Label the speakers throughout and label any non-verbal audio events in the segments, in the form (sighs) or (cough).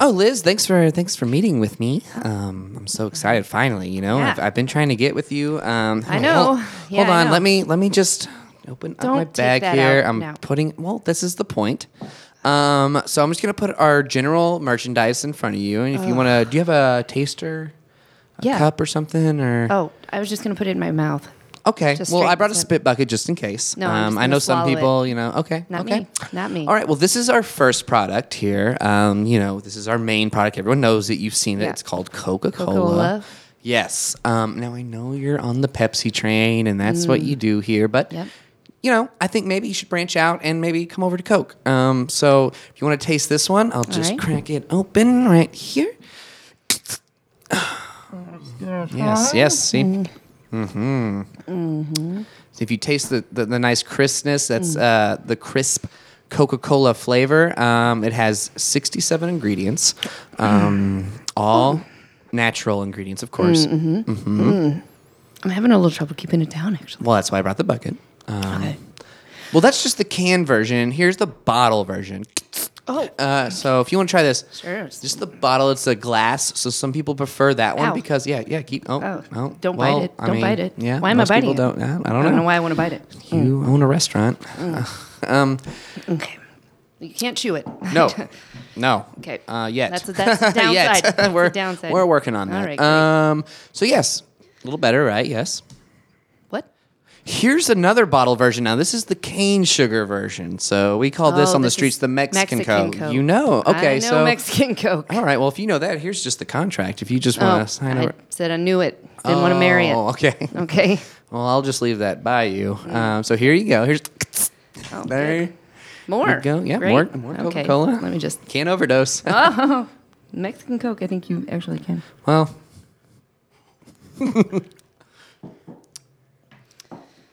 Speaker 1: Oh, Liz, thanks for thanks for meeting with me. Um, I'm so excited. Finally, you know,
Speaker 2: Yeah.
Speaker 1: I've, I've been trying to get with you. Um,
Speaker 2: I
Speaker 1: hold-
Speaker 2: know.
Speaker 1: Hold,
Speaker 2: Yeah,
Speaker 1: hold
Speaker 2: I
Speaker 1: on.
Speaker 2: know.
Speaker 1: Let me let me just open up my
Speaker 2: Don't
Speaker 1: bag
Speaker 2: take that
Speaker 1: here.
Speaker 2: out
Speaker 1: I'm
Speaker 2: now.
Speaker 1: putting. Well, this is the point. Um, so I'm just gonna put our general merchandise in front of you, and if you wanna, do you have a taster, a
Speaker 2: Yeah.
Speaker 1: cup or something, or
Speaker 2: Oh, I was just gonna put it in my mouth.
Speaker 1: okay?
Speaker 2: just
Speaker 1: Well, I
Speaker 2: straight
Speaker 1: brought a
Speaker 2: sip.
Speaker 1: spit bucket just in case. Um,
Speaker 2: No, I'm just
Speaker 1: I
Speaker 2: gonna
Speaker 1: know some
Speaker 2: swallow it.
Speaker 1: people, you know. Okay,
Speaker 2: Not
Speaker 1: okay.
Speaker 2: me. Not me.
Speaker 1: All right. Well, this is our first product here. Um, you know, this is our main product. Everyone knows it. You've seen it.
Speaker 2: Yeah.
Speaker 1: It's called Coca Cola.
Speaker 2: Coca-Cola.
Speaker 1: Yes. Um, now I know you're on the Pepsi train, and that's what you do here. But
Speaker 2: Mm. Yep.
Speaker 1: you know, I think maybe you should branch out and maybe come over to Coke. Um, so if you want to taste this one, I'll just
Speaker 2: right.
Speaker 1: crack it open right here. yes. Yes. See. Mm-hmm. So if you taste the, the, the nice crispness, that's uh, the crisp Coca Cola flavor. Um, it has 67 ingredients, um, all natural ingredients, of course.
Speaker 2: I'm having a little trouble keeping it down, actually.
Speaker 1: Well, that's why I brought the bucket. Um,
Speaker 2: okay.
Speaker 1: well, that's just the can version. Here's the bottle version.
Speaker 2: Oh.
Speaker 1: Uh, so if you want to try this,
Speaker 2: Sure.
Speaker 1: just the bottle. It's a glass, so some people prefer that one
Speaker 2: Ow.
Speaker 1: because yeah, yeah. Keep oh,
Speaker 2: Oh,
Speaker 1: oh,
Speaker 2: don't
Speaker 1: well,
Speaker 2: bite it.
Speaker 1: I
Speaker 2: Don't
Speaker 1: mean,
Speaker 2: bite it.
Speaker 1: Yeah,
Speaker 2: Why am I
Speaker 1: most
Speaker 2: biting
Speaker 1: people
Speaker 2: it?
Speaker 1: Don't, I don't,
Speaker 2: I don't
Speaker 1: know.
Speaker 2: know why Mm. I want to bite it.
Speaker 1: you own a restaurant. um,
Speaker 2: Okay. You can't chew it. (laughs)
Speaker 1: No, no.
Speaker 2: Okay.
Speaker 1: Uh, yet.
Speaker 2: That's a- that's a downside.
Speaker 1: (laughs) Yet.
Speaker 2: That's a
Speaker 1: we're,
Speaker 2: downside.
Speaker 1: We're working on
Speaker 2: All
Speaker 1: that.
Speaker 2: right, great.
Speaker 1: um, so yes, a little better, right? Yes.
Speaker 2: what?
Speaker 1: Here's another bottle version. Now this is the cane sugar version. So we call this
Speaker 2: Oh,
Speaker 1: on the
Speaker 2: this
Speaker 1: streets
Speaker 2: is
Speaker 1: the Mexican,
Speaker 2: Mexican
Speaker 1: Coke.
Speaker 2: Coke.
Speaker 1: You know. Okay.
Speaker 2: I know
Speaker 1: so.
Speaker 2: Mexican Coke.
Speaker 1: all right. Well, if you know that, here's just the contract. If you just want to
Speaker 2: Oh,
Speaker 1: sign
Speaker 2: I
Speaker 1: over.
Speaker 2: said I knew it. Didn't want to marry
Speaker 1: Oh,
Speaker 2: it. (laughs)
Speaker 1: okay.
Speaker 2: Okay.
Speaker 1: Well, I'll just leave that by you. Um, so here you go. Here's
Speaker 2: Oh,
Speaker 1: there.
Speaker 2: good. More.
Speaker 1: you go. Yeah,
Speaker 2: Great.
Speaker 1: more- more Coca-Cola.
Speaker 2: Okay. Let me just.
Speaker 1: Can't overdose.
Speaker 2: Oh, (laughs) Mexican Coke. I think you actually can.
Speaker 1: (laughs) Well. (laughs)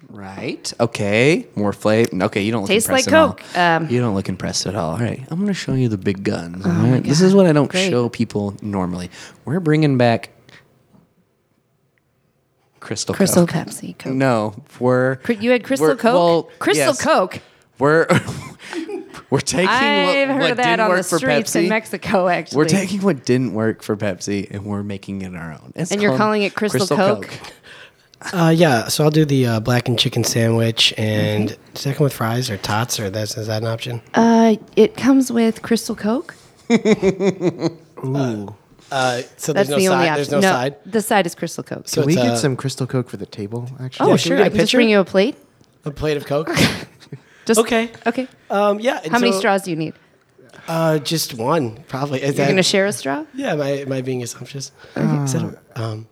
Speaker 1: right. Okay. More flavor. Okay, you don't look
Speaker 2: Tastes
Speaker 1: impressed
Speaker 2: like
Speaker 1: at all.
Speaker 2: Coke. Um, Oh,
Speaker 1: you don't look impressed at all. All right. I'm going to show you the big guns. all right. This is what I don't
Speaker 2: Great.
Speaker 1: show people normally. We're bringing back Crystal
Speaker 2: Crystal
Speaker 1: Coke.
Speaker 2: Pepsi Coke.
Speaker 1: No, we're
Speaker 2: Cr- Oh. You had Crystal
Speaker 1: we're-
Speaker 2: Coke.
Speaker 1: well,
Speaker 2: Crystal
Speaker 1: yes.
Speaker 2: Coke.
Speaker 1: We're (laughs) we're taking what-
Speaker 2: I've
Speaker 1: what,
Speaker 2: heard of that
Speaker 1: didn't
Speaker 2: on
Speaker 1: work
Speaker 2: the
Speaker 1: for
Speaker 2: streets
Speaker 1: Pepsi.
Speaker 2: in Mexico. Actually,
Speaker 1: We're taking what didn't work for Pepsi and we're making it our own. It's
Speaker 2: And you're
Speaker 1: called
Speaker 2: calling it Crystal Coke?
Speaker 3: Uh, yeah, so I'll do the uh, blackened chicken sandwich and does that come with fries or tots or that's, is that an option?
Speaker 2: Uh, it comes with Crystal Coke.
Speaker 3: Uh, so
Speaker 2: That's
Speaker 3: there's no
Speaker 2: the only
Speaker 3: side.
Speaker 2: option.
Speaker 3: There's no, side.
Speaker 2: the side is Crystal Coke.
Speaker 3: So
Speaker 4: Can we
Speaker 3: it's,
Speaker 4: get
Speaker 3: uh,
Speaker 4: some Crystal Coke for the table, actually?
Speaker 2: oh,
Speaker 3: can we
Speaker 2: sure.
Speaker 3: get a
Speaker 2: I can just
Speaker 3: picture?
Speaker 2: bring you a plate.
Speaker 3: a plate of
Speaker 2: (laughs)
Speaker 3: Coke?
Speaker 2: Just
Speaker 3: Okay.
Speaker 2: Okay.
Speaker 3: um, yeah. and
Speaker 2: How many
Speaker 3: so-
Speaker 2: straws do you need?
Speaker 3: Uh, just one, probably. Is
Speaker 2: You're
Speaker 3: that-
Speaker 2: gonna share a straw?
Speaker 3: Yeah, am I, am I being assumptuous? Is that a- um,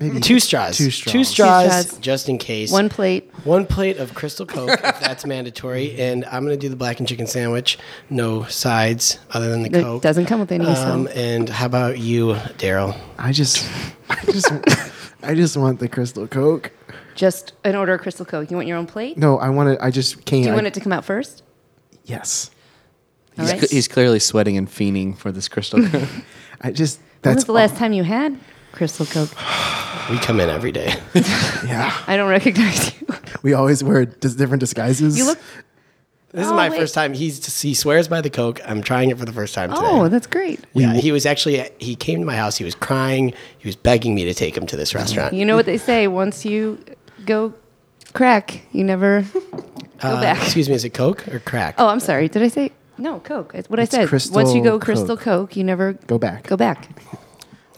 Speaker 4: Maybe
Speaker 3: two straws.
Speaker 4: Two
Speaker 3: Two
Speaker 4: straws.
Speaker 3: straws,
Speaker 2: Two straws.
Speaker 3: just in case.
Speaker 2: One plate.
Speaker 3: One plate of Crystal Coke,
Speaker 2: (laughs)
Speaker 3: if that's mandatory, and I'm gonna do the blackened chicken sandwich. No sides other than the
Speaker 2: It
Speaker 3: Coke.
Speaker 2: doesn't come with any.
Speaker 3: Um,
Speaker 2: so.
Speaker 3: and how about you, Daryl?
Speaker 4: I just, (laughs) I just, I just want the Crystal Coke.
Speaker 2: Just an order of Crystal Coke. You want your own plate?
Speaker 4: No, I want it. I just can't.
Speaker 2: Do you
Speaker 4: I-
Speaker 2: want it to come out first?
Speaker 4: yes.
Speaker 2: All
Speaker 1: He's,
Speaker 2: right.
Speaker 1: cl- he's clearly sweating and fiending for this Crystal Coke. (laughs)
Speaker 4: I just.
Speaker 2: when
Speaker 4: That's
Speaker 2: was the last time you had Crystal Coke?
Speaker 3: We come in every day.
Speaker 4: all- yeah.
Speaker 2: I don't recognize you.
Speaker 4: We always wear dis- different disguises.
Speaker 2: You look.
Speaker 3: (laughs) This is
Speaker 2: Oh,
Speaker 3: my
Speaker 2: wait.
Speaker 3: first time. He's he swears by the Coke. I'm trying it for the first time today.
Speaker 2: Oh, that's great.
Speaker 3: yeah, he was actually he came to my house. He was crying. He was begging me to take him to this restaurant.
Speaker 2: You know what they say? Once you go crack, you never go
Speaker 3: Uh,
Speaker 2: back.
Speaker 3: Excuse me, is it Coke or crack?
Speaker 2: Oh, I'm sorry. Did I say no Coke? It's what I said.
Speaker 4: Crystal
Speaker 2: Once you go Crystal
Speaker 4: Coke.
Speaker 2: Coke, you never
Speaker 4: Go back.
Speaker 2: Go back.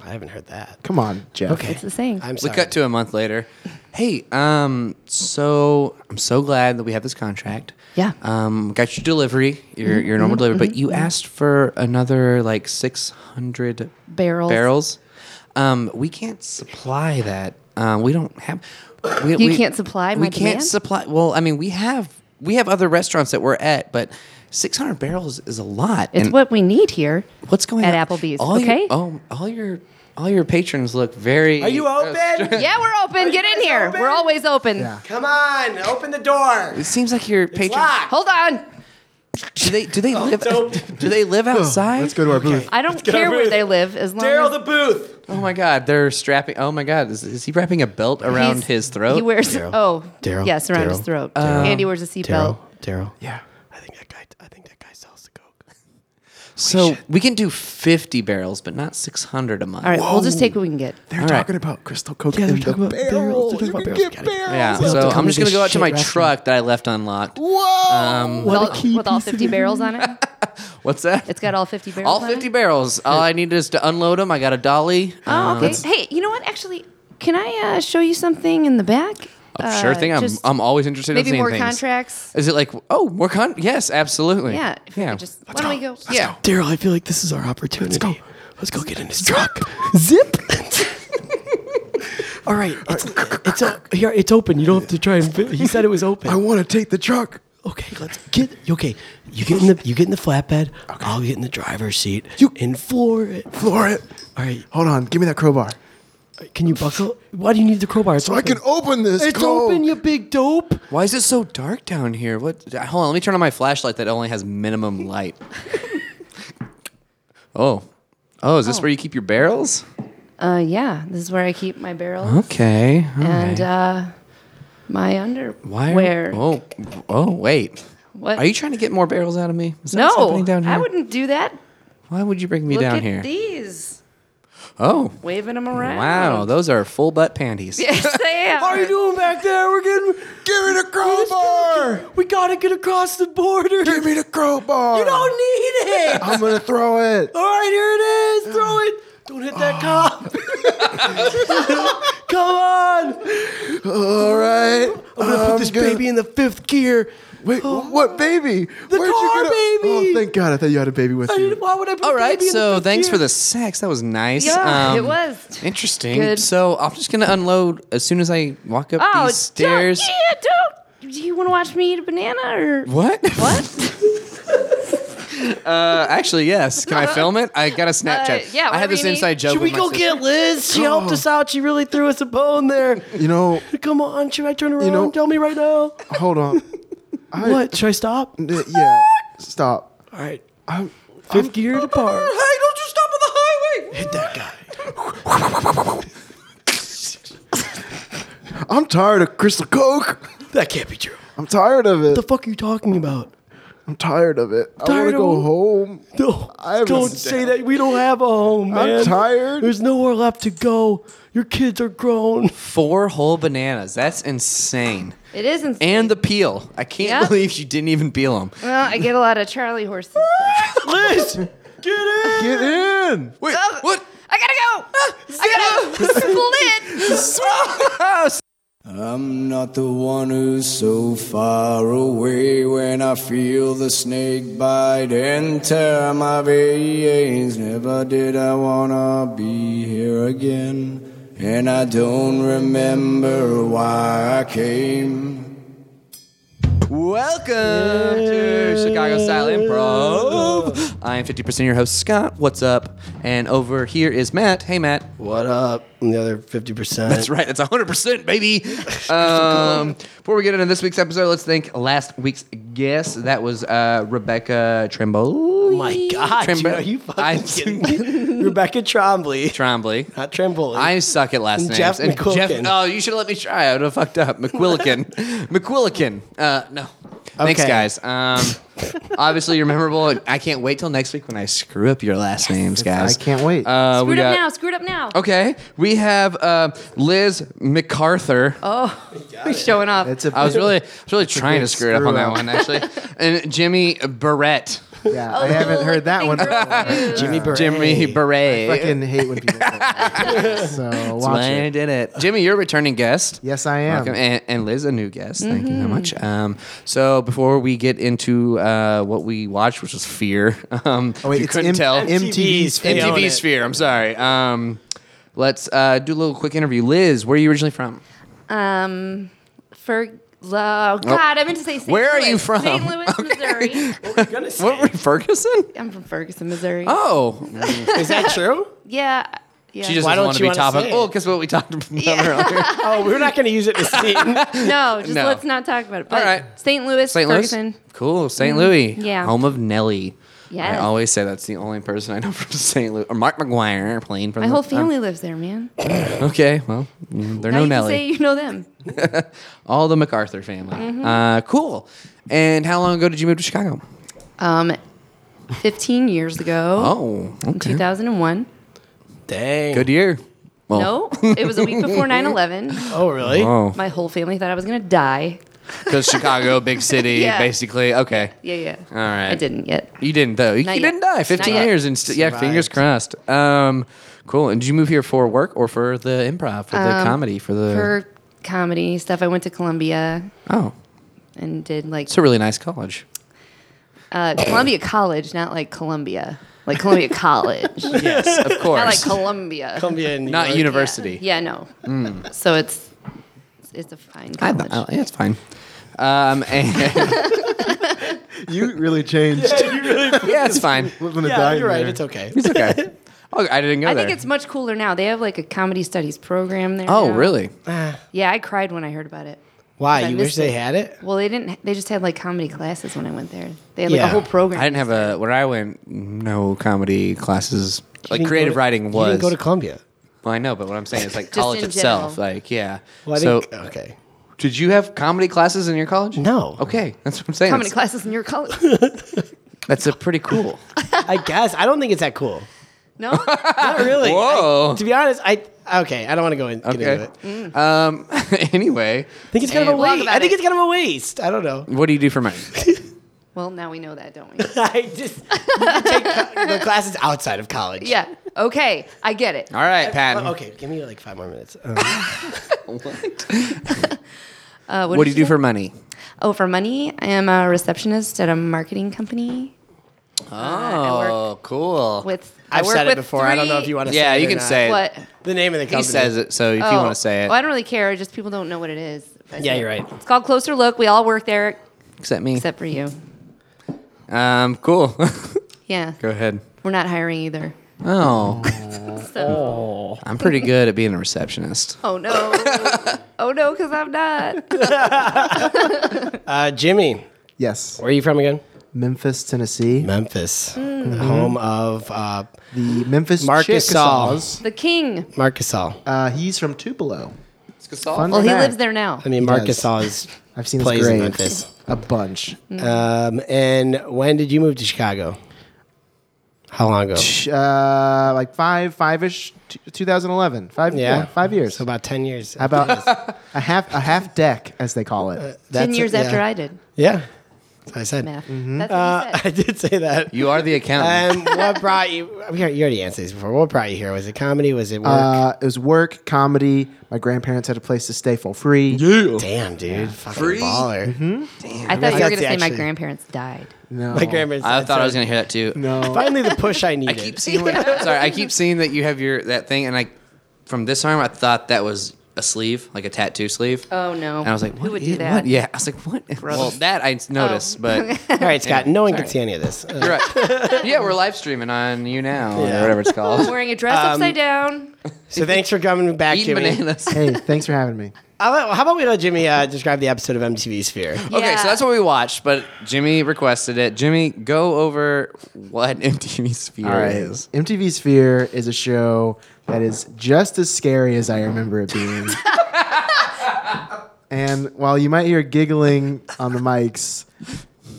Speaker 3: I haven't heard that.
Speaker 4: Come on, Jeff.
Speaker 2: It's the same.
Speaker 3: I'm
Speaker 1: we
Speaker 3: sorry.
Speaker 1: cut to a month later. Hey, um, so I'm so glad that we have this contract.
Speaker 2: Yeah. Mm-hmm,
Speaker 1: Um, got your delivery, your your normal delivery, but you asked for another like 600
Speaker 2: Barrels.
Speaker 1: Barrels. Um, we can't supply that. Um, we don't have. We,
Speaker 2: You can't supply
Speaker 1: We
Speaker 2: my
Speaker 1: can't
Speaker 2: demand?
Speaker 1: supply. Well, I mean, we have we have other restaurants that we're at, but 600 barrels is a lot.
Speaker 2: it's
Speaker 1: and-
Speaker 2: what we need here.
Speaker 1: What's going
Speaker 2: at
Speaker 1: on
Speaker 2: Applebee's,
Speaker 1: All your-
Speaker 2: okay?
Speaker 1: oh, all your all your patrons look very.
Speaker 3: Are you open?
Speaker 2: Yeah, we're open. Get in here. We're always open.
Speaker 4: Yeah.
Speaker 3: Come on, open the door.
Speaker 1: It seems like your patrons.
Speaker 3: locked.
Speaker 2: Hold on.
Speaker 1: Do they
Speaker 2: (laughs)
Speaker 1: do they
Speaker 2: Oh,
Speaker 1: live (laughs)
Speaker 3: don't.
Speaker 1: do they live outside?
Speaker 4: Let's go to our booth.
Speaker 2: I don't
Speaker 3: get
Speaker 2: care
Speaker 3: over
Speaker 2: where
Speaker 3: with
Speaker 2: they
Speaker 3: it.
Speaker 2: live as long
Speaker 3: Daryl
Speaker 2: as
Speaker 3: the booth.
Speaker 1: Oh my God, they're strapping. Oh my God, is, is he wrapping a belt around
Speaker 2: he's-
Speaker 1: his throat?
Speaker 2: He wears
Speaker 3: Daryl.
Speaker 2: oh
Speaker 3: Daryl.
Speaker 2: yes around his
Speaker 3: Daryl.
Speaker 2: throat. Andy wears a seatbelt.
Speaker 3: Daryl.
Speaker 4: Yeah.
Speaker 3: I think that guy. I think that guy sells the Coke.
Speaker 1: So we can do 50 barrels, but not 600 a month.
Speaker 2: All right, we'll just take what we can get.
Speaker 4: They're
Speaker 1: All right.
Speaker 4: talking about crystal coke
Speaker 3: Yeah,
Speaker 4: in
Speaker 3: they're
Speaker 4: the
Speaker 3: talking about
Speaker 4: barrel.
Speaker 3: barrels. They're
Speaker 4: You
Speaker 3: talking
Speaker 4: can
Speaker 3: about barrels.
Speaker 4: get
Speaker 3: Gotta get-
Speaker 1: Yeah.
Speaker 4: barrels.
Speaker 3: We'll have
Speaker 1: So
Speaker 3: to come
Speaker 1: I'm just
Speaker 3: to
Speaker 1: gonna go out to
Speaker 3: shit
Speaker 1: my
Speaker 3: restaurant.
Speaker 1: truck that I left unlocked.
Speaker 4: Whoa!
Speaker 1: Um,
Speaker 2: With
Speaker 4: What a
Speaker 2: all,
Speaker 4: key
Speaker 2: with all
Speaker 4: piece of
Speaker 2: 50 barrels on it?
Speaker 1: what's that?
Speaker 2: It's got all 50 barrels
Speaker 1: All
Speaker 2: on
Speaker 1: 50
Speaker 2: it?
Speaker 1: barrels. All I need is to unload them. I got a dolly.
Speaker 2: Oh, okay. Hey, you know what? Actually, can I uh, show you something in the back?
Speaker 1: Uh, sure
Speaker 2: Uh,
Speaker 1: thing. I'm,
Speaker 2: just
Speaker 1: I'm always interested in
Speaker 2: maybe
Speaker 1: seeing
Speaker 2: more
Speaker 1: things.
Speaker 2: contracts.
Speaker 1: Is it like oh more con? Yes, absolutely.
Speaker 2: Yeah. If We
Speaker 1: Yeah.
Speaker 2: could just, why don't we go?
Speaker 1: yeah.
Speaker 3: Daryl, I feel like this is our opportunity. Let's go. Let's go get in his truck. Zip. (laughs) All right. It's, it's, o- here, it's open. You don't have to try and. fi- He said it was open.
Speaker 4: I want to take the truck.
Speaker 3: okay, let's get. Okay, you get in the you get in the flatbed. I'll get in the driver's seat. You and floor it.
Speaker 4: Floor it.
Speaker 3: All right.
Speaker 4: Hold on. Give me that crowbar.
Speaker 3: Can you buckle? Why do you need the crowbar? It's
Speaker 4: So I can open this.
Speaker 3: It's
Speaker 4: coke.
Speaker 3: open, you big dope.
Speaker 1: Why is it so dark down here? What? Hold on. Let me turn on my flashlight that only has minimum
Speaker 2: (laughs)
Speaker 1: light. oh. Oh, is this where you keep your barrels?
Speaker 2: Uh, yeah, this is where I keep my barrels
Speaker 1: Okay. all
Speaker 2: and
Speaker 1: right.
Speaker 2: uh, my
Speaker 1: Why? Are,
Speaker 2: underwear.
Speaker 1: Oh. Oh wait.
Speaker 2: What?
Speaker 1: Are you trying to get more barrels out of me? Is that what's
Speaker 2: no,
Speaker 1: happening down here?
Speaker 2: I wouldn't do that.
Speaker 1: Why would you bring me
Speaker 2: Look
Speaker 1: down
Speaker 2: at
Speaker 1: here?
Speaker 2: these,
Speaker 1: oh.
Speaker 2: waving them around.
Speaker 1: Wow, those are full butt panties.
Speaker 2: (laughs) yes, they are.
Speaker 3: What are you doing back there? We're getting.
Speaker 4: Give me the crowbar.
Speaker 3: We gotta get across the border.
Speaker 4: Give me the crowbar.
Speaker 3: You don't need it.
Speaker 4: I'm gonna throw it.
Speaker 3: All right, here it is. Throw it. Don't hit that cop. (laughs) Come on.
Speaker 4: (laughs) All right.
Speaker 3: I'm gonna put this baby in the fifth gear.
Speaker 4: (gasps) Wait, what baby? The
Speaker 3: car baby.
Speaker 4: Oh, thank God! I thought you had a baby with
Speaker 3: I didn't-
Speaker 4: you.
Speaker 3: Why would I
Speaker 1: (laughs)
Speaker 3: put
Speaker 1: All
Speaker 3: a
Speaker 1: right,
Speaker 3: baby in the
Speaker 1: so
Speaker 3: fifth
Speaker 1: thanks
Speaker 3: gear?
Speaker 1: for the sex. That was nice.
Speaker 2: Yeah, it
Speaker 1: Um,
Speaker 2: was.
Speaker 1: Interesting.
Speaker 2: Good.
Speaker 1: So I'm just gonna unload as soon as I walk up
Speaker 2: Oh,
Speaker 1: these stairs.
Speaker 2: Don't, yeah, don't. Do you want to watch me eat a banana or
Speaker 1: What? (laughs)
Speaker 2: What?
Speaker 1: Uh, actually, yes. Can I film it? I
Speaker 2: (laughs)
Speaker 1: got a Snapchat.
Speaker 2: Uh, yeah,
Speaker 1: I
Speaker 2: whatever
Speaker 1: had this
Speaker 2: you need.
Speaker 1: inside joke.
Speaker 3: Should we
Speaker 1: with my
Speaker 3: go
Speaker 1: sister.
Speaker 3: get Liz? She helped us out. She really threw us a bone there.
Speaker 4: You know,
Speaker 3: Come on, should I turn around?
Speaker 4: know-
Speaker 3: Tell me right now.
Speaker 4: hold (laughs) on. I-
Speaker 3: What? Should I stop?
Speaker 4: Uh, Yeah. Stop.
Speaker 3: All right.
Speaker 4: 5th
Speaker 3: Fifth gear to park.
Speaker 1: don't you stop on the highway!
Speaker 3: Hit that guy.
Speaker 4: (laughs) I'm tired of crystal coke.
Speaker 3: That can't be true.
Speaker 4: I'm tired of it.
Speaker 3: The fuck are you talking about?
Speaker 4: I'm tired of it. I want
Speaker 3: Tired
Speaker 4: to
Speaker 3: of
Speaker 4: go
Speaker 3: it?
Speaker 4: home.
Speaker 3: No,
Speaker 4: I was
Speaker 3: don't
Speaker 4: down.
Speaker 3: say that. We don't have a home,
Speaker 4: I'm
Speaker 3: man.
Speaker 4: tired.
Speaker 3: There's nowhere left to go. Your kids are grown.
Speaker 1: Four whole bananas. That's insane.
Speaker 2: It isn't.
Speaker 1: And the peel. I can't
Speaker 2: Yeah.
Speaker 1: believe you didn't even peel them.
Speaker 2: well, I get a lot of
Speaker 1: (laughs)
Speaker 2: Charlie horses.
Speaker 3: Liz, get in.
Speaker 4: (laughs) Get in.
Speaker 1: Wait,
Speaker 2: Oh,
Speaker 1: what? (laughs)
Speaker 2: I gotta
Speaker 1: Ah,
Speaker 2: go. I (laughs) gotta split.
Speaker 5: I'm not the one who's so far away when I feel the snake bite enter my veins. Never did I wanna be here again, and I don't remember why I came.
Speaker 1: Welcome to Chicago Style Improv. I am 50% your host, Scott. What's up? And over here is Matt. Hey, Matt.
Speaker 3: What up? And the other 50%.
Speaker 1: That's right. That's 100%, baby. (laughs) Um, before we get into this week's episode, let's thank last week's guest. That was uh, Rebecca Tremble.
Speaker 3: Oh my God, dude,
Speaker 1: Tremble-
Speaker 3: are you fucking
Speaker 1: I-
Speaker 3: (laughs) kidding me? Rebecca Trombley,
Speaker 1: Tremblay.
Speaker 3: not Tremboli.
Speaker 1: I suck at last
Speaker 3: And
Speaker 1: names.
Speaker 3: Jeff McQuilkin.
Speaker 1: oh, you should have let me try. I would have fucked up.
Speaker 4: (laughs)
Speaker 1: McQuillican. McQuillican. Uh, no. Thanks,
Speaker 3: Okay.
Speaker 1: guys.
Speaker 4: (laughs)
Speaker 1: Um, obviously, you're memorable. and I can't wait till next week when I screw up your last names, guys.
Speaker 4: I can't wait.
Speaker 1: Uh, we
Speaker 2: Screwed up
Speaker 1: got-
Speaker 2: now. Screwed up now.
Speaker 1: Okay. We have uh, Liz MacArthur.
Speaker 2: Oh, He's showing off.
Speaker 4: It's a.
Speaker 1: I was really, I was really trying to
Speaker 4: big
Speaker 1: screw it up on that
Speaker 4: screw-up.
Speaker 1: one actually. and Jimmy Barrett,
Speaker 4: Yeah, I haven't heard that one. (laughs)
Speaker 3: Jimmy Burr.
Speaker 1: Jimmy Barrett.
Speaker 4: I fucking hate when people.
Speaker 1: (laughs)
Speaker 4: say that. so
Speaker 1: That's
Speaker 4: watch
Speaker 1: why I
Speaker 4: it.
Speaker 1: did it. Jimmy, you're a returning guest.
Speaker 4: Yes, I am.
Speaker 2: Um,
Speaker 1: Welcome. And, and Liz, a new guest. Thank you very much.
Speaker 2: Mm-hmm.
Speaker 1: Um, so before we get into uh, what we watched, which was Fear, (laughs) um,
Speaker 4: Oh, wait,
Speaker 1: if you
Speaker 4: it's
Speaker 1: couldn't
Speaker 4: M-
Speaker 1: tell.
Speaker 4: M-
Speaker 3: MTV's
Speaker 4: MTV's
Speaker 3: they own
Speaker 1: MTV's
Speaker 3: it.
Speaker 1: Fear. I'm sorry. Um, let's uh, do a little quick interview. Liz, where are you originally from?
Speaker 2: Um, for oh God, I meant to say. St.
Speaker 1: Where are
Speaker 2: Louis.
Speaker 1: you from?
Speaker 2: St.
Speaker 1: (laughs)
Speaker 2: Louis, Missouri.
Speaker 1: What were you, Ferguson?
Speaker 2: I'm from Ferguson, Missouri.
Speaker 1: Oh,
Speaker 3: Is that true?
Speaker 2: Yeah, yeah.
Speaker 1: she just
Speaker 3: Why
Speaker 1: doesn't
Speaker 3: don't
Speaker 1: want to
Speaker 3: you
Speaker 1: be
Speaker 3: wanna
Speaker 1: topical.
Speaker 3: say it?
Speaker 1: Oh, guess what we talked about earlier.
Speaker 3: Oh, we're not going to use it to (laughs) see.
Speaker 2: no, just
Speaker 1: No.
Speaker 2: let's not talk about it. But
Speaker 1: All right.
Speaker 2: St. Louis,
Speaker 1: St.
Speaker 2: Ferguson. Mm-hmm.
Speaker 1: Louis. Cool. saint Louis.
Speaker 2: Yeah.
Speaker 1: Home of Nelly. I
Speaker 2: Yes.
Speaker 1: always say that's the only person I know (laughs) from St. Louis. Or Mark McGuire playing from
Speaker 2: My
Speaker 1: the- Um,
Speaker 2: whole family lives there, man.
Speaker 1: okay. Well, mm, they're
Speaker 2: now
Speaker 1: no
Speaker 2: you
Speaker 1: Nelly.
Speaker 2: Can say you know them.
Speaker 1: All the Mm-hmm. MacArthur family. Uh, cool. And how long ago did you move to Chicago?
Speaker 2: Um, 15 years ago,
Speaker 1: Oh,
Speaker 2: in
Speaker 1: okay.
Speaker 2: 2001.
Speaker 3: Dang.
Speaker 1: Good year. Well,
Speaker 2: No, it was a week before 9 11.
Speaker 3: Oh, really?
Speaker 1: Oh,
Speaker 2: (laughs) My whole family thought I was going to die.
Speaker 1: (laughs) because Chicago, big (laughs) city,
Speaker 2: Yeah.
Speaker 1: basically. Okay.
Speaker 2: Yeah, yeah.
Speaker 1: All right.
Speaker 2: I didn't yet.
Speaker 1: You didn't though. You,
Speaker 2: Not
Speaker 1: you
Speaker 2: yet.
Speaker 1: didn't die. Fifteen
Speaker 2: Not yet.
Speaker 1: years and st- yeah,
Speaker 3: Survived.
Speaker 1: fingers crossed. Um, cool. And did you move here for work or for the improv, for the comedy, for the?
Speaker 2: Um, For comedy stuff, I went to Columbia
Speaker 1: oh,
Speaker 2: and did like
Speaker 1: it's a really nice college.
Speaker 2: uh, Columbia College, not like Columbia.
Speaker 1: (laughs)
Speaker 2: Like Columbia College. not
Speaker 1: Yes, (laughs) of course.
Speaker 2: like Columbia.
Speaker 3: Columbia and New
Speaker 1: Not
Speaker 3: York.
Speaker 1: university. Hmm.
Speaker 2: Yeah, no. So it's it's a fine
Speaker 1: I,
Speaker 2: college.
Speaker 1: I- yeah, it's fine. Um, and
Speaker 2: (laughs)
Speaker 1: (laughs)
Speaker 4: You really changed. (laughs)
Speaker 1: yeah, it's fine.
Speaker 4: Living a
Speaker 3: Yeah,
Speaker 4: dying
Speaker 3: you're right.
Speaker 4: there.
Speaker 3: It's okay.
Speaker 1: It's
Speaker 3: (laughs)
Speaker 1: okay. Oh, I didn't go
Speaker 2: I
Speaker 1: there.
Speaker 2: think it's much cooler now. They have like a comedy studies program there.
Speaker 1: oh,
Speaker 2: now.
Speaker 1: really?
Speaker 2: Yeah, I cried when I heard about it.
Speaker 3: Why?
Speaker 2: I
Speaker 3: You wish
Speaker 2: missed
Speaker 3: they
Speaker 2: it.
Speaker 3: had it?
Speaker 2: Well, they didn't. They just had like comedy classes when I went there. They had like
Speaker 3: Yeah.
Speaker 2: a whole program.
Speaker 1: I didn't have a when I went. No comedy classes.
Speaker 3: You
Speaker 1: Like
Speaker 3: didn't go
Speaker 1: creative
Speaker 3: to-
Speaker 1: writing was.
Speaker 3: You didn't go to Columbia.
Speaker 1: well, I know, but what I'm saying is
Speaker 2: (laughs)
Speaker 1: like
Speaker 2: in
Speaker 1: college itself.
Speaker 2: general.
Speaker 1: Like, yeah.
Speaker 3: Well, I
Speaker 1: so,
Speaker 3: think, okay.
Speaker 1: did you have comedy classes in your college?
Speaker 3: No.
Speaker 1: Okay, that's what I'm saying.
Speaker 2: comedy
Speaker 1: That's,
Speaker 2: classes in your college.
Speaker 1: (laughs) that's a pretty cool.
Speaker 3: I guess. I don't think it's that cool.
Speaker 2: No,
Speaker 3: (laughs) Not really. I-
Speaker 1: Whoa.
Speaker 3: to be honest, I okay. (laughs) I don't want to go in, get into
Speaker 1: Okay.
Speaker 3: it.
Speaker 2: Mm.
Speaker 1: Um. (laughs) anyway,
Speaker 3: I think it's kind of
Speaker 2: And
Speaker 3: a
Speaker 2: we'll talk
Speaker 3: waste.
Speaker 2: about
Speaker 3: I think
Speaker 2: it.
Speaker 3: it's kind of a waste. I don't know. (laughs)
Speaker 1: what do you do for money?
Speaker 2: well now we know that, don't we?
Speaker 3: I just you can (laughs) take co- the classes outside of college.
Speaker 2: Yeah. Okay, I get it.
Speaker 1: All right, Pat. (laughs)
Speaker 3: Oh, okay, give me like five more minutes. Um,
Speaker 2: (laughs) Uh,
Speaker 1: What do you do
Speaker 2: for?
Speaker 1: for money?
Speaker 2: Oh, for money, I am a receptionist at a marketing company. Uh, I
Speaker 1: Oh, cool.
Speaker 2: With I
Speaker 3: I've
Speaker 2: work
Speaker 3: said it
Speaker 2: with
Speaker 3: before. I don't know
Speaker 2: three-
Speaker 3: if you want to.
Speaker 1: yeah,
Speaker 3: say it
Speaker 1: you
Speaker 3: or
Speaker 1: can
Speaker 3: not.
Speaker 1: say it.
Speaker 2: what.
Speaker 3: the name of the
Speaker 1: He
Speaker 3: company.
Speaker 1: says it, so if you
Speaker 2: Oh.
Speaker 1: want to say it,
Speaker 2: Well, I don't really care. Just people don't know what it is.
Speaker 3: Yeah, you're right.
Speaker 2: It's called Closer Look. We all work there
Speaker 1: except me.
Speaker 2: except for you.
Speaker 1: um, cool. (laughs)
Speaker 2: Yeah,
Speaker 1: Go ahead.
Speaker 2: we're not hiring either.
Speaker 1: Oh,
Speaker 2: So,
Speaker 1: I'm pretty good at being a receptionist.
Speaker 2: oh no, oh no, because I'm not.
Speaker 3: Uh, Jimmy,
Speaker 4: Yes.
Speaker 3: where are you from again? Hmm.
Speaker 4: Memphis, Tennessee.
Speaker 3: Memphis, the home of uh,
Speaker 4: The Memphis
Speaker 3: Marcus Saul.
Speaker 4: Chickasaws.
Speaker 2: The king.
Speaker 3: Marcus All.
Speaker 4: Uh, he's from Tupelo. Fun
Speaker 2: Well, he
Speaker 4: fact.
Speaker 2: lives there now.
Speaker 3: I mean,
Speaker 4: does.
Speaker 3: Marcus All (laughs) is
Speaker 4: I've seen
Speaker 3: plays
Speaker 4: his
Speaker 3: in
Speaker 4: grave
Speaker 3: Memphis.
Speaker 4: a bunch.
Speaker 3: Um, and when did you move to Chicago? How long ago?
Speaker 4: Uh, like five, five-ish, t- 2011. Five, yeah, five years.
Speaker 3: So about ten years. (laughs)
Speaker 4: How about a half a half deck, as they call
Speaker 3: Uh,
Speaker 4: it?
Speaker 2: Ten years after I did
Speaker 3: Yeah, that's what I said.
Speaker 2: math. That's what he
Speaker 3: Uh,
Speaker 2: said.
Speaker 3: (laughs) I did say that.
Speaker 1: You are the accountant.
Speaker 3: (laughs) Um, what brought you? I mean, you already answered this before. What brought you here? Was it comedy? Was it work?
Speaker 4: Uh, it was work, comedy. My grandparents had a place to stay for free.
Speaker 3: Damn, dude, fucking
Speaker 2: I
Speaker 3: baller.
Speaker 2: thought you were
Speaker 3: That's
Speaker 2: going to say my
Speaker 3: actually-
Speaker 2: grandparents died.
Speaker 4: No,
Speaker 3: My grandma's.
Speaker 1: I thought I was gonna hear that too.
Speaker 4: no.
Speaker 1: (laughs)
Speaker 3: Finally, the push I
Speaker 1: I
Speaker 3: needed.
Speaker 1: keep seeing. (laughs) What, sorry, I keep seeing that you have your that thing, and I from this arm, I thought that was a sleeve, like a tattoo sleeve.
Speaker 2: Oh no.
Speaker 1: And I was like,
Speaker 2: who
Speaker 1: what
Speaker 2: would
Speaker 1: is-
Speaker 2: do that? Oh.
Speaker 1: what? Yeah, I was like, what? Well, that I noticed, but
Speaker 3: All right, Scott. No one can see any of this. Uh,
Speaker 1: you're
Speaker 2: (laughs)
Speaker 1: right. Yeah, we're live streaming on you now, or whatever it's (laughs)
Speaker 2: I'm
Speaker 1: called.
Speaker 2: wearing a dress upside down.
Speaker 3: so thanks for coming back,
Speaker 1: Eat
Speaker 3: Jimmy.
Speaker 1: bananas.
Speaker 4: Hey, thanks for having me.
Speaker 3: I'll let- how about we let Jimmy uh, describe the episode of
Speaker 1: (laughs)
Speaker 3: MTV Sphere?
Speaker 1: Okay,
Speaker 2: Yeah.
Speaker 1: so that's what we watched, but Jimmy requested it. Jimmy, go over what (laughs) MTV Sphere
Speaker 4: All right.
Speaker 1: is.
Speaker 4: MTV Sphere is a show that is just as scary as I remember
Speaker 1: (laughs)
Speaker 4: it being. and while you might hear giggling on the mics,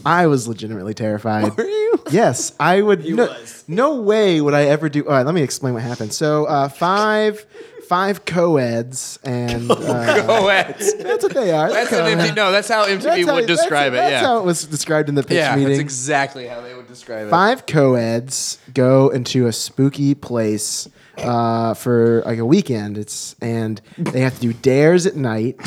Speaker 4: I was legitimately terrified. Were you? Yes, I would. no,
Speaker 3: was.
Speaker 4: no way would I ever do. All right, let me explain what happened. So uh, five, five co-eds, and uh,
Speaker 1: (laughs) Oh, (laughs) that's,
Speaker 4: that's what they are.
Speaker 1: that's an MTV. No, that's how MTV
Speaker 4: That's how-
Speaker 1: would
Speaker 4: that's-
Speaker 1: describe it.
Speaker 4: That's
Speaker 1: yeah,
Speaker 4: how it was described in the pitch
Speaker 1: yeah,
Speaker 4: meeting
Speaker 1: that's exactly how they would describe it.
Speaker 4: five co-eds go into a spooky place uh, for like a weekend it's and they have to do dares at night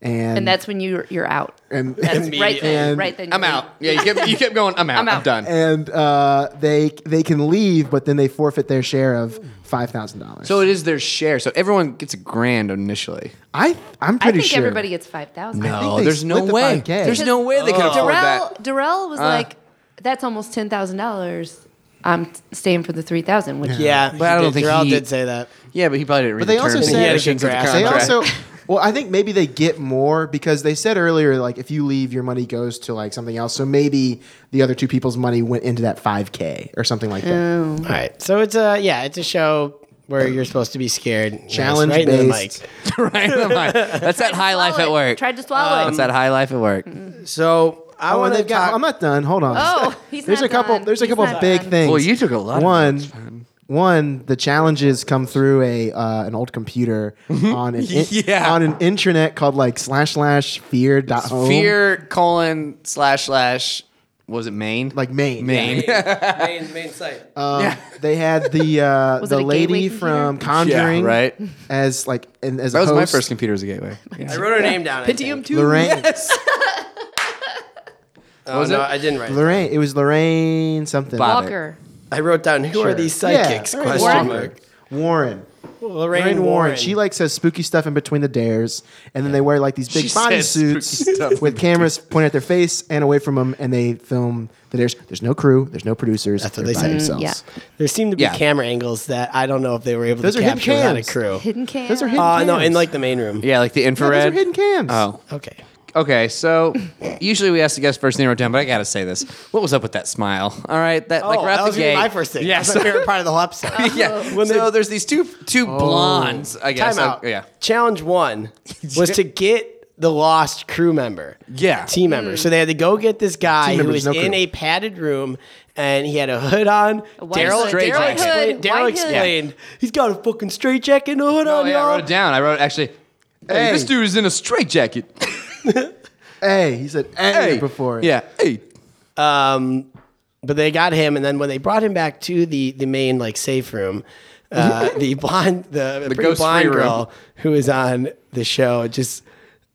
Speaker 4: and
Speaker 2: And that's when you you're out.
Speaker 4: and,
Speaker 2: That's right then.
Speaker 4: And-
Speaker 2: right then.
Speaker 1: I'm
Speaker 2: you're
Speaker 1: out. Yeah, you kept, you kept going. I'm out. I'm,
Speaker 2: I'm out.
Speaker 1: done.
Speaker 4: and, uh, they they can leave but then they forfeit their share of five thousand dollars
Speaker 1: so it is their share. So everyone gets a grand initially.
Speaker 4: i i'm
Speaker 2: I
Speaker 4: pretty
Speaker 2: think
Speaker 4: sure
Speaker 2: everybody gets five thousand.
Speaker 4: think
Speaker 1: No,
Speaker 4: they
Speaker 1: there's no
Speaker 4: split the
Speaker 1: way.
Speaker 4: 5K.
Speaker 1: There's no way they could afford Oh,
Speaker 2: Darrell
Speaker 1: that.
Speaker 2: Oh. Darrell was like, "That's almost ten thousand dollars. I'm t- staying for the three thousand, which
Speaker 3: Yeah,
Speaker 1: But I
Speaker 3: he
Speaker 1: don't
Speaker 3: did.
Speaker 1: think
Speaker 3: Jarrell
Speaker 1: he-
Speaker 3: did say that.
Speaker 1: Yeah, but he probably didn't read
Speaker 4: But they
Speaker 1: the
Speaker 4: also
Speaker 1: terms and
Speaker 4: said-
Speaker 1: conditions of the
Speaker 3: Yeah,
Speaker 4: they
Speaker 1: contract. (laughs)
Speaker 4: also well i think maybe they get more because they said earlier like if you leave your money goes to like something else so maybe the other two people's money went into that 5k or something like that
Speaker 2: Oh.
Speaker 3: All right, so it's a yeah, it's a show where you're supposed to be scared.
Speaker 4: Challenge
Speaker 3: Yes, right into the
Speaker 4: based.
Speaker 3: mic.
Speaker 4: (laughs)
Speaker 1: right? That's that high life at work. Uh,
Speaker 2: Tried to swallow
Speaker 1: That's
Speaker 2: it.
Speaker 4: Mm-hmm.
Speaker 1: that high life at work.
Speaker 3: So
Speaker 4: I want to. Talk- I'm not done. Hold on.
Speaker 2: Oh, he's
Speaker 4: there's
Speaker 2: not
Speaker 4: a couple.
Speaker 2: done.
Speaker 4: There's a
Speaker 2: He's
Speaker 4: couple
Speaker 2: not
Speaker 4: big
Speaker 2: done.
Speaker 4: things.
Speaker 1: Well, you took a lot of
Speaker 4: One,
Speaker 1: notes, man.
Speaker 4: one. The challenges come through a uh, an old computer on
Speaker 1: (laughs)
Speaker 4: an in-
Speaker 1: Mm-hmm. Yeah.
Speaker 4: on an intranet called like slash slash fear dot
Speaker 1: Oh.
Speaker 4: home.
Speaker 1: Fear colon slash slash was it Maine?
Speaker 4: like Maine.
Speaker 1: Maine.
Speaker 4: (laughs)
Speaker 3: main, main site.
Speaker 4: Um, (laughs) They had the
Speaker 2: (laughs)
Speaker 4: uh,
Speaker 2: Was
Speaker 4: the
Speaker 2: it a gateway
Speaker 4: lady
Speaker 2: computer?
Speaker 4: from Conjuring,
Speaker 1: right.
Speaker 4: As like and
Speaker 1: (laughs)
Speaker 4: as
Speaker 1: That
Speaker 4: a
Speaker 1: was my
Speaker 4: host.
Speaker 1: first computer as a
Speaker 4: (laughs)
Speaker 1: gateway. Yeah.
Speaker 3: I wrote her name down. I think.
Speaker 1: Pentium two.
Speaker 4: Lorraine.
Speaker 1: Yes.
Speaker 3: Oh,
Speaker 1: was
Speaker 3: no,
Speaker 1: it?
Speaker 3: I didn't write. it.
Speaker 4: (laughs) Lorraine. It was Lorraine something.
Speaker 1: Bob.
Speaker 2: Walker.
Speaker 3: I wrote down who are these
Speaker 4: Yeah,
Speaker 3: psychics?
Speaker 4: Lorraine
Speaker 3: question
Speaker 2: Warren?
Speaker 3: mark.
Speaker 4: Warren.
Speaker 3: Lorraine,
Speaker 4: Lorraine Warren. She like says spooky stuff in between the dares, and then they wear like these big
Speaker 1: She
Speaker 4: body
Speaker 1: says spooky
Speaker 4: suits
Speaker 1: stuff
Speaker 4: with cameras pointed at their face and away from them, and they film the dares. There's no crew. There's no producers.
Speaker 3: That's what
Speaker 4: They're
Speaker 3: they
Speaker 4: by
Speaker 3: said. Mm,
Speaker 4: themselves.
Speaker 2: Yeah.
Speaker 3: there seem to be
Speaker 1: Yeah.
Speaker 3: camera angles that I don't know if they were able
Speaker 4: Those
Speaker 3: to
Speaker 4: are hidden
Speaker 3: capture without a (laughs)
Speaker 4: cams.
Speaker 3: crew.
Speaker 2: Hidden cam.
Speaker 4: Those are hidden.
Speaker 3: Uh, no,
Speaker 4: cams.
Speaker 3: in like the main room.
Speaker 1: Yeah, like the
Speaker 4: Yeah, those are
Speaker 1: infrared.
Speaker 4: hidden cams.
Speaker 1: Oh,
Speaker 3: Okay.
Speaker 1: okay. So usually we ask the guest first name or down, but I gotta say this. What was up with that smile? All right, that like
Speaker 3: oh,
Speaker 1: right
Speaker 3: that
Speaker 1: out
Speaker 3: was
Speaker 1: the
Speaker 3: gonna
Speaker 1: gate.
Speaker 3: be my first thing. (laughs)
Speaker 1: Yes.
Speaker 3: That's my favorite part of the whole episode.
Speaker 1: (laughs) yeah.
Speaker 3: When
Speaker 1: so
Speaker 3: they- Oh.
Speaker 1: there's these two two blondes. I guess.
Speaker 3: Time out.
Speaker 1: Like, yeah. (laughs)
Speaker 3: Challenge one was to get the lost crew member.
Speaker 1: Yeah.
Speaker 3: Team member. So they had to go get this guy
Speaker 4: Team
Speaker 3: who
Speaker 4: members,
Speaker 3: was
Speaker 4: no
Speaker 3: in
Speaker 4: crew.
Speaker 3: a padded room and he had a hood on.
Speaker 2: white
Speaker 3: Daryl
Speaker 2: hood.
Speaker 3: Daryl
Speaker 1: White
Speaker 3: explained,
Speaker 2: hood.
Speaker 3: Daryl
Speaker 2: White
Speaker 3: explained he's got a fucking straight jacket and a hood
Speaker 1: Oh
Speaker 3: on,
Speaker 1: yeah, I
Speaker 3: y'all.
Speaker 1: wrote it down. I wrote actually. Hey,
Speaker 4: Hey.
Speaker 1: this dude is in a straitjacket.
Speaker 3: (laughs)
Speaker 4: Hey, he said hey,
Speaker 1: Hey,
Speaker 4: before. it.
Speaker 1: Yeah. Hey.
Speaker 3: Um, but they got him, and then when they brought him back to the the main like safe room,
Speaker 1: (laughs)
Speaker 3: uh, the blonde the, the pretty
Speaker 1: ghost
Speaker 3: blonde
Speaker 1: free room.
Speaker 3: girl who was on the show just.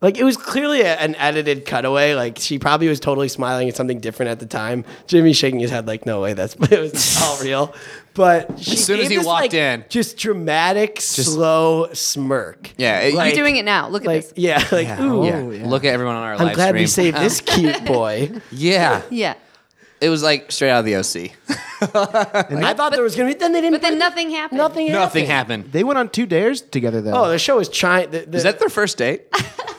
Speaker 3: Like it was clearly a, an edited cutaway. Like she probably was totally smiling at something different at the time. Jimmy's shaking his head, like, "No way, that's (laughs) it
Speaker 1: (laughs)
Speaker 3: was all real." But she
Speaker 1: As soon as
Speaker 3: gave
Speaker 1: he
Speaker 3: this,
Speaker 1: walked
Speaker 3: like,
Speaker 1: in.
Speaker 3: just dramatic, slow smirk.
Speaker 1: Yeah. it-
Speaker 3: Like-
Speaker 2: You're doing it now. Look at
Speaker 3: Like,
Speaker 2: this.
Speaker 3: yeah, like, ooh,
Speaker 1: yeah. Look at everyone on our
Speaker 3: I'm
Speaker 1: live
Speaker 3: glad
Speaker 1: stream.
Speaker 3: we
Speaker 1: (laughs)
Speaker 3: saved this cute boy.
Speaker 1: Yeah.
Speaker 2: Yeah.
Speaker 1: It was like straight out of the OC.
Speaker 3: I thought there was gonna be. Then they didn't.
Speaker 2: But then nothing happened.
Speaker 3: nothing.
Speaker 1: (laughs) Nothing
Speaker 3: happened.
Speaker 1: happened.
Speaker 4: They went on two dares together though.
Speaker 3: Oh, the show was trying. The, the,
Speaker 1: Is that their first date?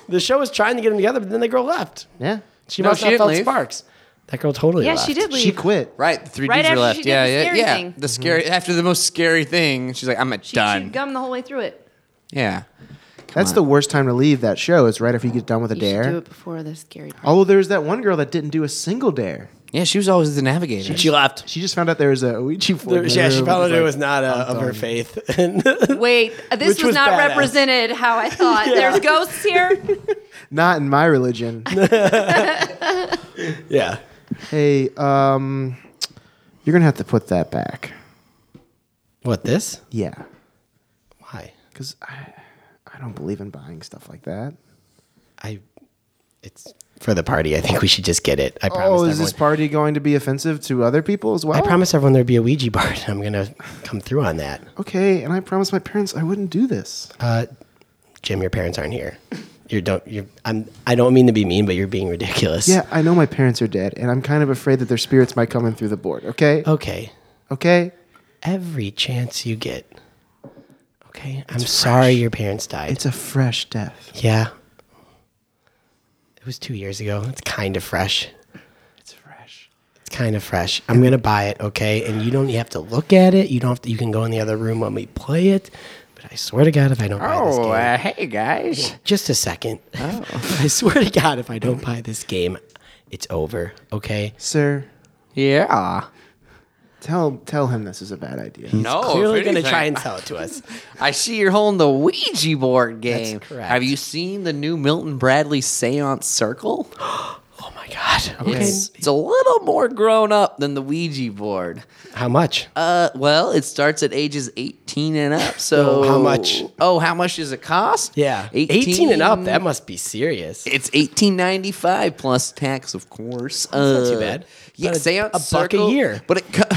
Speaker 3: the show was trying to get them together, but then the girl left.
Speaker 4: yeah.
Speaker 3: She
Speaker 1: No,
Speaker 3: must
Speaker 1: she
Speaker 3: have
Speaker 1: didn't
Speaker 3: felt
Speaker 1: leave.
Speaker 3: sparks. That girl totally.
Speaker 2: Yeah,
Speaker 3: left.
Speaker 2: she did leave.
Speaker 4: She quit.
Speaker 1: Right. The three
Speaker 2: Right
Speaker 1: dudes
Speaker 2: after
Speaker 1: were left.
Speaker 2: she did
Speaker 1: yeah.
Speaker 2: the
Speaker 1: yeah.
Speaker 2: scary
Speaker 1: yeah.
Speaker 2: thing.
Speaker 1: The scary after the most scary thing. She's like, I'm
Speaker 2: She
Speaker 1: done.
Speaker 2: chewed gum the whole way through it.
Speaker 1: yeah.
Speaker 4: That's the worst time to leave that show. Is right after you get done with a
Speaker 2: You should do
Speaker 4: dare.
Speaker 2: it before the scary part.
Speaker 4: Although there was that one girl that didn't do a single dare.
Speaker 1: Yeah. She was always the navigator.
Speaker 3: She left.
Speaker 4: She just found out there was a Ouija board. in the
Speaker 3: yeah, she
Speaker 4: room.
Speaker 3: found out
Speaker 4: It's
Speaker 3: it
Speaker 4: like,
Speaker 3: was not uh, of her faith. (laughs) And
Speaker 2: (laughs) Wait, uh, this
Speaker 3: Which
Speaker 2: was,
Speaker 3: was
Speaker 2: not
Speaker 3: badass.
Speaker 2: represented how I thought. There's ghosts here.
Speaker 4: not in
Speaker 2: (laughs)
Speaker 4: my religion.
Speaker 3: yeah,
Speaker 4: Hey, um, you're gonna have to put that back.
Speaker 3: what this?
Speaker 4: Yeah,
Speaker 3: Why?
Speaker 4: because I, I don't believe in buying stuff like that.
Speaker 3: I. It's for the party. I think we should just get it. I promised
Speaker 4: Oh,
Speaker 3: everyone.
Speaker 4: is this Oh. party going to be offensive to other people as well?
Speaker 3: I promised everyone there'd be a Ouija board. (laughs) and I'm gonna come through on that.
Speaker 4: Okay, and I promised my parents I wouldn't do this.
Speaker 3: Uh, Jim, your parents aren't here. You don't. You. I'm. I don't mean to be mean, but you're being ridiculous.
Speaker 4: Yeah, I know my parents are dead, and I'm kind of afraid that their spirits might come in through the board. Okay,
Speaker 3: Okay.
Speaker 4: okay.
Speaker 3: every chance you get. Okay, I'm sorry your parents died.
Speaker 4: It's a fresh death.
Speaker 3: yeah, it was two years ago. It's kind of fresh.
Speaker 4: It's fresh.
Speaker 3: It's kind of fresh. I'm gonna buy it, okay? And you don't have to look at it. You don't have to. You can go in the other room when we play it. But I swear to God, if I don't buy this game,
Speaker 1: Oh, uh, hey guys. Oh.
Speaker 3: just a second. (laughs) I swear to God, if I don't buy this game, it's over. Okay.
Speaker 4: Sir,
Speaker 1: Yeah.
Speaker 4: tell tell him this is a bad idea.
Speaker 1: No. Oh, if
Speaker 3: Clearly gonna
Speaker 1: anything,
Speaker 3: try and sell it to us.
Speaker 1: I see you're holding the Ouija board game.
Speaker 3: correct.
Speaker 1: Have you seen the new Milton Bradley Seance Circle?
Speaker 3: Oh my God. Okay.
Speaker 1: It's, it's a little more grown up than the Ouija board.
Speaker 3: How much?
Speaker 1: Uh, well, it starts at ages 18 and up. So
Speaker 3: Oh, how much?
Speaker 1: Oh, how much does it cost?
Speaker 3: yeah. 18, and up. That must be serious.
Speaker 1: It's 18.95 plus tax, of course.
Speaker 3: That's not
Speaker 1: Uh,
Speaker 3: too bad.
Speaker 1: Yeah,
Speaker 3: About a-
Speaker 1: seance
Speaker 3: a buck a
Speaker 1: circle,
Speaker 3: year.
Speaker 1: But it co-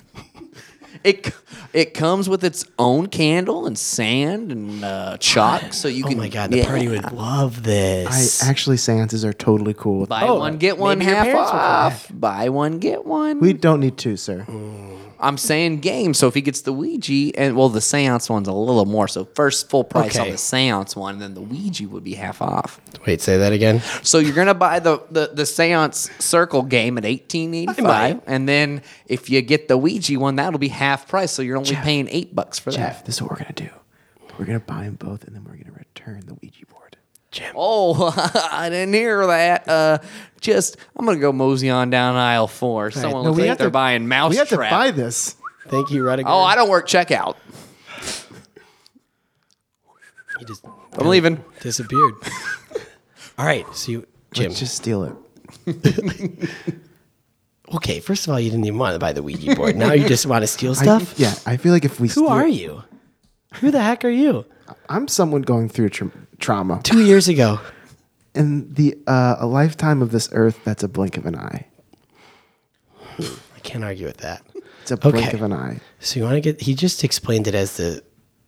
Speaker 1: (laughs) it co- it comes with its own candle and sand and uh, chalk, so you
Speaker 3: Oh
Speaker 1: can.
Speaker 3: my god, the
Speaker 1: yeah.
Speaker 3: party would love
Speaker 4: I
Speaker 3: this.
Speaker 4: actually seances are totally cool. with-
Speaker 1: buy
Speaker 3: Oh,
Speaker 1: one get one
Speaker 3: maybe your
Speaker 1: half
Speaker 3: parents would come
Speaker 1: off. Buy one get one.
Speaker 4: we don't need to, sir.
Speaker 1: I'm saying game. So if he gets the Ouija and well, the seance one's a little more. So first full price
Speaker 3: Okay.
Speaker 1: on the seance one, then the Ouija would be half off.
Speaker 3: Wait, say that again.
Speaker 1: So you're gonna buy the the, the seance circle game at eighteen eighty
Speaker 3: might.
Speaker 1: five, and then if you get the Ouija one, that'll be half price. So you're only paying eight bucks for
Speaker 4: Jeff, this is what we're gonna do. We're gonna buy them both, and then we're gonna return the Ouija board.
Speaker 3: Jim.
Speaker 1: Oh, (laughs) I didn't hear that. Uh, just, I'm going to go mosey on down aisle four. Someone
Speaker 4: No,
Speaker 1: looks
Speaker 4: we
Speaker 1: like
Speaker 4: have
Speaker 1: they're
Speaker 4: to-
Speaker 1: buying mouse
Speaker 4: We have to
Speaker 1: trap.
Speaker 4: buy this.
Speaker 3: Thank you, Rudiger.
Speaker 1: oh, I don't work checkout.
Speaker 3: He just
Speaker 1: I'm leaving.
Speaker 3: (laughs) disappeared. all right, so you, Jim.
Speaker 4: Let's just steal it.
Speaker 3: okay, first of all, you didn't even want to buy the Ouija (laughs) board. Now you just want to steal
Speaker 4: I-
Speaker 3: stuff.
Speaker 4: yeah, I feel like if we
Speaker 3: Who are you? Who the heck are you?
Speaker 4: I'm someone going through tra- trauma.
Speaker 3: Two years ago,
Speaker 4: In the uh, a lifetime of this earth, that's a blink of an eye.
Speaker 3: I can't argue with that.
Speaker 4: It's a blink
Speaker 3: Okay.
Speaker 4: of an eye.
Speaker 3: So you want to get? He just explained it as the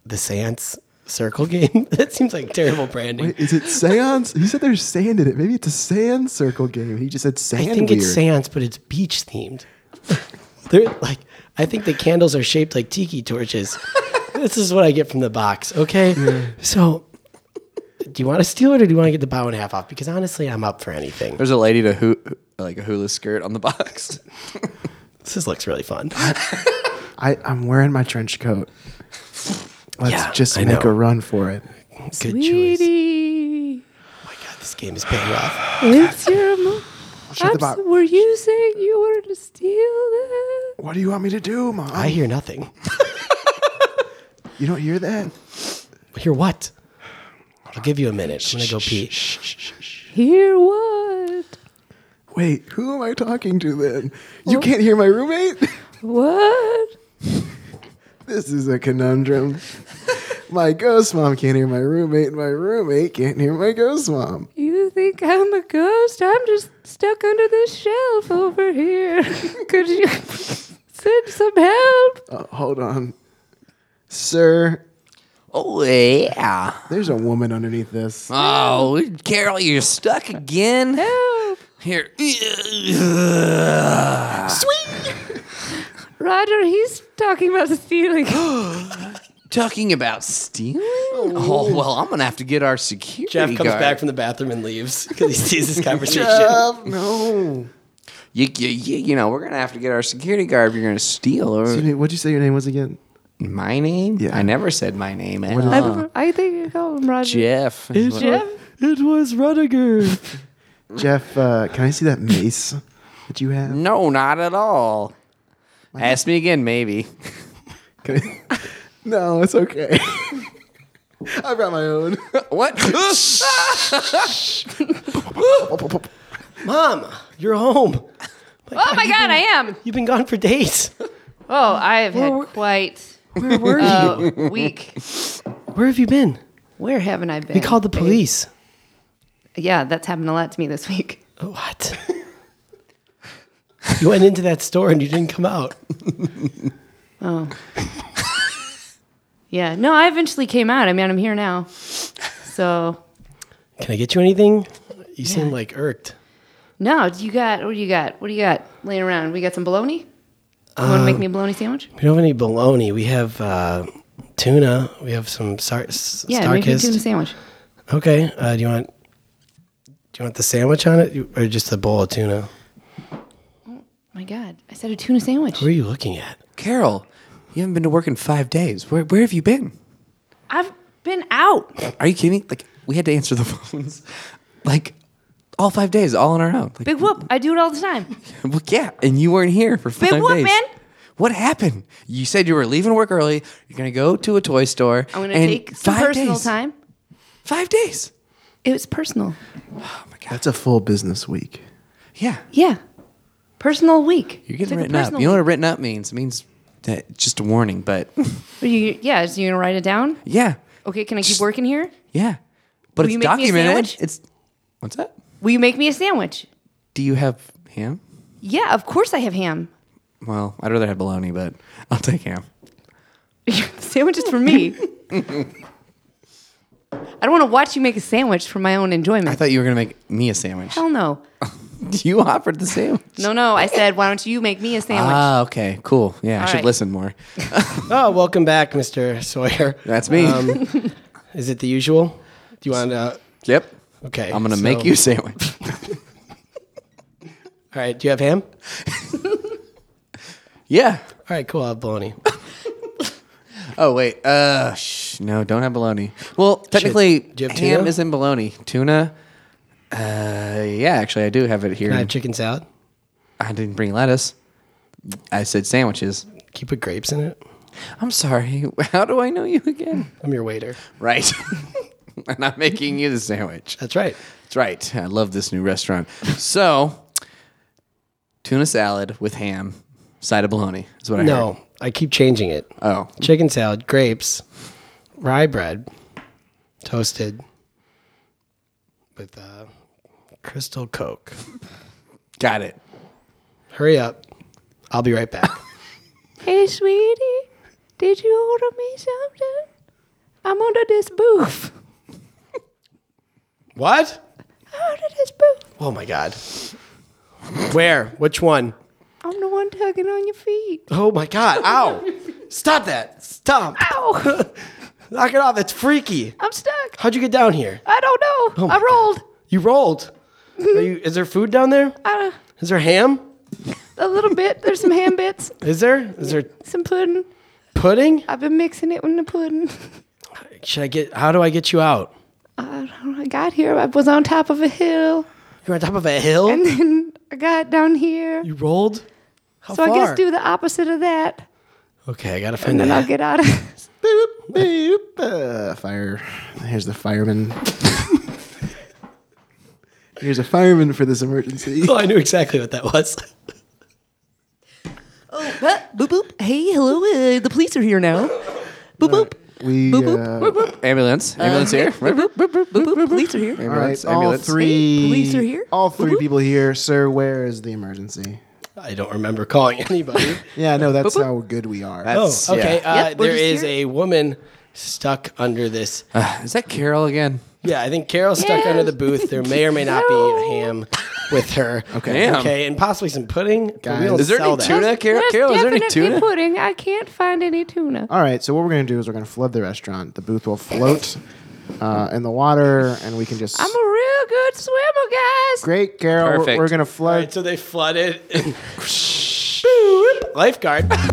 Speaker 3: the seance circle (laughs) game. that seems like terrible branding.
Speaker 4: Is it seance? he said there's sand in it. Maybe it's a sand circle game. He just said sand.
Speaker 3: I think
Speaker 4: weird.
Speaker 3: it's seance, but it's beach themed. (laughs) They're like, I think the candles are shaped like tiki torches. (laughs) this is what I get from the box. Okay, so do you want to steal it or do you want to get the bow and a half off? Because honestly, I'm up for anything.
Speaker 1: There's a lady to hoo- like a hula skirt on the (laughs) box.
Speaker 3: This looks really (laughs) fun.
Speaker 4: I, I'm wearing my trench coat. Let's
Speaker 3: Yeah,
Speaker 4: just
Speaker 3: I
Speaker 4: make
Speaker 3: know.
Speaker 4: a run for it.
Speaker 3: Good choice.
Speaker 2: Sweetie,
Speaker 3: Oh my god, this game is paying off.
Speaker 2: it's your mom.
Speaker 4: Shut the box.
Speaker 2: Were you saying you wanted to steal it?
Speaker 4: What do you want me to do, Mom?
Speaker 3: I hear nothing.
Speaker 4: you don't hear that?
Speaker 3: Hear what? I'll give you a minute. I'm gonna go pee.
Speaker 2: Hear what?
Speaker 4: Wait, who am I talking to then? You can't hear my roommate? (laughs)
Speaker 2: What?
Speaker 4: this is a (laughs) conundrum. my ghost mom can't hear my roommate, and my roommate can't hear my ghost mom.
Speaker 2: You think I'm a ghost? I'm just stuck under this shelf over here. (laughs) Could you send some help?
Speaker 4: Uh, hold on. Sir,
Speaker 1: Oh, yeah.
Speaker 4: there's a woman underneath this.
Speaker 1: Oh, Carol, you're stuck again?
Speaker 2: Help!
Speaker 1: Here. (laughs)
Speaker 2: Roger, he's talking about stealing.
Speaker 1: Talking about stealing? Oh, well, I'm going to have to get our security
Speaker 3: Jeff comes
Speaker 1: guard.
Speaker 3: back from the bathroom and leaves because he sees (laughs) this conversation.
Speaker 4: Oh, no.
Speaker 1: you, you, you, you know, we're going to have to get our security guard if you're going to steal. Or
Speaker 4: Excuse me, what'd you say your name was again?
Speaker 1: my name?
Speaker 4: Yeah.
Speaker 1: I never said my name. at all.
Speaker 2: I'm- (laughs) I think you call him Roger.
Speaker 1: Jeff.
Speaker 2: Jeff?
Speaker 3: It was Rudiger.
Speaker 4: (laughs) Jeff, uh, can I see that mace that you have?
Speaker 1: No, not at all. Ask me again, maybe. (laughs)
Speaker 4: Can I- (laughs) no, it's okay. (laughs) I brought my own. (laughs)
Speaker 1: What? (laughs)
Speaker 3: Mom, you're home.
Speaker 2: Oh my god, I am.
Speaker 3: You've been gone for days.
Speaker 2: Oh, I have had quite
Speaker 3: Where were you?
Speaker 2: a
Speaker 1: (laughs)
Speaker 2: week.
Speaker 3: Uh, Where have you been?
Speaker 2: Where haven't I been?
Speaker 3: We called the police.
Speaker 2: Yeah, that's happened a lot to me this week.
Speaker 3: What? (laughs) you went into that store and you didn't come out.
Speaker 2: Yeah, no, I eventually came out. I mean, I'm here now. So,
Speaker 3: Can I get you anything? You seem like irked.
Speaker 2: no, you got, what do you got? What do you got laying around? We got some bologna? You want
Speaker 1: Um,
Speaker 2: to make me a bologna sandwich?
Speaker 3: We don't have any bologna. We have uh, tuna. We have some sar- s-
Speaker 2: Yeah, make me a tuna
Speaker 3: Starkist.
Speaker 2: sandwich.
Speaker 3: Okay. Uh, do you want? Do you want the sandwich on it, You- or just the bowl of tuna?
Speaker 2: my God, I said a tuna sandwich.
Speaker 3: What are you looking at?
Speaker 1: Carol, you haven't been to work in five days. Where, where have you been?
Speaker 2: I've been out.
Speaker 1: Are you kidding? me? Like, we had to answer the (laughs) phones, like, all five days, all on our own. Like,
Speaker 2: Big whoop. I do it all the time.
Speaker 1: well, yeah, and you weren't here for five
Speaker 2: Big whoop,
Speaker 1: days.
Speaker 2: man.
Speaker 1: What happened? You said you were leaving work early. You're gonna go to a toy store.
Speaker 2: I'm going to
Speaker 1: and
Speaker 2: take some
Speaker 1: five
Speaker 2: personal
Speaker 1: days-
Speaker 2: time.
Speaker 1: Five days.
Speaker 2: It was personal.
Speaker 4: That's a full business week.
Speaker 1: Yeah,
Speaker 2: Yeah. Personal week.
Speaker 1: you're
Speaker 2: It's
Speaker 1: getting
Speaker 2: like a
Speaker 1: written up.
Speaker 2: personal
Speaker 1: You know what
Speaker 2: week.
Speaker 1: a written up means? It means that just a warning. But (laughs)
Speaker 2: Are you, yeah, so you're going to write it down?
Speaker 1: yeah,
Speaker 2: Okay, can I keep working here?
Speaker 1: yeah. But
Speaker 2: Will you
Speaker 1: it's
Speaker 2: make me a
Speaker 1: documented.
Speaker 2: sandwich?
Speaker 1: It's what's that?
Speaker 2: Will you make me a sandwich?
Speaker 1: Do you have ham?
Speaker 2: Yeah, of course I have ham. (laughs)
Speaker 1: Well, I'd rather have bologna, but I'll take ham.
Speaker 2: sandwich is for me. I don't want to watch you make a sandwich for my own
Speaker 1: I
Speaker 2: enjoyment.
Speaker 1: thought you were gonna make me a sandwich.
Speaker 2: Hell no.
Speaker 1: (laughs) You offered the sandwich.
Speaker 2: No, no. I said, why don't you make me a sandwich?
Speaker 1: Ah, okay, cool. Yeah, I
Speaker 2: All
Speaker 1: should
Speaker 2: right.
Speaker 1: listen more.
Speaker 3: Oh, welcome back, Mr. Sawyer. (laughs) Um,
Speaker 1: That's me.
Speaker 3: Is it the usual? Do you want to?
Speaker 1: yep.
Speaker 3: Okay.
Speaker 1: I'm gonna
Speaker 3: so-
Speaker 1: make you a sandwich.
Speaker 3: All right. Do you have ham? All
Speaker 1: yeah.
Speaker 3: right. Cool. I'll have bologna.
Speaker 1: Oh wait, uh, shh, no, don't have bologna. Well, technically,
Speaker 3: do you have
Speaker 1: ham
Speaker 3: tuna?
Speaker 1: is in bologna. Tuna. Uh, yeah, actually, I do have it here.
Speaker 3: Can I have chicken salad?
Speaker 1: I didn't bring lettuce. I said sandwiches.
Speaker 3: Can you put grapes in it?
Speaker 1: I'm sorry. (laughs) How do I know you again?
Speaker 3: I'm your waiter.
Speaker 1: (laughs) Right. I'm not making you the sandwich.
Speaker 3: That's right.
Speaker 1: That's right. I love this new restaurant. So, tuna salad with ham, side of bologna is what I
Speaker 3: No, I keep changing it.
Speaker 1: heard. Oh,
Speaker 3: Chicken salad, grapes, rye bread, toasted with uh, crystal coke.
Speaker 1: got it.
Speaker 3: Hurry up. I'll be right back.
Speaker 2: Hey, sweetie, did you order me something? I'm under this booth.
Speaker 3: (laughs)
Speaker 2: (laughs)
Speaker 3: what?
Speaker 2: I ordered this booth.
Speaker 3: Oh my God. Where? Which one?
Speaker 2: I'm the one tugging on your
Speaker 3: (laughs)
Speaker 2: feet.
Speaker 3: Oh my God. Ow. Stop that. Stop.
Speaker 2: Ow!
Speaker 3: Knock it off. That's freaky.
Speaker 2: I'm stuck.
Speaker 3: How'd you get down here?
Speaker 2: I don't know.
Speaker 3: my
Speaker 2: I rolled.
Speaker 3: You (laughs) rolled. Are you, is there food down there?
Speaker 2: I,
Speaker 3: Is there ham?
Speaker 2: a little bit. There's some ham bits,
Speaker 3: Is there? Is there
Speaker 2: some pudding.
Speaker 3: pudding?
Speaker 2: I've been mixing it with the pudding. (laughs)
Speaker 3: Should I get? How do I get you out?
Speaker 2: I don't know. I got here. I was on top of a hill,
Speaker 3: You're on top of a hill.
Speaker 2: and then I got down here.
Speaker 3: you rolled. How
Speaker 2: so
Speaker 3: far?
Speaker 2: I guess do the opposite of that,
Speaker 3: Okay, I gotta
Speaker 2: and
Speaker 3: find
Speaker 2: then I'll
Speaker 3: that.
Speaker 2: get out of this.
Speaker 4: Boop, boop, uh, fire. Here's the fireman. (laughs) Here's a fireman for this emergency.
Speaker 3: I knew exactly what that was. (laughs)
Speaker 6: boop boop. Hey, hello. Uh, the police are here now. Boop boop.
Speaker 4: We uh,
Speaker 1: Ambulance. Ambulance here.
Speaker 6: Boop boop. Police are here.
Speaker 4: all right,
Speaker 1: Ambulance.
Speaker 4: all
Speaker 1: ambulance.
Speaker 4: three.
Speaker 6: police are here.
Speaker 4: All three people here, sir. Where is the emergency?
Speaker 3: I don't remember calling anybody.
Speaker 4: Yeah, no, that's how good we are.
Speaker 1: That's-
Speaker 4: That's,
Speaker 3: oh, okay.
Speaker 1: yeah.
Speaker 3: Uh,
Speaker 6: Yep, we're
Speaker 3: there
Speaker 6: just
Speaker 3: is
Speaker 6: here.
Speaker 3: a woman stuck under this.
Speaker 1: Is that Carol again?
Speaker 3: Yeah, I think Carol's stuck
Speaker 2: Yeah.
Speaker 3: under the booth. There may or may not be ham with her.
Speaker 1: Okay. Ham.
Speaker 3: Okay, and possibly some pudding. but we
Speaker 4: Guys.
Speaker 3: don't
Speaker 4: Is
Speaker 1: there any
Speaker 3: sell that.
Speaker 1: tuna? Carol-
Speaker 2: There's
Speaker 1: Carol, is there any
Speaker 2: definitely
Speaker 1: tuna?
Speaker 2: pudding. I can't find any tuna.
Speaker 4: all right. So what we're gonna do is we're gonna flood the restaurant. The booth will float uh, in the water, and we can just.
Speaker 2: I'm a real good swimmer, guys.
Speaker 4: Great, Carol. We're-
Speaker 1: Perfect.
Speaker 4: We're, gonna flood.
Speaker 3: All right, so they flooded. And (laughs) Boop. Lifeguard. (laughs)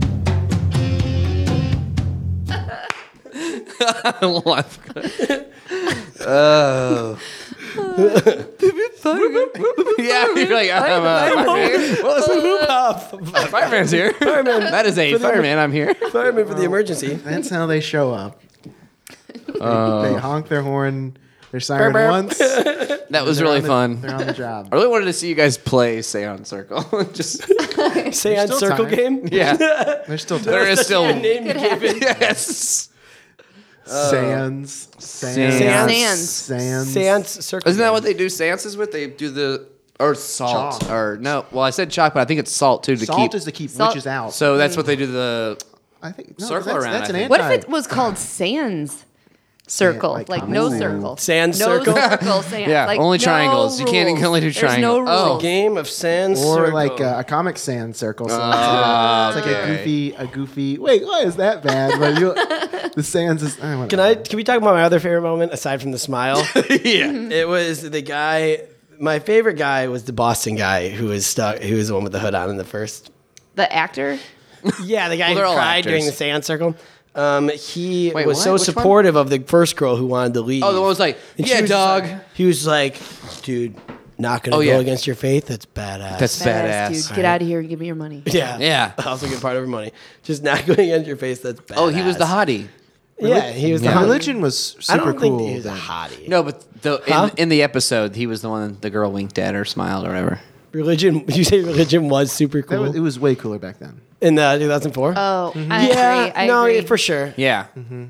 Speaker 1: (laughs) Oh,
Speaker 4: (laughs)
Speaker 1: yeah, (laughs) you're like, I'm, uh, fireman. Well, it's- fireman's here. Fireman. That is a fireman. I'm here.
Speaker 3: Fireman for the emergency.
Speaker 4: That's how they show up.
Speaker 1: Uh,
Speaker 4: they honk their horn, their siren
Speaker 3: burp. (laughs)
Speaker 4: once. They're
Speaker 1: That was really
Speaker 4: on the-
Speaker 1: fun.
Speaker 4: They're on the
Speaker 1: I
Speaker 4: job.
Speaker 1: really wanted to see you guys play Seon Circle. (laughs) Just
Speaker 3: Say on
Speaker 4: still
Speaker 3: circle
Speaker 4: time.
Speaker 3: game.
Speaker 4: (laughs)
Speaker 1: yeah,
Speaker 4: There's still
Speaker 1: there is still
Speaker 3: (laughs) Yeah, name
Speaker 1: (laughs)
Speaker 3: given.
Speaker 1: yes.
Speaker 4: sands. Sands.
Speaker 1: Uh, Sands.
Speaker 6: Sands.
Speaker 4: Sands.
Speaker 3: Seance circle.
Speaker 1: Isn't that
Speaker 3: game.
Speaker 1: what they do seances with? They do the or salt
Speaker 4: Chalk.
Speaker 1: or no? Well, I said chalk, but I think it's salt too to
Speaker 4: Salt
Speaker 1: keep.
Speaker 4: is Mm. to keep
Speaker 6: Salt-
Speaker 4: witches out.
Speaker 1: so that's what they do. The
Speaker 4: I think no,
Speaker 1: circle
Speaker 4: that's,
Speaker 1: around, I
Speaker 4: That's an
Speaker 1: think.
Speaker 4: anti.
Speaker 6: What if it was called Sands Circle?
Speaker 4: like
Speaker 6: like, no
Speaker 4: Ooh.
Speaker 6: circle.
Speaker 3: Sands
Speaker 6: no
Speaker 1: (laughs)
Speaker 3: circle?
Speaker 6: circle. Sands.
Speaker 1: Yeah,
Speaker 6: Like,
Speaker 1: only
Speaker 6: no
Speaker 1: triangles. You can't- you
Speaker 6: rules.
Speaker 1: can only do
Speaker 6: There's
Speaker 1: triangle.
Speaker 6: No
Speaker 1: Oh.
Speaker 6: rules.
Speaker 3: game of Sans
Speaker 4: or
Speaker 3: circle.
Speaker 4: like uh, a, a comic sand circle? So Uh,
Speaker 1: Uh,
Speaker 4: it's, like a, it's like a goofy, a goofy. Wait, why is that bad?
Speaker 3: (laughs)
Speaker 4: But you, the sands is. I
Speaker 3: Can I? Can we talk about my other favorite moment aside from the smile?
Speaker 1: (laughs) yeah.
Speaker 3: (laughs) it was the guy. My favorite guy was the Boston guy who was stuck. Who was the one with the hood on in the first.
Speaker 6: The actor.
Speaker 3: Yeah, the guy
Speaker 1: Well, they're all
Speaker 3: who cried
Speaker 1: actors.
Speaker 3: during the Sans circle. Um, he
Speaker 1: Wait,
Speaker 3: was
Speaker 1: what?
Speaker 3: so
Speaker 1: Which one?
Speaker 3: supportive of the first girl who wanted to leave.
Speaker 1: Oh, the one was like,
Speaker 3: And she
Speaker 1: yeah,
Speaker 3: was just
Speaker 1: dog.
Speaker 3: like- he was like, dude, not gonna
Speaker 1: Oh,
Speaker 3: go
Speaker 1: yeah.
Speaker 3: against your faith. That's badass.
Speaker 1: That's
Speaker 6: Badass,
Speaker 1: badass.
Speaker 6: dude. Get out of here and give me your money.
Speaker 3: yeah, (laughs)
Speaker 1: Yeah.
Speaker 3: Also, good part of her money. Just not (laughs) going against your face. That's badass.
Speaker 1: Oh, he was the hottie.
Speaker 3: Yeah, he was
Speaker 4: The
Speaker 3: the hot.
Speaker 4: religion was super
Speaker 3: I don't
Speaker 4: cool.
Speaker 3: think he was a
Speaker 4: then.
Speaker 3: hottie.
Speaker 1: No, but the,
Speaker 3: Huh?
Speaker 1: in, in the episode, he was the one the girl winked at or smiled or whatever.
Speaker 3: Religion. (laughs) You say religion was super
Speaker 4: That
Speaker 3: cool
Speaker 4: was, it was way cooler back then.
Speaker 3: in uh, 2004.
Speaker 6: Oh, I
Speaker 3: yeah,
Speaker 6: agree. I
Speaker 3: no,
Speaker 6: agree.
Speaker 3: yeah, for sure.
Speaker 1: Yeah.
Speaker 4: Mm-hmm.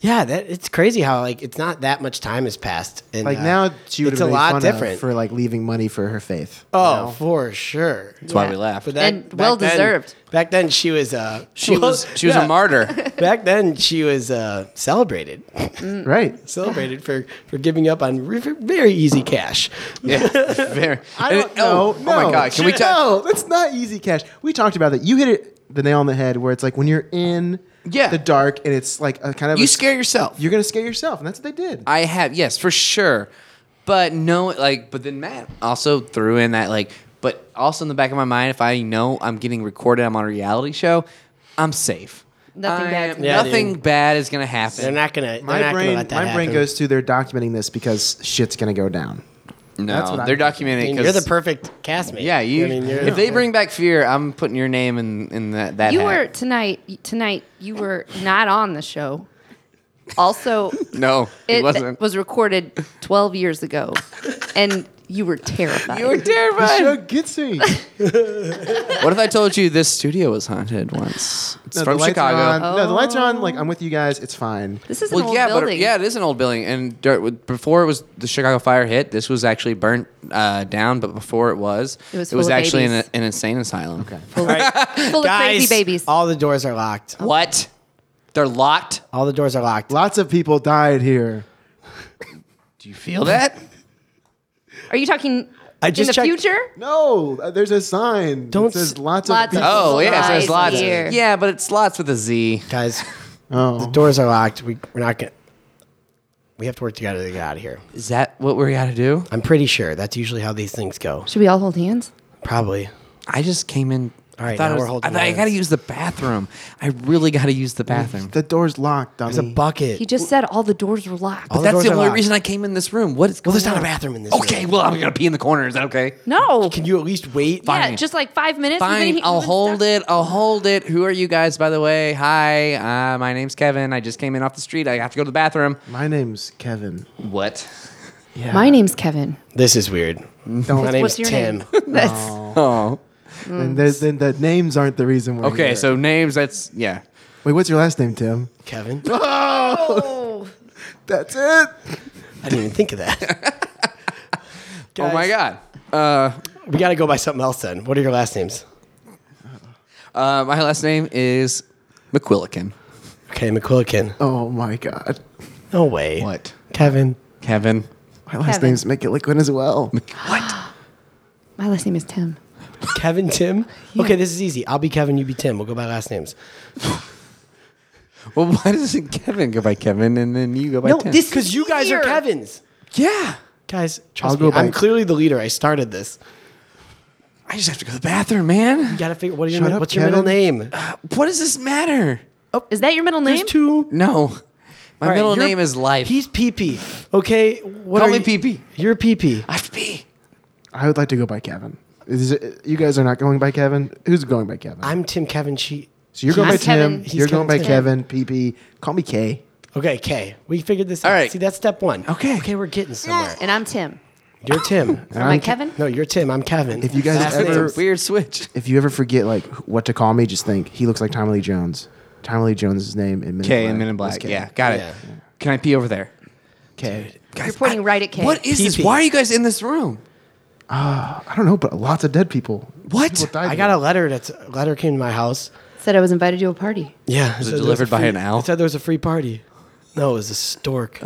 Speaker 3: Yeah, that it's crazy how like it's not that much time has passed. And,
Speaker 4: Like
Speaker 3: uh,
Speaker 4: now, she would
Speaker 3: it's a
Speaker 4: have been
Speaker 3: lot
Speaker 4: fun
Speaker 3: different.
Speaker 4: different for like leaving money for her faith.
Speaker 3: oh, for sure.
Speaker 1: That's why
Speaker 6: Yeah.
Speaker 1: we laughed.
Speaker 3: But that-
Speaker 6: And
Speaker 3: back
Speaker 6: well
Speaker 3: then-
Speaker 6: deserved.
Speaker 3: Back then, she was uh,
Speaker 1: she was she was
Speaker 3: (laughs) yeah,
Speaker 1: a
Speaker 4: (laughs)
Speaker 1: martyr.
Speaker 3: Back then, she was uh, celebrated,
Speaker 4: Right.
Speaker 3: celebrated for for giving up on re- very easy cash.
Speaker 1: Yeah. Very.
Speaker 4: I
Speaker 1: and-
Speaker 4: don't know.
Speaker 1: Oh,
Speaker 4: no,
Speaker 1: oh my god. Can we talk?
Speaker 4: No, that's not easy cash. We talked about that. You hit it the nail on the head where it's like when you're in
Speaker 1: Yeah.
Speaker 4: the dark and it's like a kind of
Speaker 1: You
Speaker 4: a-
Speaker 1: scare yourself.
Speaker 4: You're gonna scare yourself, and that's what they did.
Speaker 1: I have yes for sure, but no, like but then Matt also threw in that like But also in the back of my mind, if I know I'm getting recorded, I'm on a reality show, I'm safe.
Speaker 6: Nothing
Speaker 1: I
Speaker 6: bad's
Speaker 1: am-
Speaker 3: Yeah,
Speaker 1: nothing bad is gonna
Speaker 3: They're
Speaker 1: happen.
Speaker 3: not gonna. They're
Speaker 4: My
Speaker 3: not gonna
Speaker 4: brain,
Speaker 3: let that
Speaker 4: my brain
Speaker 3: happen.
Speaker 4: goes to they're documenting this because shit's gonna go down.
Speaker 1: no,
Speaker 4: That's what I'm
Speaker 1: they're
Speaker 4: thinking.
Speaker 3: I mean,
Speaker 1: documenting.
Speaker 3: you're the
Speaker 1: 'cause-
Speaker 3: perfect castmate.
Speaker 1: Yeah, you.
Speaker 3: I mean, you're,
Speaker 1: if they bring back fear, I'm putting your name in in that. that
Speaker 2: You
Speaker 1: hat.
Speaker 2: were tonight. Tonight you were not on the show.
Speaker 1: (laughs)
Speaker 2: Also,
Speaker 1: no, it,
Speaker 2: it
Speaker 1: wasn't.
Speaker 2: was recorded 12 years ago, and you were terrified.
Speaker 1: you were
Speaker 4: The
Speaker 1: terrified.
Speaker 2: (laughs)
Speaker 4: show gets me. No,
Speaker 1: what if I told you this studio was haunted once? It's
Speaker 4: the
Speaker 1: from
Speaker 4: lights are
Speaker 1: Chicago.
Speaker 4: on.
Speaker 2: Oh.
Speaker 4: No, the lights are on. Like I'm with you guys. It's fine.
Speaker 2: this is an
Speaker 1: Well,
Speaker 2: old
Speaker 1: yeah,
Speaker 2: building.
Speaker 1: but yeah, it is an old building. And dirt, with- before it was the Chicago fire hit, this was actually burnt uh, down. But before it was,
Speaker 2: It was full of
Speaker 1: actually an,
Speaker 2: babies.
Speaker 1: an insane asylum. Okay.
Speaker 2: full, of, full of
Speaker 3: guys,
Speaker 2: crazy babies.
Speaker 1: Uh,
Speaker 3: All the doors are locked.
Speaker 1: What? They're locked.
Speaker 3: All the doors are locked.
Speaker 4: Lots of people died here.
Speaker 1: Do you feel that?
Speaker 2: Are you talking
Speaker 3: I just
Speaker 2: in the
Speaker 3: checked-
Speaker 2: future?
Speaker 4: No, uh, there's a sign.
Speaker 3: Don't
Speaker 4: Don't says
Speaker 3: s-
Speaker 4: lots,
Speaker 2: Lots of-
Speaker 4: of people.
Speaker 1: (laughs) Oh yeah, so there's
Speaker 2: Lies
Speaker 1: lots.
Speaker 2: here.
Speaker 1: Yeah, but it's lots with a Z.
Speaker 3: Guys,
Speaker 1: (laughs)
Speaker 4: Oh.
Speaker 3: doors are locked. We, we're not gonna. We have to work together to get out of here.
Speaker 1: Is that what we got to do?
Speaker 3: I'm pretty sure that's usually how these things go.
Speaker 2: Should we all hold hands?
Speaker 3: Probably.
Speaker 1: I just came in.
Speaker 3: All right,
Speaker 1: I thought
Speaker 3: now
Speaker 1: it was-
Speaker 3: we're holding
Speaker 1: I, thought I
Speaker 3: hands.
Speaker 1: gotta use the bathroom. I really gotta use the bathroom.
Speaker 4: The door's locked, dummy.
Speaker 3: There's a bucket.
Speaker 2: He just said all the doors were locked.
Speaker 3: All the
Speaker 1: That's
Speaker 3: doors
Speaker 1: the
Speaker 3: are
Speaker 1: only
Speaker 3: locked.
Speaker 1: reason I came in this room. What is
Speaker 3: Well, there's
Speaker 1: going
Speaker 3: not a
Speaker 1: on?
Speaker 3: bathroom in this.
Speaker 1: Okay,
Speaker 3: room.
Speaker 1: well I'm gonna pee in the corner. Is that okay?
Speaker 2: No.
Speaker 3: Can you at least wait?
Speaker 1: Fine.
Speaker 2: Yeah, just like five minutes. We've been
Speaker 1: Fine,
Speaker 2: he-
Speaker 1: I'll
Speaker 2: we've been
Speaker 1: hold it.
Speaker 2: stuck-
Speaker 1: I'll hold it. Who are you guys, by the way? Hi, uh, my name's Kevin. I just came in off the street. I have to go to the bathroom.
Speaker 4: My name's Kevin.
Speaker 1: What?
Speaker 4: Yeah.
Speaker 2: My name's Kevin.
Speaker 3: This is weird. My name's
Speaker 2: What's your
Speaker 3: Tim.
Speaker 2: name? That's
Speaker 1: Oh.
Speaker 2: Hmm.
Speaker 4: And there's, then the names aren't the reason. We're
Speaker 1: Okay,
Speaker 4: here.
Speaker 1: so names. That's yeah.
Speaker 4: wait, what's your last name, Tim?
Speaker 1: (laughs)
Speaker 3: Kevin.
Speaker 4: That's it.
Speaker 3: I didn't even think of that.
Speaker 1: Oh my
Speaker 3: Guys,
Speaker 1: god. Uh,
Speaker 3: We got to go by something else then. What are your last names?
Speaker 1: uh, my last name is McQuillican.
Speaker 3: Okay, McQuillican.
Speaker 4: Oh my god.
Speaker 3: No way.
Speaker 1: What?
Speaker 3: Kevin.
Speaker 1: Kevin.
Speaker 4: My last
Speaker 2: Kevin.
Speaker 4: name's McGilliquin as well.
Speaker 3: (gasps)
Speaker 1: What?
Speaker 2: my last name is Tim.
Speaker 3: (laughs) Kevin Tim? Okay, this is easy. I'll be Kevin, you be Tim. We'll go by last names.
Speaker 1: Well, why doesn't Kevin go by Kevin and then you go by
Speaker 6: No,
Speaker 1: Tim?
Speaker 6: this
Speaker 3: Because you guys are
Speaker 6: Weird.
Speaker 3: Kevins.
Speaker 1: yeah.
Speaker 3: Guys, trust
Speaker 4: I'll go
Speaker 3: me. I'm
Speaker 4: by-
Speaker 3: clearly the leader. I started this.
Speaker 1: I just have to go to the bathroom, man.
Speaker 3: You gotta figure what are your,
Speaker 4: Shut up,
Speaker 3: what's your middle name?
Speaker 1: What does this matter?
Speaker 2: Is that your middle
Speaker 3: There's
Speaker 2: name?
Speaker 3: two.
Speaker 1: No. My
Speaker 3: All right,
Speaker 1: middle
Speaker 3: you're-
Speaker 1: name is Life.
Speaker 3: He's PP. Okay. What
Speaker 1: Call
Speaker 3: are
Speaker 1: me
Speaker 3: you-
Speaker 1: PP.
Speaker 3: You're PP.
Speaker 1: I have to pee.
Speaker 4: I would like to go by Kevin. Is it, you guys are not going by Kevin. Who's going by Kevin?
Speaker 3: I'm Tim Kevin She.
Speaker 4: so you're going by
Speaker 2: He's Kevin.
Speaker 4: Tim.
Speaker 2: He's
Speaker 4: You're going by
Speaker 3: Kevin
Speaker 4: Kevin. PP. Call me K.
Speaker 3: Okay, K. We figured this
Speaker 1: All
Speaker 3: out.
Speaker 1: right.
Speaker 3: See, that's step one.
Speaker 1: Okay.
Speaker 3: Okay, we're getting somewhere.
Speaker 2: And I'm Tim.
Speaker 3: You're Tim.
Speaker 2: Am I
Speaker 4: I'm-
Speaker 2: Kevin?
Speaker 3: no, you're Tim. I'm Kevin.
Speaker 4: If you guys
Speaker 3: Last
Speaker 4: ever-
Speaker 3: names.
Speaker 1: It's a weird switch.
Speaker 4: If you ever forget like what to call me, just think he looks like Tommy Lee Jones. Tommy Lee Jones' name in Men in
Speaker 1: K
Speaker 4: Black
Speaker 1: and Men in
Speaker 4: was
Speaker 1: Black.
Speaker 4: K.
Speaker 1: Yeah, got it.
Speaker 3: Yeah.
Speaker 1: Can I pee over there?
Speaker 4: K.
Speaker 1: Guys,
Speaker 2: You're pointing
Speaker 1: I-
Speaker 2: right at K.
Speaker 1: What is this?
Speaker 3: PP.
Speaker 1: Why are you guys in this room?
Speaker 4: I don't know, but lots of dead people.
Speaker 1: What?
Speaker 4: People died
Speaker 3: I got a
Speaker 4: here.
Speaker 3: letter. That's a letter came to my house.
Speaker 2: Said I was invited to a party.
Speaker 3: Yeah,
Speaker 1: Was it
Speaker 3: said there a
Speaker 1: delivered by
Speaker 3: free-
Speaker 1: an owl?
Speaker 3: It said there was a free party. No, it was a stork.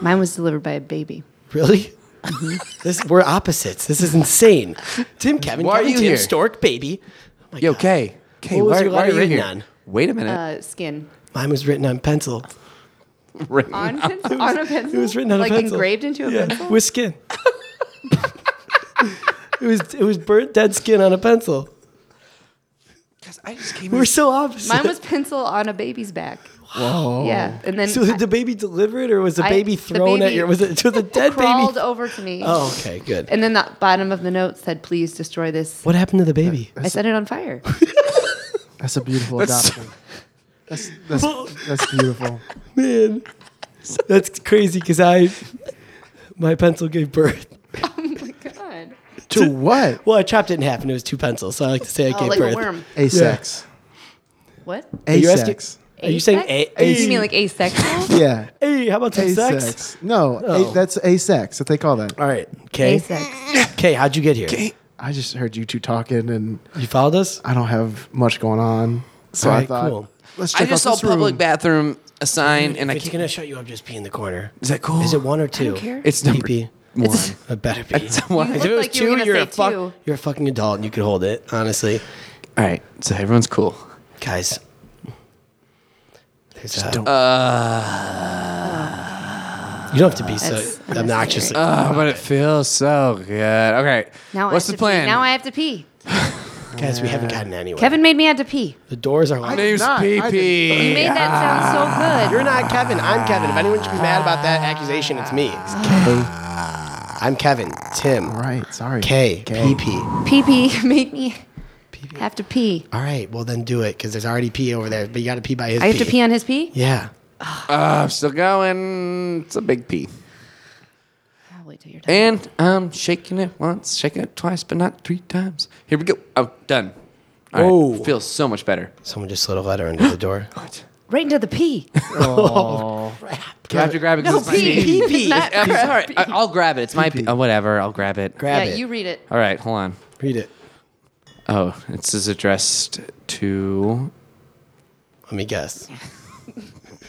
Speaker 2: Mine was delivered by a baby.
Speaker 3: Really? (laughs) this we're opposites. This is insane. Tim, Kevin,
Speaker 1: Why are
Speaker 3: Kevin,
Speaker 1: you
Speaker 3: Tim,
Speaker 1: here?
Speaker 3: Stork, baby. Oh my
Speaker 1: Yo,
Speaker 3: God.
Speaker 1: K. K,
Speaker 3: What was
Speaker 1: why,
Speaker 3: your
Speaker 1: why are
Speaker 3: letter
Speaker 1: you
Speaker 3: written
Speaker 1: here?
Speaker 3: on?
Speaker 1: Wait a minute.
Speaker 2: Uh, skin
Speaker 3: Mine was written on pencil.
Speaker 1: (laughs) Written
Speaker 2: Uh,
Speaker 3: (laughs)
Speaker 2: on,
Speaker 1: on-
Speaker 2: pencil, on a pencil.
Speaker 3: It was written on
Speaker 2: like
Speaker 3: a pencil.
Speaker 2: engraved into a
Speaker 3: yeah,
Speaker 2: pencil.
Speaker 3: with skin. (laughs) it was it was burnt dead skin on a pencil.
Speaker 1: Guys, I just came
Speaker 3: We're
Speaker 1: in.
Speaker 3: so opposite.
Speaker 2: Mine was pencil on a baby's back. Whoa. Yeah, and then
Speaker 3: so did the baby deliver it, or was the
Speaker 2: I-
Speaker 3: baby
Speaker 2: the
Speaker 3: thrown at
Speaker 2: baby
Speaker 3: your? Was it to the
Speaker 2: I
Speaker 3: dead
Speaker 2: crawled
Speaker 3: baby?
Speaker 2: over to me.
Speaker 3: Oh, okay, good.
Speaker 2: And then the bottom of the note said, "Please destroy this."
Speaker 3: what happened to the baby?
Speaker 2: I set it on fire.
Speaker 3: (laughs)
Speaker 2: Oh
Speaker 4: That's a beautiful
Speaker 1: That's-
Speaker 4: adoption. That's that's, that's
Speaker 3: (laughs)
Speaker 4: beautiful.
Speaker 3: Man, that's crazy because I, my pencil gave birth.
Speaker 2: oh my god!
Speaker 4: to what?
Speaker 3: Well, I chopped it in half and it was two pencils, so I like to say I
Speaker 2: Oh,
Speaker 3: gave
Speaker 2: like
Speaker 3: birth.
Speaker 2: a worm.
Speaker 4: Asex.
Speaker 2: What?
Speaker 3: Are you asking-
Speaker 4: Asex.
Speaker 3: Are you saying a?
Speaker 2: Asex? You mean like
Speaker 3: (laughs)
Speaker 2: asexual?
Speaker 4: Yeah.
Speaker 3: Hey, how about some
Speaker 4: Asex.
Speaker 3: sex?
Speaker 4: No,
Speaker 3: Oh.
Speaker 4: a, that's asex. What they call that.
Speaker 3: All right, Kay.
Speaker 2: Asex.
Speaker 3: Kay, how'd you get here?
Speaker 4: I just heard you two talking, and
Speaker 3: You followed us.
Speaker 4: I don't have much going on, so
Speaker 3: All
Speaker 4: I
Speaker 3: right,
Speaker 4: thought
Speaker 3: cool.
Speaker 4: let's check
Speaker 1: I just
Speaker 4: out
Speaker 1: saw
Speaker 4: this room.
Speaker 1: public bathroom a sign, and I
Speaker 3: it's
Speaker 1: can't.
Speaker 3: gonna shut you up. Just be in the corner.
Speaker 1: Is that cool?
Speaker 3: Is it one or two?
Speaker 2: care.
Speaker 1: It's number
Speaker 3: PP.
Speaker 1: one.
Speaker 3: It better
Speaker 1: (laughs)
Speaker 3: be. (laughs)
Speaker 1: It's one.
Speaker 2: looked like you were gonna
Speaker 3: you're
Speaker 2: say
Speaker 3: a fuck.
Speaker 2: two.
Speaker 3: You're a fucking adult and you can hold it. Honestly,
Speaker 1: All right, so everyone's cool.
Speaker 3: guys. There's a,
Speaker 4: don't-
Speaker 3: You don't have to be
Speaker 2: Uh, That's
Speaker 3: so obnoxious.
Speaker 2: unnecessary.
Speaker 1: Oh, but it feels so good. Okay.
Speaker 2: Now I
Speaker 1: What's
Speaker 2: have
Speaker 1: the
Speaker 2: to pee.
Speaker 1: plan?
Speaker 2: Now I have to pee.
Speaker 3: Guys, we haven't gotten anywhere.
Speaker 2: Uh, Kevin made me have to pee.
Speaker 3: the doors are locked.
Speaker 1: Name's
Speaker 4: not. I
Speaker 1: Pee
Speaker 4: did-
Speaker 2: You made
Speaker 1: Pee.
Speaker 2: that sound so good.
Speaker 3: ah. You're not Kevin. I'm Kevin. If anyone should be mad about that accusation, it's me. It's Kevin. I'm Kevin. Tim.
Speaker 4: All right, sorry.
Speaker 3: K. P. P.
Speaker 2: Pee pee (laughs) made me have to pee.
Speaker 3: All right. Well, then do it because there's already pee over there. But you got to pee by his.
Speaker 2: I have to pee on his pee?
Speaker 3: Yeah.
Speaker 1: I'm still going. It's a big pee.
Speaker 2: I'll wait till you're done.
Speaker 1: And I'm shaking it once, shaking it twice, but not three times. Here we go. Oh, done. All right.
Speaker 3: Whoa.
Speaker 1: Feels Oh. so much better.
Speaker 3: Someone just slid a letter under
Speaker 2: (gasps)
Speaker 3: the door.
Speaker 2: Right into the pee.
Speaker 1: Do I have to grab it? 'cause
Speaker 2: No,
Speaker 1: it's my
Speaker 2: pee. (laughs)
Speaker 1: pee.
Speaker 2: Pee pee. Not
Speaker 1: I'm
Speaker 2: crap
Speaker 1: sorry.
Speaker 2: pee.
Speaker 1: I- I'll grab it. It's my pee. Oh, whatever. I'll grab it.
Speaker 3: Grab
Speaker 2: Yeah,
Speaker 3: it.
Speaker 2: you read it.
Speaker 1: All right. Hold on.
Speaker 3: Read it.
Speaker 1: Oh, this is addressed to
Speaker 3: Let me guess.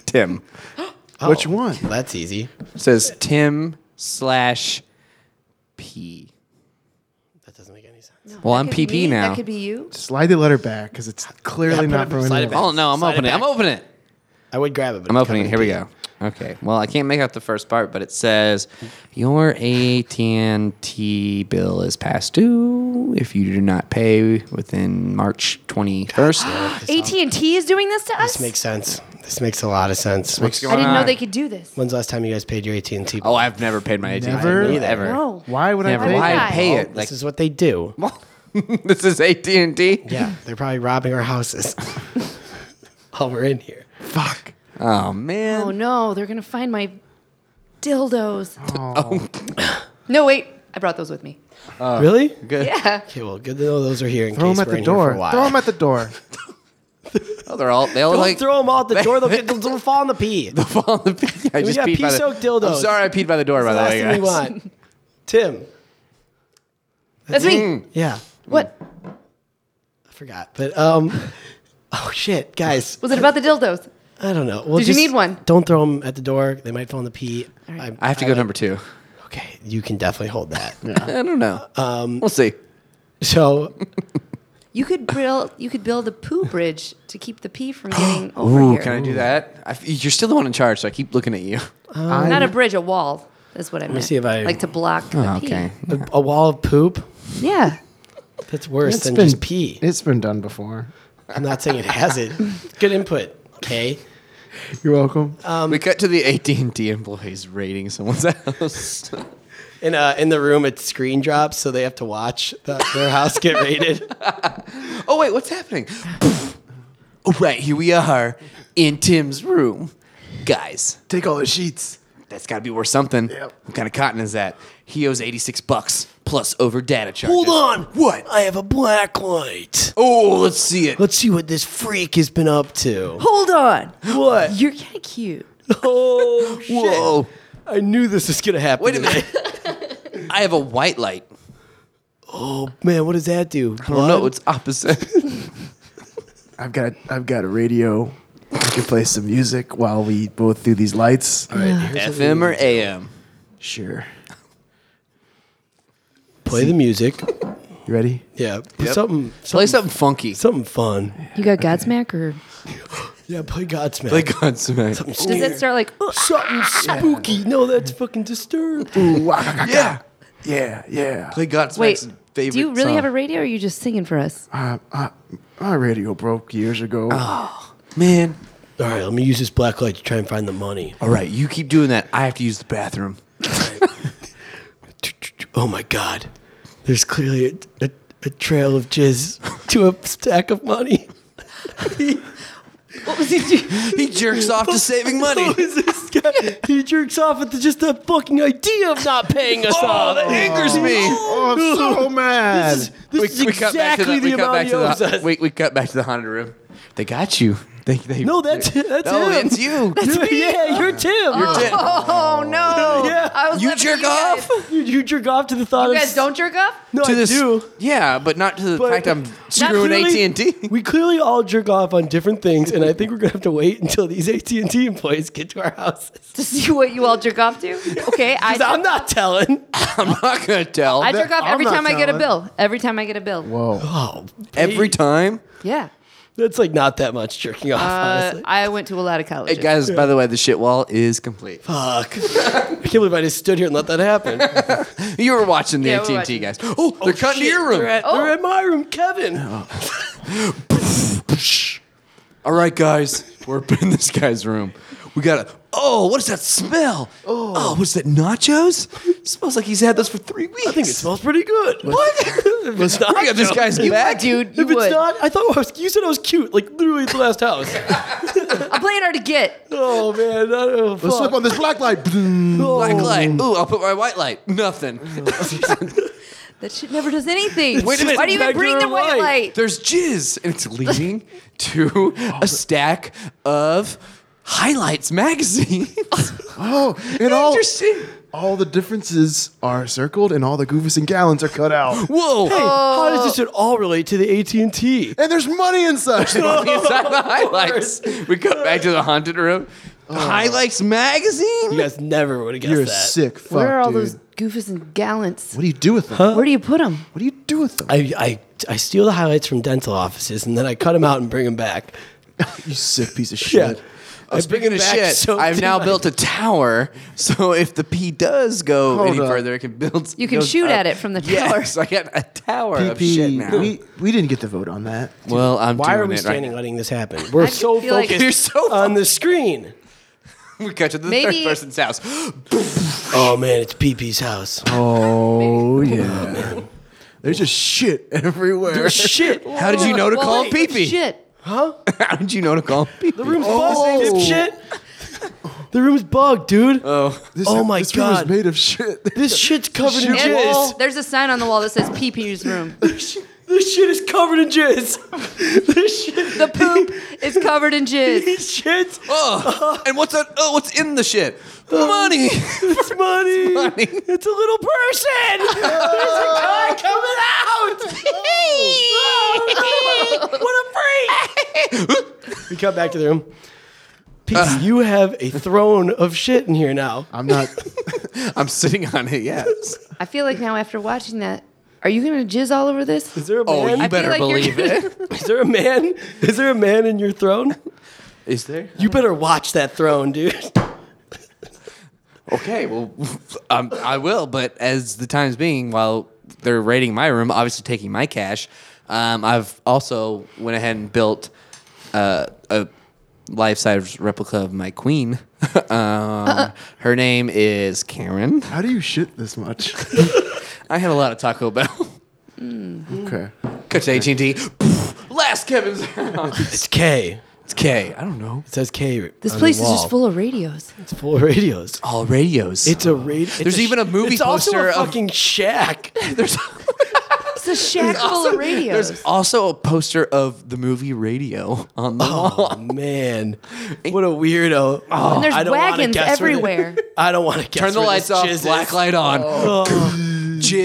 Speaker 1: Tim.
Speaker 3: Oh.
Speaker 4: Which one?
Speaker 3: That's easy.
Speaker 1: It says Tim slash P.
Speaker 3: That doesn't make any sense.
Speaker 1: Well, I'm
Speaker 2: Could
Speaker 1: PP
Speaker 2: me,
Speaker 1: now.
Speaker 2: That could be you.
Speaker 4: Slide the letter back because it's clearly
Speaker 3: Yeah, put
Speaker 4: not
Speaker 3: it-
Speaker 4: from
Speaker 3: slide it
Speaker 4: anyone.
Speaker 3: back.
Speaker 1: Oh no, I'm
Speaker 3: Slide it
Speaker 1: opening. it. I'm
Speaker 3: back.
Speaker 1: opening it.
Speaker 3: I would grab it. But
Speaker 1: I'm
Speaker 3: it's
Speaker 1: opening. it. Here
Speaker 3: Kevin
Speaker 1: we go. Okay. Well, I can't make out the first part, but it says your AT&T bill is past due if you do not pay within March 21st.
Speaker 2: AT&T is doing this to us?
Speaker 3: P. This makes sense. This makes a lot of sense. When's
Speaker 2: I didn't
Speaker 1: Why?
Speaker 2: know they could do this.
Speaker 3: the last time you guys paid your AT and T?
Speaker 1: oh, I've never paid my AT&T
Speaker 4: Never?
Speaker 1: bill ever.
Speaker 2: No.
Speaker 4: Why would
Speaker 1: Never.
Speaker 4: I pay?
Speaker 2: would
Speaker 1: Why
Speaker 2: I?
Speaker 1: pay it?
Speaker 3: this
Speaker 1: (laughs) Like
Speaker 3: is what they do.
Speaker 1: this is AT&T.
Speaker 3: Yeah, they're probably robbing our houses. While we're in here.
Speaker 4: Fuck.
Speaker 1: Oh man.
Speaker 2: Oh no, they're gonna find my dildos. (laughs) no, wait. I brought those with me.
Speaker 3: really?
Speaker 1: Good.
Speaker 2: Yeah.
Speaker 3: Okay, well, good to know those are here. In
Speaker 4: Throw
Speaker 3: case
Speaker 4: them at
Speaker 3: we're
Speaker 4: the
Speaker 3: in here
Speaker 4: door.
Speaker 3: For a while.
Speaker 4: Throw them at the door.
Speaker 1: Oh, they're all they all
Speaker 3: Don't
Speaker 1: like
Speaker 3: throw them all at the door. They'll, get, they'll, they'll fall in the pee.
Speaker 1: (laughs)
Speaker 3: That's
Speaker 1: fall on the pee. I just
Speaker 3: got
Speaker 1: peed by the,
Speaker 3: pea-soaked dildos.
Speaker 1: I'm sorry I peed by the door by
Speaker 3: the
Speaker 1: the
Speaker 3: last
Speaker 1: way,
Speaker 3: thing
Speaker 1: guys.
Speaker 3: we want. Tim.
Speaker 2: That's me.
Speaker 3: Yeah,
Speaker 2: What?
Speaker 3: I forgot. But um, (laughs) oh shit, guys,
Speaker 2: Was it about the dildos?
Speaker 3: I don't know. Well,
Speaker 2: Did you
Speaker 3: just
Speaker 2: need one?
Speaker 3: Don't throw them at the door. They might fall in the pee.
Speaker 1: I have to go number 2.
Speaker 3: Okay, you can definitely hold that.
Speaker 1: I don't know. we'll see.
Speaker 3: So
Speaker 2: You could build you could build a poo bridge to keep the pee from getting over
Speaker 1: Ooh,
Speaker 2: here.
Speaker 1: can I do that? I f you're still the one in charge, so I keep looking at you.
Speaker 2: Mm. Not a bridge, a wall. That's what I meant.
Speaker 3: see if I-
Speaker 2: like to block the pee.
Speaker 3: a, a wall of poop.
Speaker 2: Yeah.
Speaker 3: That's worse
Speaker 4: It's
Speaker 3: than
Speaker 4: been-
Speaker 3: just pee.
Speaker 4: It's been done before.
Speaker 3: I'm not saying it hasn't. Good input. Okay.
Speaker 4: You're welcome.
Speaker 3: Um,
Speaker 1: we cut to the AT&T employees raiding someone's (laughs) house.
Speaker 3: In uh, in the room, it's screen drops, so they have to watch the, their house get raided.
Speaker 1: (laughs) oh wait, what's happening? oh right, here we are in Tim's room, guys.
Speaker 4: Take all the sheets.
Speaker 1: That's got to be worth something. What kind of cotton is that? He owes 86 bucks plus over data charges.
Speaker 3: Hold on.
Speaker 1: What?
Speaker 3: I have a black light.
Speaker 1: Oh, let's see it.
Speaker 3: Let's see what this freak has been up
Speaker 1: (laughs)
Speaker 3: to.
Speaker 6: Hold on.
Speaker 3: What?
Speaker 2: You're kinda cute.
Speaker 3: Oh, shit.
Speaker 1: Whoa.
Speaker 3: I knew this was going to happen.
Speaker 1: Wait a
Speaker 3: today.
Speaker 1: minute.
Speaker 3: (laughs)
Speaker 1: I have a white light.
Speaker 3: Oh, Man, what does that do?
Speaker 1: I don't know. It's opposite.
Speaker 4: I've got I've got a radio. We can play some music while we both do these
Speaker 1: (laughs)
Speaker 4: lights.
Speaker 1: FM or AM?
Speaker 4: Sure.
Speaker 3: Play the music.
Speaker 4: You ready?
Speaker 3: Yeah. Something, something,
Speaker 1: Play something funky.
Speaker 3: something fun.
Speaker 2: You got Godsmack or
Speaker 3: Yeah, play Godsmack.
Speaker 1: Play Godsmack.
Speaker 3: something
Speaker 2: does it
Speaker 3: scary.
Speaker 2: start like "Ugh,
Speaker 3: Something spooky. No, that's fucking disturbed.
Speaker 1: Yeah.
Speaker 4: Yeah, yeah.
Speaker 1: Play Godsmack's
Speaker 2: wait.
Speaker 1: favorite
Speaker 2: Do you really
Speaker 1: song.
Speaker 2: have a radio or are you just singing for us?
Speaker 4: Uh, uh, my radio broke years ago.
Speaker 1: Man.
Speaker 3: All right, let me use this black light to try and find the money.
Speaker 1: All right, you keep doing that. I have to use the bathroom.
Speaker 3: Oh my god. There's clearly a, a, a trail of jizz to a stack of money.
Speaker 2: What was he doing?
Speaker 1: He jerks off to saving money.
Speaker 3: (laughs) Who is this guy? He jerks off at the, just the fucking idea of not paying us
Speaker 1: Oh,
Speaker 3: off.
Speaker 1: that angers me.
Speaker 4: Oh, I'm so mad.
Speaker 3: This is, Oh, this is exactly
Speaker 1: we
Speaker 3: the,
Speaker 1: cut
Speaker 3: amount
Speaker 1: back
Speaker 3: he
Speaker 1: to
Speaker 3: owes
Speaker 1: the
Speaker 3: us.
Speaker 1: we, we cut back to the haunted room. They got you. They, they,
Speaker 3: No, that's (laughs) that's
Speaker 1: no,
Speaker 3: him.
Speaker 1: it's you.
Speaker 3: You're- Yeah, you're Tim.
Speaker 1: You're dead.
Speaker 2: (laughs) Oh
Speaker 1: (laughs)
Speaker 2: no.
Speaker 3: Yeah.
Speaker 2: I was
Speaker 1: you
Speaker 2: laughing
Speaker 1: jerk
Speaker 2: at guys.
Speaker 1: off
Speaker 3: You, you jerk off to the thought
Speaker 2: You
Speaker 3: of
Speaker 2: guys don't jerk off?
Speaker 3: no,
Speaker 1: to
Speaker 3: I
Speaker 1: this.
Speaker 3: do.
Speaker 1: Yeah, but not to the
Speaker 3: But-
Speaker 1: fact I'm
Speaker 3: Not
Speaker 1: screwing AT
Speaker 3: clearly-
Speaker 1: and T.
Speaker 3: (laughs)
Speaker 1: (laughs)
Speaker 3: We clearly all jerk off on different things, and I think we're gonna have to wait until these AT and T employees get to our houses.
Speaker 2: (laughs) to see what you all jerk
Speaker 1: (laughs)
Speaker 2: off to. Okay, I
Speaker 3: 'Cause (laughs) I'm not telling.
Speaker 1: I'm not gonna tell.
Speaker 2: I jerk off
Speaker 4: I'm
Speaker 2: every
Speaker 4: not
Speaker 2: time I get a
Speaker 4: telling.
Speaker 2: bill. Every time I get a bill.
Speaker 4: Whoa.
Speaker 3: Oh,
Speaker 1: Every time.
Speaker 2: Yeah.
Speaker 3: That's like not that much jerking off,
Speaker 2: Uh,
Speaker 3: honestly.
Speaker 2: I went to a lot of colleges.
Speaker 1: Hey guys, by the way, the shit wall is complete.
Speaker 3: Fuck. (laughs) I can't believe I just stood here and let that happen.
Speaker 1: You were watching the
Speaker 2: Yeah,
Speaker 1: AT&T
Speaker 2: we're
Speaker 1: guys. Oh, they're cutting to your room. Oh.
Speaker 3: They're at,
Speaker 2: Oh.
Speaker 3: they're at my room, Kevin.
Speaker 1: All right, guys, we're up in this guy's room. We got to. Oh, what is that smell? Oh, what's that? Nachos? smells like he's had those for three weeks.
Speaker 3: I think it smells pretty good.
Speaker 1: What?
Speaker 3: (laughs) If it's not,
Speaker 1: (laughs) We got this guy's back,
Speaker 2: dude, you
Speaker 3: If it's
Speaker 2: would.
Speaker 3: not, I thought I was, you said I was cute, like literally at the
Speaker 1: (laughs)
Speaker 3: last house.
Speaker 2: I'm playing hard to get.
Speaker 3: oh man, oh,
Speaker 4: Let's
Speaker 3: fuck.
Speaker 4: slip on this black light. Boom.
Speaker 1: Black light. Ooh, I'll put my white light. Nothing.
Speaker 2: That shit never does anything.
Speaker 1: Wait a minute.
Speaker 2: Why do you even bring the
Speaker 3: Regular
Speaker 2: white
Speaker 3: light.
Speaker 2: light?
Speaker 1: There's jizz, and it's leading to a stack of highlights magazine.
Speaker 4: Oh, and all
Speaker 1: Interesting.
Speaker 4: all the differences are circled, and all the goofus and gallons are cut out.
Speaker 1: Whoa.
Speaker 3: Hey, how does
Speaker 2: Oh.
Speaker 3: this at all relate to the AT and T?
Speaker 4: And there's money inside.
Speaker 1: Inside the
Speaker 3: (laughs)
Speaker 1: highlights. We go back to the haunted room.
Speaker 3: Oh.
Speaker 1: Highlights magazine?
Speaker 3: You guys never would have guessed
Speaker 4: You're a
Speaker 3: that.
Speaker 4: sick fuck,
Speaker 2: Where are all
Speaker 4: dude.
Speaker 2: those goofus and gallants?
Speaker 4: What do you do with them? Huh?
Speaker 2: Where do you put them?
Speaker 4: What do you do with them?
Speaker 3: I, I I steal the highlights from dental offices and then I cut them out and bring them back.
Speaker 4: you sick piece of shit.
Speaker 3: Yeah.
Speaker 1: Oh, speaking of
Speaker 3: back
Speaker 1: shit,
Speaker 3: soaked
Speaker 1: I've
Speaker 3: in
Speaker 1: now
Speaker 3: my-
Speaker 1: built a tower. So if the pee does go
Speaker 4: Hold
Speaker 1: any
Speaker 4: up.
Speaker 1: further, it can build.
Speaker 2: You can
Speaker 1: goes
Speaker 2: shoot
Speaker 1: up.
Speaker 2: at it from the tower.
Speaker 1: Yes, I got a tower of
Speaker 4: PP,
Speaker 1: shit now.
Speaker 4: We, we didn't get to vote on that.
Speaker 1: well, I'm
Speaker 3: Why
Speaker 1: doing
Speaker 3: are we
Speaker 1: it right
Speaker 3: standing
Speaker 1: now.
Speaker 3: letting this happen? We're so
Speaker 2: feel like-
Speaker 3: focused
Speaker 1: You're so
Speaker 3: on the screen.
Speaker 1: (laughs) We cut to the
Speaker 2: Maybe-
Speaker 1: third person's
Speaker 2: (gasps)
Speaker 1: house.
Speaker 3: Oh man, it's PP's house.
Speaker 4: Oh yeah. There's just shit everywhere.
Speaker 3: There's shit.
Speaker 1: How did you know to
Speaker 2: Well,
Speaker 1: call
Speaker 2: wait,
Speaker 1: pee pee?
Speaker 2: Shit.
Speaker 1: (laughs) How did you know to call pee
Speaker 3: The
Speaker 1: pee?
Speaker 3: room's bugged, dipshit. The room's bugged, dude.
Speaker 1: Oh,
Speaker 4: This-
Speaker 3: Oh my
Speaker 4: this room is
Speaker 3: God.
Speaker 4: made of shit.
Speaker 3: this shit's covered in
Speaker 2: And
Speaker 3: jizz.
Speaker 2: there's a sign on the wall that says pee pee's room.
Speaker 3: This shit is covered in jizz. (laughs) this shit.
Speaker 1: (laughs)
Speaker 2: The poop is covered in jizz.
Speaker 3: This shit's
Speaker 1: oh. (laughs) and what's that? Oh, what's in the shit? Money.
Speaker 3: it's money.
Speaker 1: money.
Speaker 3: It's a little person. (laughs) There's a guy coming out. (laughs) what a freak! Oh. we come back to the room. Pete,
Speaker 1: Uh.
Speaker 3: you have a throne of shit in here now.
Speaker 4: I'm not.
Speaker 1: (laughs) I'm sitting on it. Yes.
Speaker 2: I feel like now after watching that, are you gonna jizz all over this?
Speaker 3: Is there a
Speaker 1: Oh,
Speaker 3: man?
Speaker 1: you
Speaker 2: feel
Speaker 1: better
Speaker 2: like you're
Speaker 1: believe it.
Speaker 3: Is there a man? Is there a man in your throne?
Speaker 1: Is there?
Speaker 3: You better watch that throne, dude.
Speaker 1: Okay, well, (laughs) um, I will. But as the time's being, while they're raiding my room, obviously taking my cash, um, I've also went ahead and built uh, a life-size replica of my queen. (laughs) um, Her name is Karen.
Speaker 4: How do you shit this much?
Speaker 1: I had a lot of Taco Bell. (laughs)
Speaker 4: Okay.
Speaker 1: Cut to AT and T. (laughs) Last Kevin's. house.
Speaker 3: (laughs) It's K.
Speaker 1: it's K. I don't know.
Speaker 3: It says K.
Speaker 2: (laughs) This place is just full of radios.
Speaker 3: It's full of radios.
Speaker 1: All radios.
Speaker 3: It's a radio.
Speaker 1: There's even a movie
Speaker 3: it's also
Speaker 1: poster
Speaker 3: a
Speaker 1: of-
Speaker 3: fucking shack.
Speaker 1: there's
Speaker 2: It's a shack full of radios.
Speaker 1: there's also a poster of the movie Radio on the wall.
Speaker 3: Oh man, what a weirdo! Oh,
Speaker 2: And there's
Speaker 3: I don't wanna
Speaker 2: wagons
Speaker 3: guess where
Speaker 1: (laughs)
Speaker 3: the-
Speaker 2: everywhere.
Speaker 3: I don't want to guess.
Speaker 1: Turn the Oh.
Speaker 3: where
Speaker 1: lights
Speaker 3: this
Speaker 1: off.
Speaker 3: jizz
Speaker 1: Black
Speaker 3: is.
Speaker 1: light on. Jizz.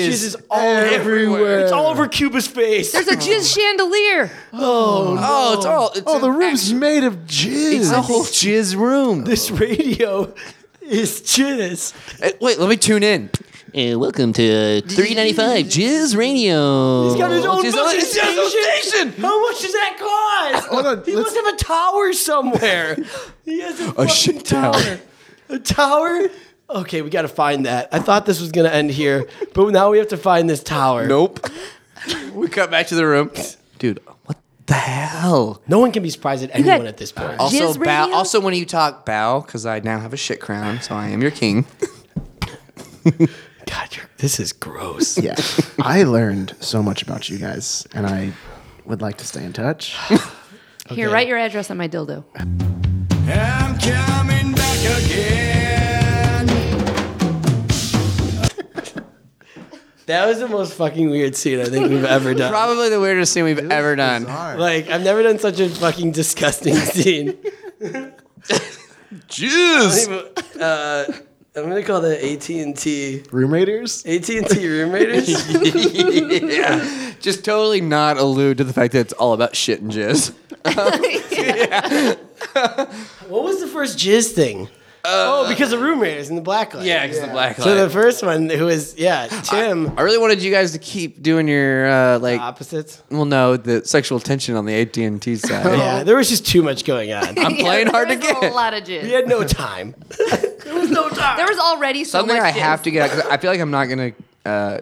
Speaker 3: Jizz is all everywhere. It's all over Cuba's face.
Speaker 2: There's a jizz chandelier.
Speaker 1: Oh, it's all. It's
Speaker 4: Oh, the
Speaker 1: an
Speaker 4: room's
Speaker 1: act-
Speaker 4: made of jizz.
Speaker 1: It's a whole jizz room.
Speaker 3: this radio is jizz.
Speaker 1: Uh, Wait, let me tune in. Uh, welcome to 395 Jizz Radio.
Speaker 3: He's got his own
Speaker 1: Jizz-
Speaker 3: fucking
Speaker 1: it's his own
Speaker 3: station.
Speaker 1: station.
Speaker 3: How much does that cost?
Speaker 4: Hold on,
Speaker 3: he
Speaker 4: let's-
Speaker 3: must have a tower somewhere. he has a, fucking
Speaker 1: shit
Speaker 3: tower.
Speaker 1: tower.
Speaker 3: A tower. Okay, we got to find that. I thought this was gonna end here, but now we have to find this tower.
Speaker 1: Nope. (laughs) we cut back to the room. Dude, what the hell?
Speaker 3: No one can be surprised at
Speaker 2: got-
Speaker 3: anyone at this point.
Speaker 1: Also,
Speaker 2: Jizz
Speaker 1: bow.
Speaker 2: radio?
Speaker 1: Also, when you talk, bow, because I now have a shit crown, so I am your king.
Speaker 3: God, you're, this is (laughs) gross.
Speaker 4: Yeah. (laughs) I learned so much about you guys, and I would like to stay in touch.
Speaker 3: (laughs)
Speaker 2: Here, write your address on my (laughs) dildo.
Speaker 5: I'm coming back again.
Speaker 3: That was the most fucking weird scene I think we've ever
Speaker 1: (laughs) (laughs)
Speaker 3: done.
Speaker 1: Probably the weirdest thing we've ever done.
Speaker 3: Like, I've never done such a fucking disgusting (laughs)
Speaker 1: (laughs)
Speaker 3: scene.
Speaker 1: Jizz.
Speaker 3: uh, I'm gonna call that AT and T
Speaker 4: Room raiders?
Speaker 3: AT and T
Speaker 1: (laughs)
Speaker 3: room raiders.
Speaker 1: yeah. Just totally not allude to the fact that it's all about shit and jizz.
Speaker 3: what was the first jizz thing? oh, because the roommate is in the black light.
Speaker 1: Uh, Yeah, because the black light.
Speaker 3: So the first one who is yeah, Tim.
Speaker 1: I really wanted you guys to keep doing your uh, like.
Speaker 3: opposites.
Speaker 1: well, no, the sexual tension on the AT and T side.
Speaker 3: Yeah, there was just too much going on.
Speaker 1: (laughs) I'm playing hard to
Speaker 2: There was
Speaker 1: get.
Speaker 2: a lot of jizz.
Speaker 3: we had no time.
Speaker 2: There was already so
Speaker 1: Something
Speaker 2: much
Speaker 1: I
Speaker 2: jizz.
Speaker 1: have to get out 'cause I feel like I'm not gonna uh,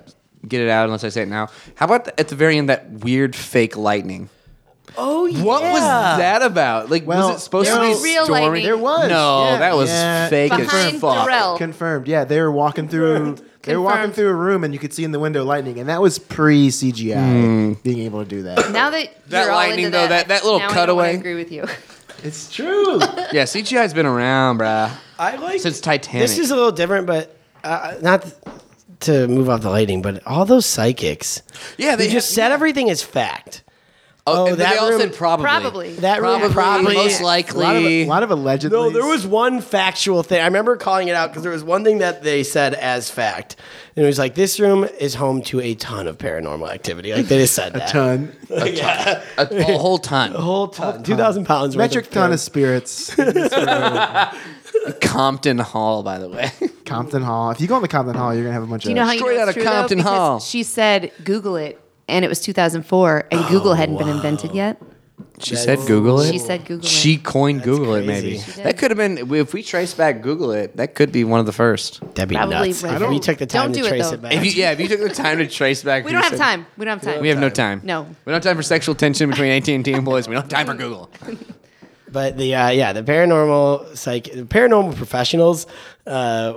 Speaker 1: get it out unless I say it now. How about at the very end that weird fake lightning?
Speaker 3: Oh yeah.
Speaker 1: What was that about? Like,
Speaker 4: Well,
Speaker 1: was it supposed
Speaker 4: there
Speaker 1: to be
Speaker 4: was
Speaker 2: real
Speaker 1: stormy?
Speaker 2: lightning.
Speaker 4: There was.
Speaker 1: No,
Speaker 4: yeah,
Speaker 1: that was
Speaker 4: yeah.
Speaker 1: fake as
Speaker 2: Behind
Speaker 1: fuck.
Speaker 2: Darrell.
Speaker 4: Confirmed. Yeah, they were walking through. They were walking
Speaker 2: Confirmed.
Speaker 4: through a room, and you could see in the window lightning, and that was pre CGI
Speaker 1: Hmm.
Speaker 4: being able to do
Speaker 2: (laughs)
Speaker 4: that.
Speaker 2: Now that
Speaker 1: That
Speaker 2: you're all
Speaker 1: lightning,
Speaker 2: into
Speaker 1: though, that- that little
Speaker 2: now I don't
Speaker 1: cutaway.
Speaker 2: wanna agree with you.
Speaker 4: It's true.
Speaker 1: Yeah, CGI's been around, bruh.
Speaker 3: I like
Speaker 1: Since Titanic.
Speaker 3: This is a little different, but uh, not to move off the lighting, but all those psychics.
Speaker 1: Yeah,
Speaker 3: They just said everything is fact.
Speaker 1: Oh,
Speaker 3: oh,
Speaker 1: and they
Speaker 3: that
Speaker 1: all
Speaker 3: room-
Speaker 1: said probably.
Speaker 2: Probably.
Speaker 3: That room
Speaker 1: Probably.
Speaker 3: probably
Speaker 1: Most
Speaker 4: a, lot of,
Speaker 1: likely.
Speaker 4: a lot of allegedly.
Speaker 3: No, there was one factual thing. I remember calling it out because there was one thing that they said as fact, and it was like this room is home to a ton of paranormal activity. Like they just said that.
Speaker 4: (laughs) ton,
Speaker 1: a, a whole
Speaker 3: (laughs)
Speaker 1: ton.
Speaker 3: Whole ton, two thousand pounds. worth
Speaker 4: metric ton
Speaker 3: paranormal-
Speaker 4: of spirits. in (laughs) this room.
Speaker 1: Compton Hall, by the way.
Speaker 4: Compton Hall. If you go in the Compton Hall, you're gonna have a bunch
Speaker 2: Do you
Speaker 4: of.
Speaker 2: know how you
Speaker 1: Straight
Speaker 2: know
Speaker 1: outta
Speaker 2: it's true, though?
Speaker 1: Compton
Speaker 2: Because
Speaker 1: Hall.
Speaker 2: She said Google it, and it was 2004,
Speaker 1: Oh,
Speaker 2: and Google hadn't been invented yet.
Speaker 1: She said Google it.
Speaker 2: She said Google it.
Speaker 1: She coined Google it,
Speaker 3: crazy.
Speaker 1: maybe.
Speaker 3: She
Speaker 2: did.
Speaker 1: That could have been, if we trace back Google it, that could be one of the first.
Speaker 3: That'd be
Speaker 2: Probably
Speaker 3: nuts.
Speaker 2: right.
Speaker 3: If you took the
Speaker 2: Don't
Speaker 3: time to
Speaker 2: do it,
Speaker 3: trace
Speaker 2: though.
Speaker 3: it back.
Speaker 1: If you, yeah, if you took the time to trace back.
Speaker 2: We don't
Speaker 1: who
Speaker 2: have
Speaker 1: said-
Speaker 2: time. We don't have time.
Speaker 1: We have no time.
Speaker 2: No.
Speaker 1: We don't have time for sexual tension between AT&T employees. We don't have time for
Speaker 2: (laughs)
Speaker 1: Google.
Speaker 3: But the uh, yeah, the paranormal psych, the paranormal professionals uh,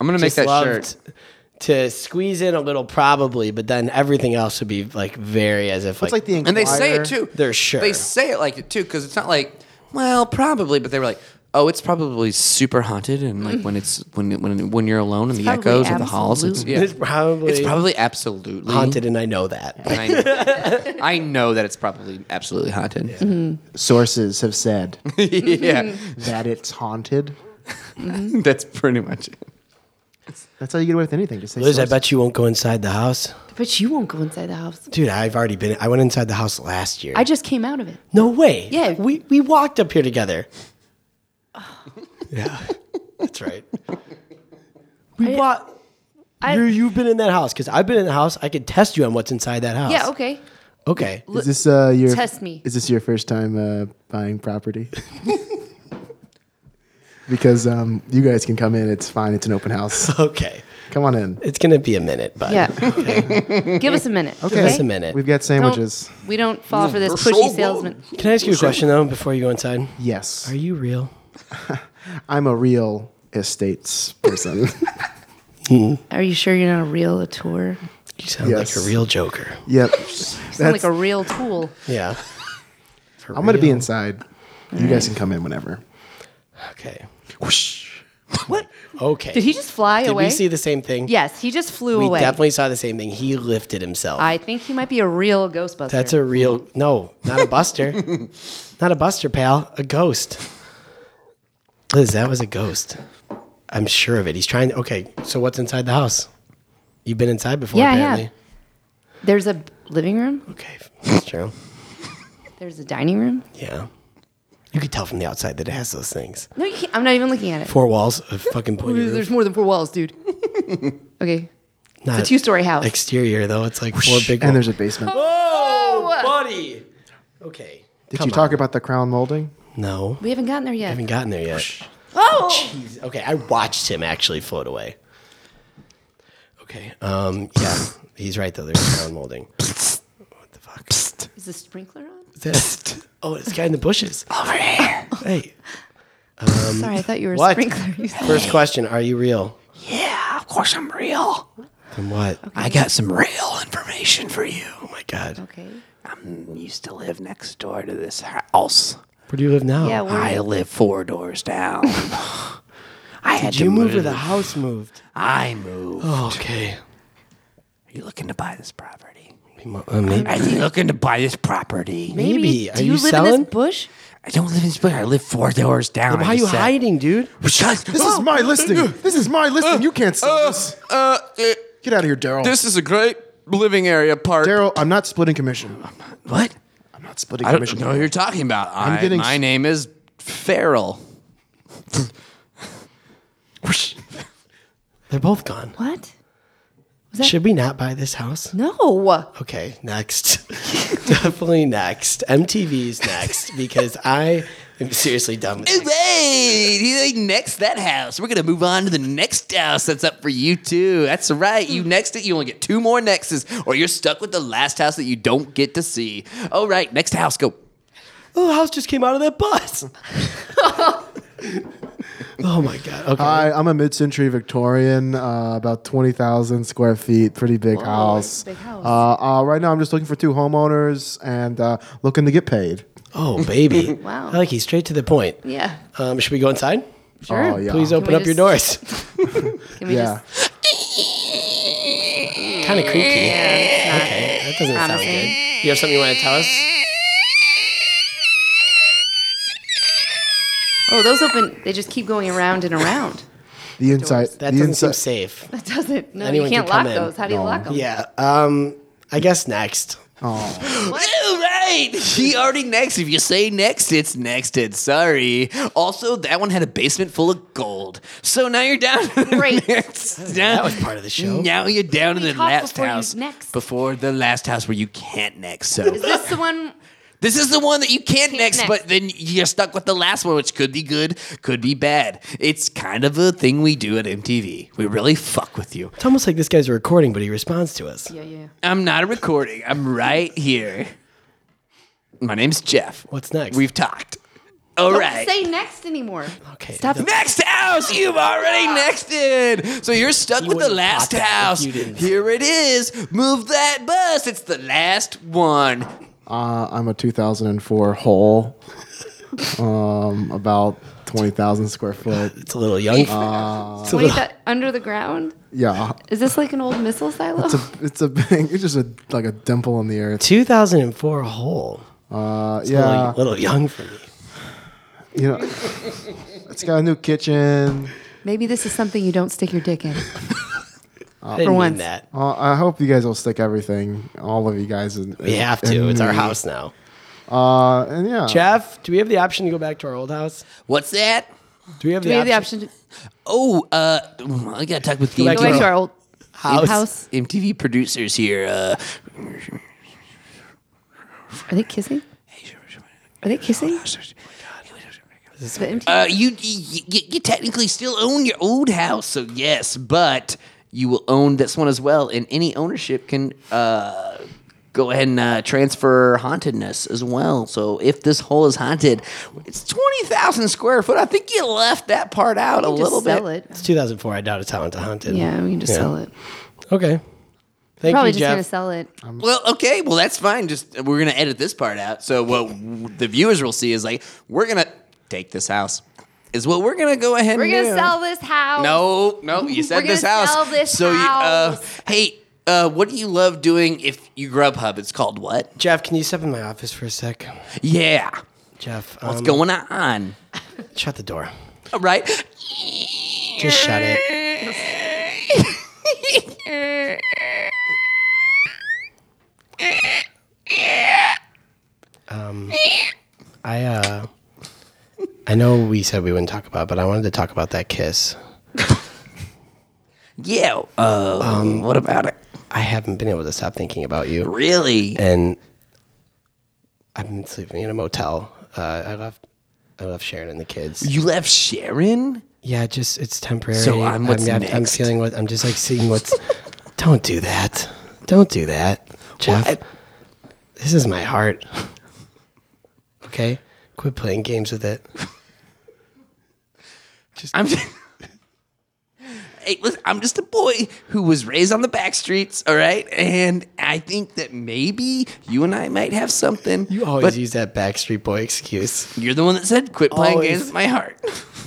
Speaker 1: I'm going to make
Speaker 3: just
Speaker 1: that
Speaker 3: loved
Speaker 1: shirt.
Speaker 3: to squeeze in a little probably, but then everything else would be like very as if
Speaker 4: it's like the
Speaker 1: And they say it,
Speaker 4: Enquirer.
Speaker 1: too.
Speaker 3: They're sure.
Speaker 1: They say it like it, too, because it's not like, well, probably, but they were like, oh, it's probably super haunted. And like when it's, when, when, when you're alone in the
Speaker 2: probably
Speaker 1: echoes of the halls, it's, yeah.
Speaker 3: (laughs) it's probably
Speaker 1: It's probably absolutely
Speaker 3: haunted, and I know that.
Speaker 1: I know, I know that it's probably absolutely haunted. Yeah,
Speaker 4: Sources
Speaker 1: (laughs)
Speaker 4: have said that it's haunted.
Speaker 1: that's pretty much it.
Speaker 4: That's how you get away with anything. Just say
Speaker 3: Liz, I
Speaker 4: sources.
Speaker 3: bet you won't go inside the house,
Speaker 2: But you won't go inside the house.
Speaker 3: dude. I've already been. I went inside the house last year.
Speaker 2: I just came out of it.
Speaker 3: no way.
Speaker 2: Yeah.
Speaker 3: we we walked up
Speaker 2: (sighs)
Speaker 3: here together. yeah, that's right. We walked.
Speaker 2: I-
Speaker 3: you you've been in that house because I've been in the house. I could test you on what's inside that house.
Speaker 2: Yeah, okay.
Speaker 3: Okay.
Speaker 4: Is this uh, your
Speaker 2: Test me.
Speaker 4: Is this your first time uh, buying property? (laughs) because um, you guys can come in. It's fine. It's an open (laughs) house.
Speaker 3: Okay.
Speaker 4: Come on in.
Speaker 3: It's gonna be a minute, but
Speaker 2: Yeah. (laughs) Give us a minute. Okay.
Speaker 3: Give us a minute.
Speaker 4: We've got
Speaker 2: Don't-
Speaker 4: sandwiches.
Speaker 2: we don't fall for this pushy salesman.
Speaker 3: Can I ask you a question though before you go inside?
Speaker 4: Yes,
Speaker 3: Are you real?
Speaker 4: I'm a real estates (laughs) person.
Speaker 2: Are you sure you're not a real tour?
Speaker 3: You sound
Speaker 4: Yes.
Speaker 3: like a real joker.
Speaker 4: yep,
Speaker 2: You sound like a real tool.
Speaker 4: (laughs)
Speaker 3: Yeah.
Speaker 4: I'm gonna be inside. You guys can come in whenever.
Speaker 3: Okay.
Speaker 2: What?
Speaker 3: Okay.
Speaker 2: Did he just fly
Speaker 3: Did
Speaker 2: away?
Speaker 3: we see the same thing?
Speaker 2: yes, he just flew
Speaker 3: We
Speaker 2: away.
Speaker 3: definitely saw the same thing. He lifted himself.
Speaker 2: I think he might be a real Ghostbuster.
Speaker 3: That's a real no, not
Speaker 2: (laughs)
Speaker 3: a buster. not a buster, pal. A ghost. Liz, that was a ghost. I'm sure of it. He's trying okay, so what's inside the house? You've been inside before,
Speaker 2: Yeah, I have.
Speaker 3: apparently.
Speaker 2: There's a living room.
Speaker 3: Okay. That's true.
Speaker 2: There's a dining room.
Speaker 3: Yeah. You could tell from the outside that it has those things.
Speaker 2: No, you can't, I'm not even looking at it.
Speaker 3: Four walls, a fucking pointy roof.
Speaker 2: There's more than four walls, dude. (laughs) okay.
Speaker 3: Not
Speaker 2: It's a two-story house.
Speaker 3: Exterior though, it's like four big.
Speaker 4: And there's a basement.
Speaker 3: oh, buddy. Okay.
Speaker 4: Did you talk about the crown molding?
Speaker 3: No,
Speaker 2: We haven't gotten there yet.
Speaker 3: haven't gotten there yet.
Speaker 2: Oh,
Speaker 3: Okay, I watched him actually float away. Okay. Um. Yeah, he's right though. There's ground molding. what the fuck?
Speaker 2: is the sprinkler on?
Speaker 3: Is that- oh, it's guy in the bushes. Over here. Hey.
Speaker 2: Sorry, I thought you were
Speaker 3: what?
Speaker 2: a sprinkler. You said-
Speaker 3: First question: Are you real?
Speaker 1: Yeah, of course I'm real.
Speaker 3: Then what?
Speaker 1: I got some real information for you.
Speaker 3: Oh my god.
Speaker 2: (laughs) okay.
Speaker 1: I used to live next door to this house.
Speaker 3: Where do you live now?
Speaker 2: Yeah, we're
Speaker 1: I live four doors down. I had
Speaker 3: Did
Speaker 1: to
Speaker 3: you
Speaker 1: move.
Speaker 3: move or the house moved? Oh,
Speaker 1: I moved. Are
Speaker 3: Okay.
Speaker 1: you looking to buy this property?
Speaker 3: Uh, maybe.
Speaker 1: Are you looking to buy this property?
Speaker 2: maybe.
Speaker 3: maybe. Are
Speaker 2: Do
Speaker 3: you
Speaker 2: you, live in
Speaker 3: selling?
Speaker 2: this bush?
Speaker 1: I don't live in this place. I live four doors down.
Speaker 3: Why are you hiding, dude?
Speaker 1: Because Oh.
Speaker 4: This
Speaker 2: Oh.
Speaker 4: is my listing. This is my listing. You can't sell this.
Speaker 1: uh, it,
Speaker 4: Get out of here, Daryl.
Speaker 1: this is a great living area part.
Speaker 4: Daryl, I'm not splitting commission.
Speaker 1: What?
Speaker 4: I'm not splitting
Speaker 1: I
Speaker 4: commission.
Speaker 1: don't know who you're talking about. I'm
Speaker 4: getting
Speaker 1: My
Speaker 4: s-
Speaker 1: name is Farrell.
Speaker 3: They're both gone.
Speaker 2: What?
Speaker 3: Should we not buy this house?
Speaker 2: No.
Speaker 3: Okay, next. (laughs) Definitely next. MTV's next because I am seriously done with it.
Speaker 1: Wait, you like next that house. We're gonna move on to the next house that's up for you too. That's right. You next it, you only get two more nexes, or you're stuck with the last house that you don't get to see. All right, next house, go.
Speaker 3: Oh, the house just came out of
Speaker 2: (laughs)
Speaker 3: that bus. oh my god. Okay.
Speaker 2: Uh,
Speaker 7: Hi, I'm a mid-century Victorian, uh, about twenty thousand square feet, pretty big house.
Speaker 2: big house.
Speaker 7: Uh, uh, right now, I'm just looking for two homeowners and uh, looking to get paid.
Speaker 3: Oh baby.
Speaker 2: (laughs) Wow.
Speaker 3: I like he's straight to the point.
Speaker 2: Yeah.
Speaker 3: Um, should we go inside?
Speaker 2: Sure.
Speaker 7: Oh yeah.
Speaker 3: Please
Speaker 2: we
Speaker 3: open up your doors. (laughs)
Speaker 2: just- (laughs) Can we
Speaker 7: Yeah.
Speaker 2: just
Speaker 3: kind of creaky. Okay, that doesn't sound
Speaker 2: promising.
Speaker 3: good. You have something you want to tell us?
Speaker 2: Oh, those open they just keep going around and
Speaker 3: (laughs)
Speaker 2: around.
Speaker 7: The inside.
Speaker 3: That
Speaker 7: the
Speaker 3: doesn't
Speaker 7: inside.
Speaker 3: seem safe.
Speaker 2: That doesn't no
Speaker 3: Anyone
Speaker 2: you
Speaker 3: can
Speaker 2: can't lock
Speaker 3: come in.
Speaker 2: those. How do you lock them?
Speaker 3: Yeah. Um. I guess next.
Speaker 1: All right, (laughs) he already next. If you say next, it's nexted. Sorry. Also, that one had a basement full of gold, so now you're down. to the
Speaker 2: Great.
Speaker 1: next-
Speaker 3: That was part of the show.
Speaker 1: Now you're down to
Speaker 2: We
Speaker 1: the
Speaker 2: talked
Speaker 1: last
Speaker 2: before you
Speaker 1: house.
Speaker 2: next.
Speaker 1: Before the last house where you can't next. So
Speaker 2: Is this the
Speaker 3: (laughs)
Speaker 2: one
Speaker 1: This is the one that you can't,
Speaker 2: Can't
Speaker 1: next,
Speaker 2: next.
Speaker 1: but then you're stuck with the last one, which could be good, could be bad. It's kind of a thing we do at MTV. We really fuck with you.
Speaker 3: It's almost like this guy's a recording, but he responds to us.
Speaker 2: Yeah, yeah.
Speaker 1: I'm not a recording. I'm right here. My name's Jeff.
Speaker 3: What's next?
Speaker 1: We've talked. All
Speaker 2: Don't
Speaker 1: right.
Speaker 2: say next
Speaker 3: (laughs)
Speaker 2: anymore.
Speaker 3: okay.
Speaker 2: Stop
Speaker 1: Next house, you've already nexted. So you're stuck with the
Speaker 3: Ah. wouldn't
Speaker 1: last
Speaker 3: pop that if
Speaker 1: house.
Speaker 3: you didn't.
Speaker 1: Here it is. Move that bus. It's the last one.
Speaker 7: Uh, I'm a
Speaker 3: (laughs)
Speaker 7: 2004 hole, um, about 20,000 square foot.
Speaker 3: It's a little young.
Speaker 2: Uh,
Speaker 3: It's a
Speaker 2: Wait,
Speaker 3: little-
Speaker 2: that under the ground?
Speaker 7: Yeah,
Speaker 2: Is this like an old missile silo?
Speaker 7: it's a it's a big, it's just a like a dimple in the earth.
Speaker 3: 2004 hole. A
Speaker 7: Uh,
Speaker 3: little-
Speaker 7: yeah,
Speaker 3: little young for me. (laughs)
Speaker 7: you know, it's got a new kitchen.
Speaker 2: Maybe this is something you don't stick your dick in.
Speaker 3: I didn't
Speaker 2: for
Speaker 3: mean
Speaker 2: once.
Speaker 3: that.
Speaker 7: Uh, I hope you guys will stick everything, all of you guys. In,
Speaker 3: We have to.
Speaker 2: Mm.
Speaker 3: It's our house now.
Speaker 7: Uh, and yeah,
Speaker 3: Jeff, do we have the option to go back to our old house?
Speaker 1: What's that?
Speaker 3: Do we have,
Speaker 2: Do
Speaker 3: the,
Speaker 2: we have the
Speaker 3: option
Speaker 2: option to
Speaker 1: Oh, uh, I gotta talk with the
Speaker 3: back
Speaker 2: go
Speaker 1: MTV
Speaker 2: back to our old
Speaker 3: house?
Speaker 2: house?
Speaker 1: MTV producers here. Uh, (laughs)
Speaker 2: Are they kissing? Are they
Speaker 1: Oh
Speaker 2: kissing? The empty-
Speaker 1: uh, you, you you technically still own your old house, so yes, but you will own this one as well, and any ownership can uh, go ahead and uh, transfer hauntedness as well. So if this hole is haunted, it's twenty thousand square foot. I think you left that part out a
Speaker 2: Just
Speaker 1: little bit.
Speaker 2: sell
Speaker 3: It's
Speaker 2: it.
Speaker 3: 2004. I doubt it's haunted. haunted.
Speaker 2: Yeah, we can just
Speaker 3: Yeah.
Speaker 2: sell it.
Speaker 3: Okay. Thank
Speaker 2: Probably
Speaker 3: you,
Speaker 2: just
Speaker 3: Jeff.
Speaker 2: gonna sell it.
Speaker 1: Well, okay, well that's fine. Just we're gonna edit this part out. So what the viewers will see is like we're gonna take this house. Is what we're gonna go ahead.
Speaker 2: We're
Speaker 1: and
Speaker 2: gonna
Speaker 1: do.
Speaker 2: sell this house.
Speaker 1: No, no, you said
Speaker 2: We're
Speaker 1: this
Speaker 2: gonna
Speaker 1: house.
Speaker 2: sell this
Speaker 1: so, you-
Speaker 2: house.
Speaker 1: uh, hey, uh, what do you love doing if you Grubhub? It's called what?
Speaker 3: Jeff, can you step in my office for a sec?
Speaker 1: Yeah.
Speaker 3: Jeff,
Speaker 1: What's
Speaker 3: um,
Speaker 1: going on?
Speaker 3: Shut the door.
Speaker 1: All right.
Speaker 3: Just shut it. um, I uh, I know we said we wouldn't talk about, it, but I wanted to talk about that kiss.
Speaker 1: Yeah. Uh,
Speaker 3: Um,
Speaker 1: what about it?
Speaker 3: I haven't been able to stop thinking about you.
Speaker 1: Really?
Speaker 3: and I've been sleeping in a motel. Uh, I left. I left Sharon and the kids.
Speaker 1: You left Sharon?
Speaker 3: Yeah, just it's temporary.
Speaker 1: So I'm- what's
Speaker 3: I'm, I'm
Speaker 1: next?
Speaker 3: feeling what I'm just like seeing what's. (laughs) don't do that. Don't do that, Jeff.
Speaker 1: What?
Speaker 3: This is my heart. Okay, quit playing games with it.
Speaker 1: I'm just. (laughs) Hey, listen, I'm just a boy who was raised on the back streets, all right? And I think that maybe you and I might have something.
Speaker 3: You always
Speaker 1: but
Speaker 3: use that Backstreet Boy excuse.
Speaker 1: You're the one that said, quit playing
Speaker 3: Always.
Speaker 1: games with my heart.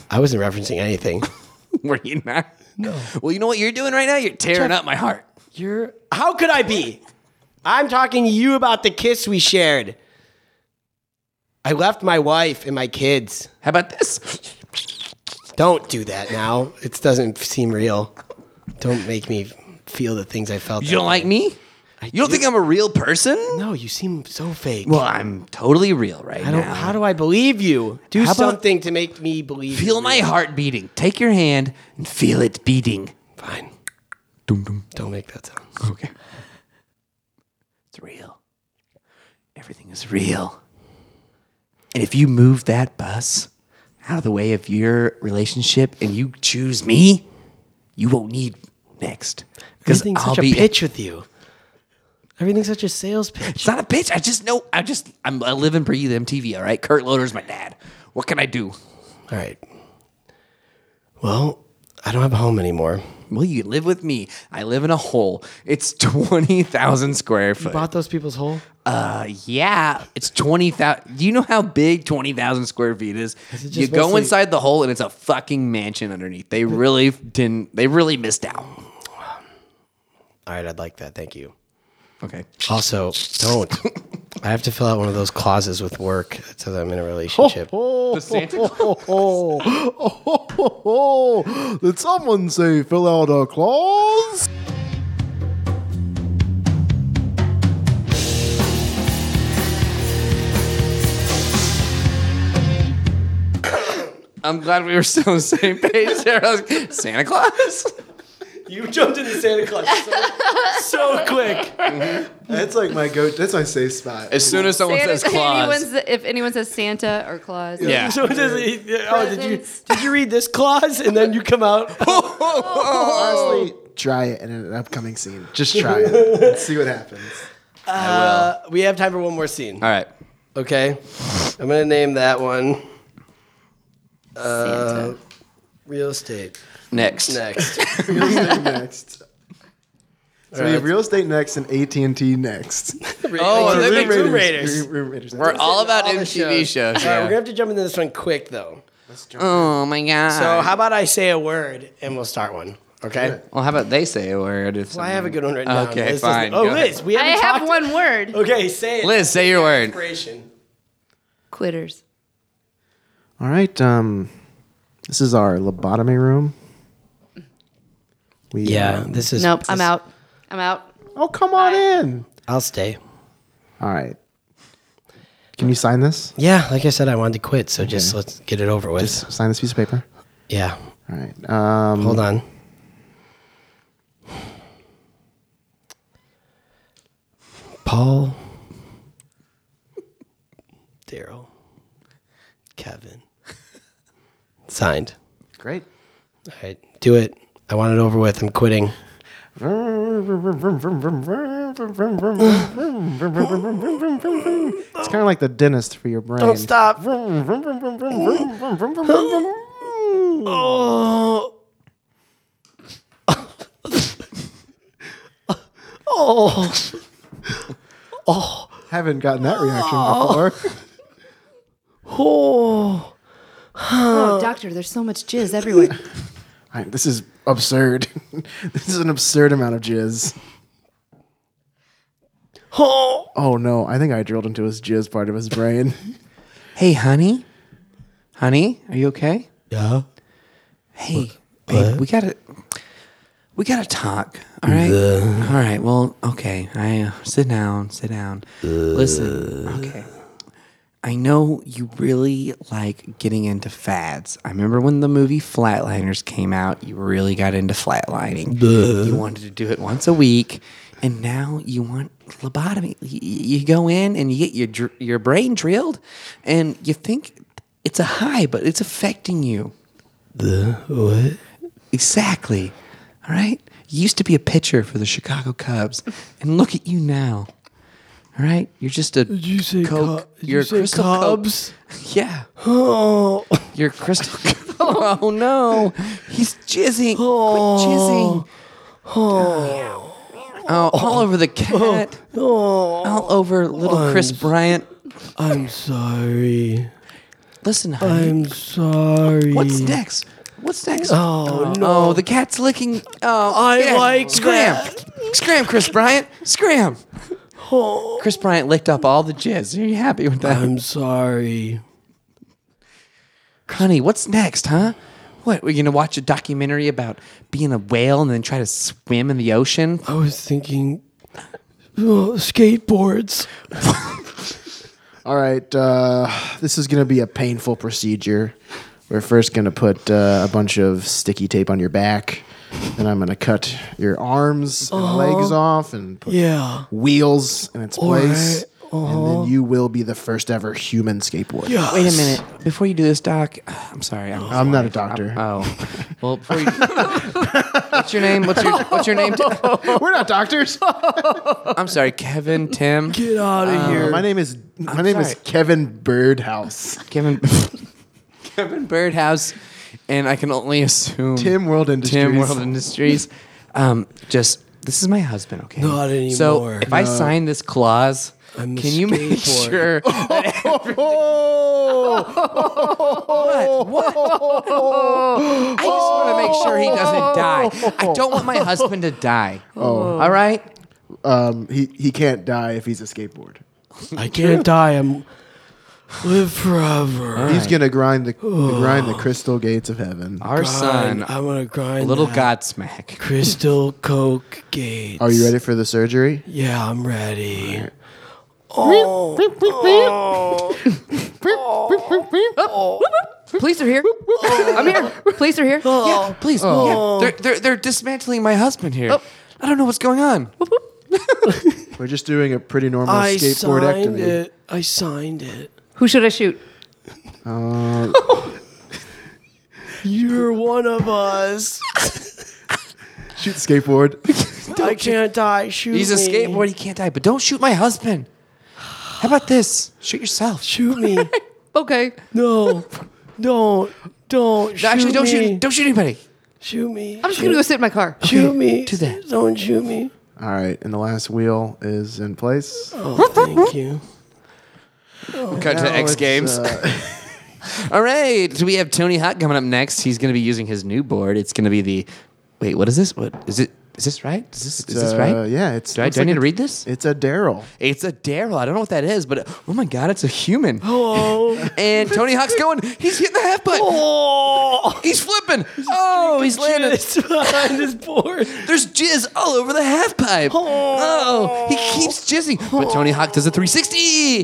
Speaker 3: I wasn't referencing anything.
Speaker 1: (laughs) Were you not? No. Well, you know what you're doing right now? You're tearing up my heart.
Speaker 3: You're. How could I be? I'm talking to you about the kiss we shared. I left my wife and my kids.
Speaker 1: How about this?
Speaker 3: Don't do that now. It doesn't seem real. Don't make me feel the things I felt.
Speaker 1: You don't like me? You don't think I'm a real person?
Speaker 3: No, you seem so fake.
Speaker 1: Well, I'm totally real right
Speaker 3: I don't.
Speaker 1: now.
Speaker 3: How do I believe you? Do
Speaker 1: How about-
Speaker 3: something to make me believe.
Speaker 1: feel
Speaker 3: you.
Speaker 1: my heart beating. Take your hand and feel it beating.
Speaker 3: Fine.
Speaker 1: Doom, doom.
Speaker 3: Don't make that sound.
Speaker 1: Okay. It's real. Everything is real. And if you move that bus out of the way of your relationship and you choose me, you won't need next. Because
Speaker 3: Everything's
Speaker 1: I'll
Speaker 3: such
Speaker 1: be
Speaker 3: a pitch with you. Everything's such a sales pitch.
Speaker 1: It's not a pitch. I just know. I just I'm, I live and breathe MTV. All right. Kurt Loder's my dad. What can I do?
Speaker 3: All right. Well, I don't have a home anymore.
Speaker 1: Well, you live with me. I live in a hole. It's twenty thousand square
Speaker 3: You
Speaker 1: foot.
Speaker 3: bought those people's hole?
Speaker 1: Uh, yeah, it's twenty thousand. Do you know how big twenty thousand square feet is?
Speaker 3: it
Speaker 1: you
Speaker 3: just
Speaker 1: go
Speaker 3: mostly-
Speaker 1: inside the hole, and it's a fucking mansion underneath. They really didn't. They really missed out.
Speaker 3: All right, I'd like that. Thank you.
Speaker 1: Okay.
Speaker 3: Also, don't. I have to fill out one of those clauses with work so that I'm in a relationship.
Speaker 1: The Santa
Speaker 7: Oh, oh, oh, oh, oh. Did someone say fill out a clause?
Speaker 1: I'm glad we were still on the same (laughs) page there. I was- Santa Claus.
Speaker 3: You jumped into Santa Claus so, so quick.
Speaker 4: That's like my go. That's my safe spot.
Speaker 1: As soon as someone
Speaker 2: Santa's-
Speaker 1: says Claus,
Speaker 2: anyone's- if (laughs) anyone says Santa or Claus,
Speaker 1: yeah.
Speaker 3: (laughs) So it doesn't- oh, did you
Speaker 2: Presents.
Speaker 3: did you read this clause and then you come out?
Speaker 4: Oh,
Speaker 3: Oh.
Speaker 4: Honestly, try it in an upcoming scene. Just try it. (laughs) Let's see what happens.
Speaker 3: Uh, (laughs) we have time for one more scene.
Speaker 1: All right.
Speaker 3: Okay, I'm gonna name that one uh,
Speaker 2: Santa.
Speaker 3: real estate
Speaker 1: Next. (laughs)
Speaker 3: next. (laughs)
Speaker 4: Real estate next. So we
Speaker 3: Alright.
Speaker 4: have real estate next and AT and
Speaker 3: (laughs)
Speaker 4: T next.
Speaker 1: Oh,
Speaker 3: Room
Speaker 1: they
Speaker 3: Raiders.
Speaker 1: make
Speaker 3: Room Raiders.
Speaker 4: Room- Room Raiders.
Speaker 1: We're all about
Speaker 3: All the
Speaker 1: MTV shows.
Speaker 3: All right, we're
Speaker 1: yeah.
Speaker 3: gonna have to jump into this one quick though.
Speaker 1: Oh my god.
Speaker 3: So how about I say a word and we'll start one? Okay.
Speaker 1: well, how about they say a word? If
Speaker 3: Well, I have a
Speaker 1: someone-
Speaker 3: good one written down.
Speaker 1: Okay,
Speaker 3: Liz doesn't-
Speaker 1: fine.
Speaker 3: Oh,
Speaker 1: Go ahead.
Speaker 3: Liz, we
Speaker 2: I
Speaker 3: haven't
Speaker 2: have
Speaker 3: talked-
Speaker 2: one word.
Speaker 3: Okay, say it.
Speaker 1: Liz, say your word.
Speaker 3: Inspiration.
Speaker 2: (laughs) Quitters.
Speaker 4: All right. Um, this is our lobotomy room. We,
Speaker 3: Yeah,
Speaker 4: um,
Speaker 3: this is.
Speaker 2: Nope, I'm out. I'm out.
Speaker 4: oh, come on in.
Speaker 3: I'll stay.
Speaker 4: All right. Can you sign this?
Speaker 3: Yeah, like I said, I wanted to quit, so just let's get it over with.
Speaker 4: Sign this piece of paper.
Speaker 3: yeah,
Speaker 4: All right. Um,
Speaker 3: hold on. Paul, Daryl, Kevin. Signed.
Speaker 4: great.
Speaker 3: All right, do it. I want it over with. I'm quitting.
Speaker 4: It's kind of like the dentist for your brain.
Speaker 3: Don't stop. Oh. oh.
Speaker 4: Haven't gotten that (laughs) reaction before.
Speaker 3: Oh.
Speaker 2: Oh, doctor, there's so much jizz everywhere.
Speaker 4: All right, this is absurd. (laughs) this is an absurd amount of jizz.
Speaker 3: Oh.
Speaker 4: Oh no, I think I drilled into his jizz part of his brain. (laughs)
Speaker 1: Hey, honey. Honey, are you okay?
Speaker 3: Yeah.
Speaker 1: Hey, babe, we gotta, we gotta talk. All right. All right. Well, okay. I uh, sit down. Sit down. Listen. Okay. I know you really like getting into fads. I remember when the movie Flatliners came out, you really got into flatlining. You wanted to do it once a week, and now you want lobotomy. You, you go in and you get your dr- your brain drilled, and you think it's a high, but it's affecting you.
Speaker 3: The what?
Speaker 1: Exactly. All right. You used to be a pitcher for the Chicago Cubs, and look at you now. All right. You're just a. Did
Speaker 3: you say
Speaker 1: Coke.
Speaker 3: cu- did
Speaker 1: you're
Speaker 3: you
Speaker 1: a
Speaker 3: say
Speaker 1: crystal Coke.
Speaker 3: Cubs?
Speaker 1: (laughs) Yeah.
Speaker 3: Oh.
Speaker 1: You're crystal. (laughs) oh no. He's jizzing. Oh. Quit jizzing. Oh, all over the cat. All over little Chris Bryant.
Speaker 3: Oh. I'm sorry.
Speaker 1: Listen, honey.
Speaker 3: I'm sorry.
Speaker 1: What's next? What's next?
Speaker 3: Mm. Oh,
Speaker 1: no. the cat's licking. Oh,
Speaker 3: I like
Speaker 1: Scram. Scram, Chris Bryant. Scram. Chris Bryant licked up all the jizz. Are you happy with that?
Speaker 3: Oh. I'm sorry.
Speaker 1: Honey, what's next, huh? What, we're going to watch a documentary about being a whale and then try to swim in the ocean?
Speaker 3: I was thinking oh, skateboards.
Speaker 4: All right, uh, this is going to be a painful procedure. We're first going to put uh, a bunch of sticky tape on your back. and I'm gonna cut your arms and legs off and put
Speaker 7: Yeah.
Speaker 4: wheels in its place, and then you will be the first ever human skateboarder.
Speaker 7: Yeah.
Speaker 1: Wait a minute. Before you do this, Doc, (sighs) I'm sorry. I'm,
Speaker 4: I'm not a doctor.
Speaker 1: oh. Well, before you, (laughs) what's your name? What's your What's your
Speaker 3: (laughs)
Speaker 1: name?
Speaker 4: (laughs) We're not doctors.
Speaker 1: I'm sorry,
Speaker 7: (laughs)
Speaker 1: Kevin, Tim,
Speaker 7: Get out of here.
Speaker 4: Uh, my name is my name is
Speaker 1: sorry.
Speaker 4: Kevin Birdhouse.
Speaker 7: (laughs)
Speaker 1: Kevin, Kevin Birdhouse, and I can only assume
Speaker 4: Tim World Industries.
Speaker 1: Tim World Industries. Um, just this is my husband, okay?
Speaker 7: Not
Speaker 1: So
Speaker 7: anymore.
Speaker 1: if I sign this clause,
Speaker 7: I'm the
Speaker 1: can you make
Speaker 7: skateboard.
Speaker 1: sure?
Speaker 4: Oh,
Speaker 1: I just want to make sure he
Speaker 7: Oh.
Speaker 1: doesn't die. I don't want my husband to
Speaker 7: (laughs)
Speaker 1: die. Oh, all right.
Speaker 4: um, he he can't die if he's a skateboard.
Speaker 7: I can't die. I'm live forever.
Speaker 4: He's gonna grind the grind the crystal gates of heaven.
Speaker 1: Our son,
Speaker 7: I'm gonna grind.
Speaker 1: little
Speaker 7: that
Speaker 1: Godsmack.
Speaker 7: Crystal Coke Gates.
Speaker 4: Are you ready for the surgery?
Speaker 7: Yeah, I'm
Speaker 1: (laughs)
Speaker 7: ready.
Speaker 2: Police are here. (laughs) I'm here. Police are here.
Speaker 1: Yeah, Oh, please. Yeah,
Speaker 7: Oh.
Speaker 1: they're, they're they're dismantling my husband here. I don't know what's going on.
Speaker 4: We're just doing a pretty normal
Speaker 7: I signed
Speaker 4: skateboardectomy.
Speaker 7: it. I signed it.
Speaker 2: Who should I shoot?
Speaker 7: You're one of us.
Speaker 4: (laughs) Shoot skateboard. (laughs)
Speaker 7: I can't die. Shoot
Speaker 1: He's a
Speaker 7: me.
Speaker 1: skateboard. He can't die. But don't shoot my husband. How about this? Shoot yourself.
Speaker 7: Shoot me.
Speaker 2: Okay.
Speaker 7: No. Don't. Don't. Shoot
Speaker 1: Actually, don't
Speaker 7: me.
Speaker 1: shoot. Don't shoot anybody.
Speaker 7: Shoot me.
Speaker 2: I'm just gonna go sit in my car.
Speaker 7: Shoot me.
Speaker 1: do that.
Speaker 7: Don't shoot me.
Speaker 4: All right, and the last wheel is in place.
Speaker 7: Thank you.
Speaker 1: Cut to X Games.
Speaker 4: uh,
Speaker 1: (laughs) All right, so we have Tony Hawk coming up next. He's going to be using his new board. It's going to be the. Wait, what is this? What is it? Is this right? Is this is this
Speaker 4: Uh,
Speaker 1: right?
Speaker 4: Yeah, it's.
Speaker 1: Do I,
Speaker 4: looks
Speaker 1: do I
Speaker 4: like
Speaker 1: need to
Speaker 4: it's-
Speaker 1: read this?
Speaker 4: It's a Daryl.
Speaker 1: It's a Daryl. I don't know what that is, but oh my god, it's a human. (laughs) and Tony Hawk's going. He's hitting the half butt.
Speaker 7: Oh.
Speaker 1: He's flipping. Oh, he's landing.
Speaker 7: It's behind
Speaker 3: (laughs)
Speaker 7: this board.
Speaker 1: There's jizz all over the half pipe. Oh, he keeps jizzing. But Tony Hawk does a 360.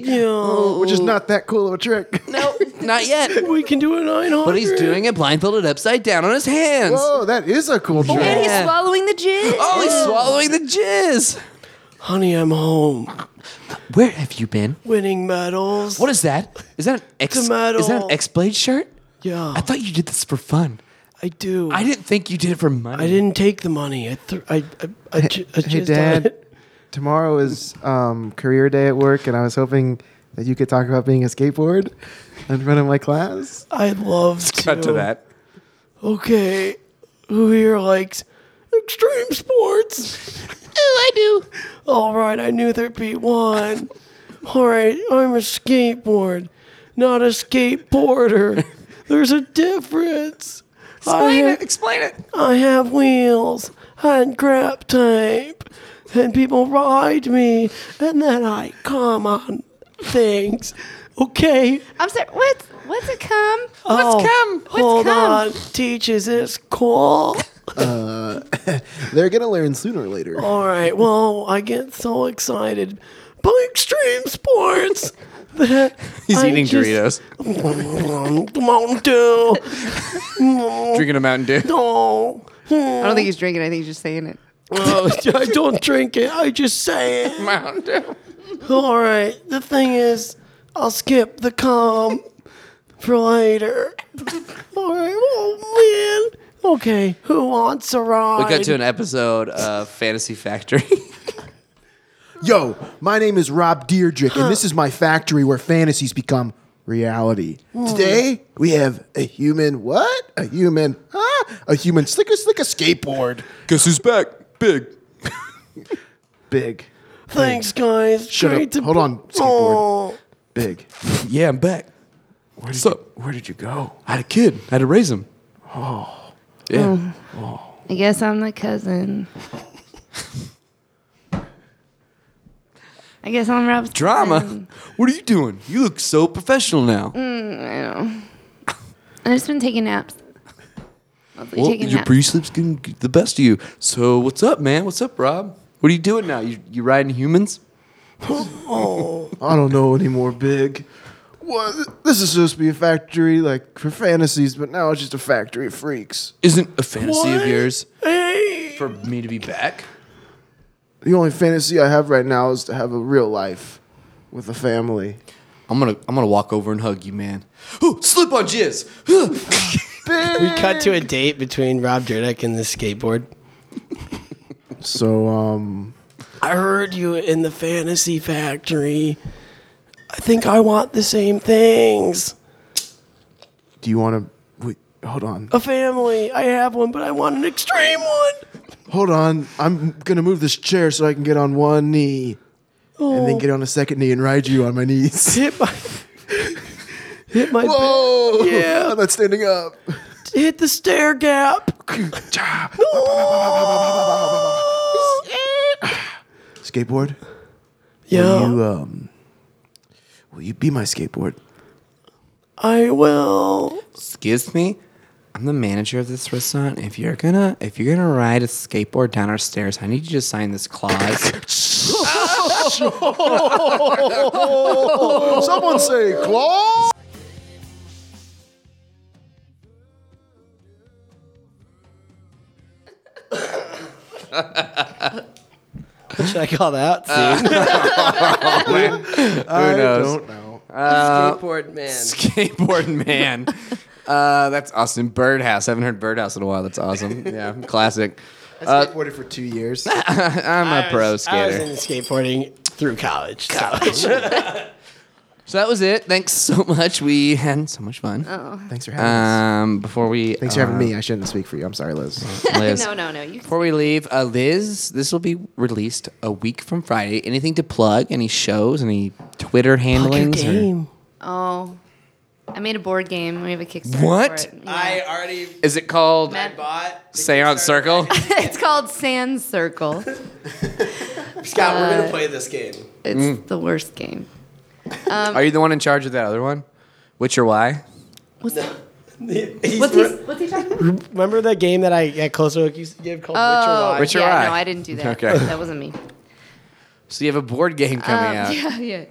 Speaker 4: Which is not that cool of a
Speaker 7: (laughs)
Speaker 4: trick.
Speaker 1: No, not yet.
Speaker 7: We can do a 900.
Speaker 1: But he's doing it blindfolded upside down on his hands.
Speaker 4: Whoa, that is a
Speaker 7: Oh,
Speaker 4: cool trick.
Speaker 2: And he's
Speaker 1: Yeah.
Speaker 2: swallowing the jizz.
Speaker 1: Oh, he's swallowing the jizz.
Speaker 7: Honey, I'm home.
Speaker 1: Where have you been?
Speaker 7: Winning medals.
Speaker 1: What is that? Is that an X?
Speaker 7: It's a medal.
Speaker 1: Is that an X Blade shirt?
Speaker 7: Yeah,
Speaker 1: I thought you did this for fun.
Speaker 7: I do.
Speaker 1: I didn't think you did it for money.
Speaker 7: I didn't take the money. I, th- I, I, I, ju- I
Speaker 4: Hey,
Speaker 7: just
Speaker 4: Dad. Tomorrow is um, career day at work, and I was hoping that you could talk about being a skateboard in front of my class.
Speaker 7: I love to. Okay, who here likes extreme sports? oh, I do. All right, I knew there'd be one. All right, I'm a skateboard, not a skateboarder. There's a difference. I
Speaker 1: Explain
Speaker 7: ha-
Speaker 1: it. Explain it.
Speaker 7: I have wheels and grab tape, and people ride me, and then I come on things. Okay,
Speaker 2: I'm sorry. What's what's it come?
Speaker 7: Oh,
Speaker 2: what's come? What's
Speaker 7: hold
Speaker 2: come?
Speaker 7: on. Teaches is cool.
Speaker 4: They're gonna learn sooner or later.
Speaker 7: All right, well, I get so excited by extreme sports. That
Speaker 1: (laughs) He's
Speaker 7: I
Speaker 1: eating
Speaker 7: just- (laughs) Mountain
Speaker 1: (laughs)
Speaker 7: Dew.
Speaker 1: Doritos, drinking a Mountain
Speaker 7: (laughs)
Speaker 1: Dew.
Speaker 7: Oh,
Speaker 2: I don't think he's drinking. I think he's just saying it.
Speaker 7: Oh, (laughs) I don't drink it. I just say it.
Speaker 1: (laughs) Mountain Dew.
Speaker 7: All right. The thing is, I'll skip the calm for later. All right. Oh man. Okay. Who wants a ride?
Speaker 1: We got to an episode of Fantasy Factory. (laughs)
Speaker 4: Yo, Oh, my name is Rob Deerdrick, and this is my factory where fantasies become reality. Today, we have a human what? A human, huh? A human slicker slicker skateboard.
Speaker 1: Guess who's back? Big.
Speaker 4: Big.
Speaker 7: Thanks, guys.
Speaker 4: Shut
Speaker 7: Great
Speaker 4: up.
Speaker 7: to
Speaker 4: Hold on, skateboard.
Speaker 7: Oh,
Speaker 4: Big.
Speaker 1: Yeah, I'm back. What's up?
Speaker 4: Where did you go?
Speaker 1: I had a kid. I had to raise him. Oh. Yeah.
Speaker 2: I guess I'm the cousin. I guess I'm Rob's
Speaker 1: Drama.
Speaker 2: cousin.
Speaker 1: (laughs) What are you doing? You look so professional now.
Speaker 2: I know. I've just been taking naps. Mostly
Speaker 1: Well,
Speaker 2: taking
Speaker 1: your
Speaker 2: naps.
Speaker 1: pre-sleep's getting the best of you. So what's up, man? What's up, Rob? What are you doing now? You you riding humans?
Speaker 4: I don't know anymore, Big.
Speaker 7: What? This is supposed to be a factory like for fantasies, but now it's just a factory of freaks.
Speaker 1: Isn't a fantasy of yours for me to be back?
Speaker 7: The only fantasy I have right now is to have a real life with a family.
Speaker 1: I'm gonna I'm gonna walk over and hug you, man. Ooh, slip on jizz.
Speaker 3: We cut to a date between Rob Dyrdek and the skateboard.
Speaker 7: So, um,
Speaker 3: I heard you in the fantasy factory. I think I want the same things.
Speaker 7: do you want to? Wait, hold on,
Speaker 3: A family. I have one, but I want an extreme one.
Speaker 7: hold on. I'm gonna move this chair so I can get on one knee, and then get on a second knee and ride you on my knees.
Speaker 3: Oh.
Speaker 7: (laughs)
Speaker 3: Hit my (laughs) Hit my
Speaker 7: Whoa!
Speaker 3: Yeah.
Speaker 7: I'm not standing up.
Speaker 3: hit the stair gap.
Speaker 7: Skateboard.
Speaker 3: Yeah.
Speaker 4: uh,
Speaker 7: You um, will you be my skateboard?
Speaker 3: I will.
Speaker 1: Excuse me. I'm the manager of this restaurant. If you're gonna if you're gonna ride a skateboard down our stairs, I need you to sign this clause.
Speaker 4: Oh.
Speaker 7: Someone say claw.
Speaker 3: Should I call that? Uh,
Speaker 1: Who knows? Uh,
Speaker 7: Don't know.
Speaker 3: skateboard man.
Speaker 1: Skateboard
Speaker 3: (laughs)
Speaker 1: man. Uh, that's awesome. Birdhouse. I haven't heard Birdhouse in a while. That's
Speaker 3: (laughs)
Speaker 1: awesome. Yeah, classic. (laughs)
Speaker 4: I skateboarded for two years.
Speaker 1: I'm a pro
Speaker 3: I
Speaker 1: skater.
Speaker 3: was in skateboarding through college. so-
Speaker 1: So that was it. Thanks so much. We had so much fun.
Speaker 3: Oh,
Speaker 4: Thanks for having us.
Speaker 1: Um, before we
Speaker 4: Uh, Thanks for having me. (laughs) I shouldn't speak for you. I'm sorry, Liz.
Speaker 1: having Liz,
Speaker 2: No, no, no. You
Speaker 1: Before we leave, uh, Liz, this will be released a week from Friday. Anything to plug? Any shows? Any Twitter handlings? or-
Speaker 2: Oh, I made a board game. We have a Kickstarter.
Speaker 1: What?
Speaker 2: For it. Yeah.
Speaker 3: already
Speaker 1: Is it called
Speaker 2: Mad-
Speaker 1: Seance Circle?
Speaker 2: (laughs)
Speaker 3: (laughs)
Speaker 2: it's called Sand Circle.
Speaker 3: Scott, we're gonna play this game.
Speaker 2: It's
Speaker 1: Mm.
Speaker 2: the worst game.
Speaker 3: Um,
Speaker 1: Are you the one in charge of that other one? Which or why?
Speaker 3: He's-
Speaker 2: What's he? What's he talking? About?
Speaker 3: remember that game that I at Close Look used to give called
Speaker 2: Oh,
Speaker 1: Richard
Speaker 2: yeah.
Speaker 1: Rye.
Speaker 2: No, I didn't do that.
Speaker 1: Okay.
Speaker 2: that wasn't me. (laughs)
Speaker 1: So you have a board game coming
Speaker 2: Um,
Speaker 1: out.
Speaker 2: yeah, yeah.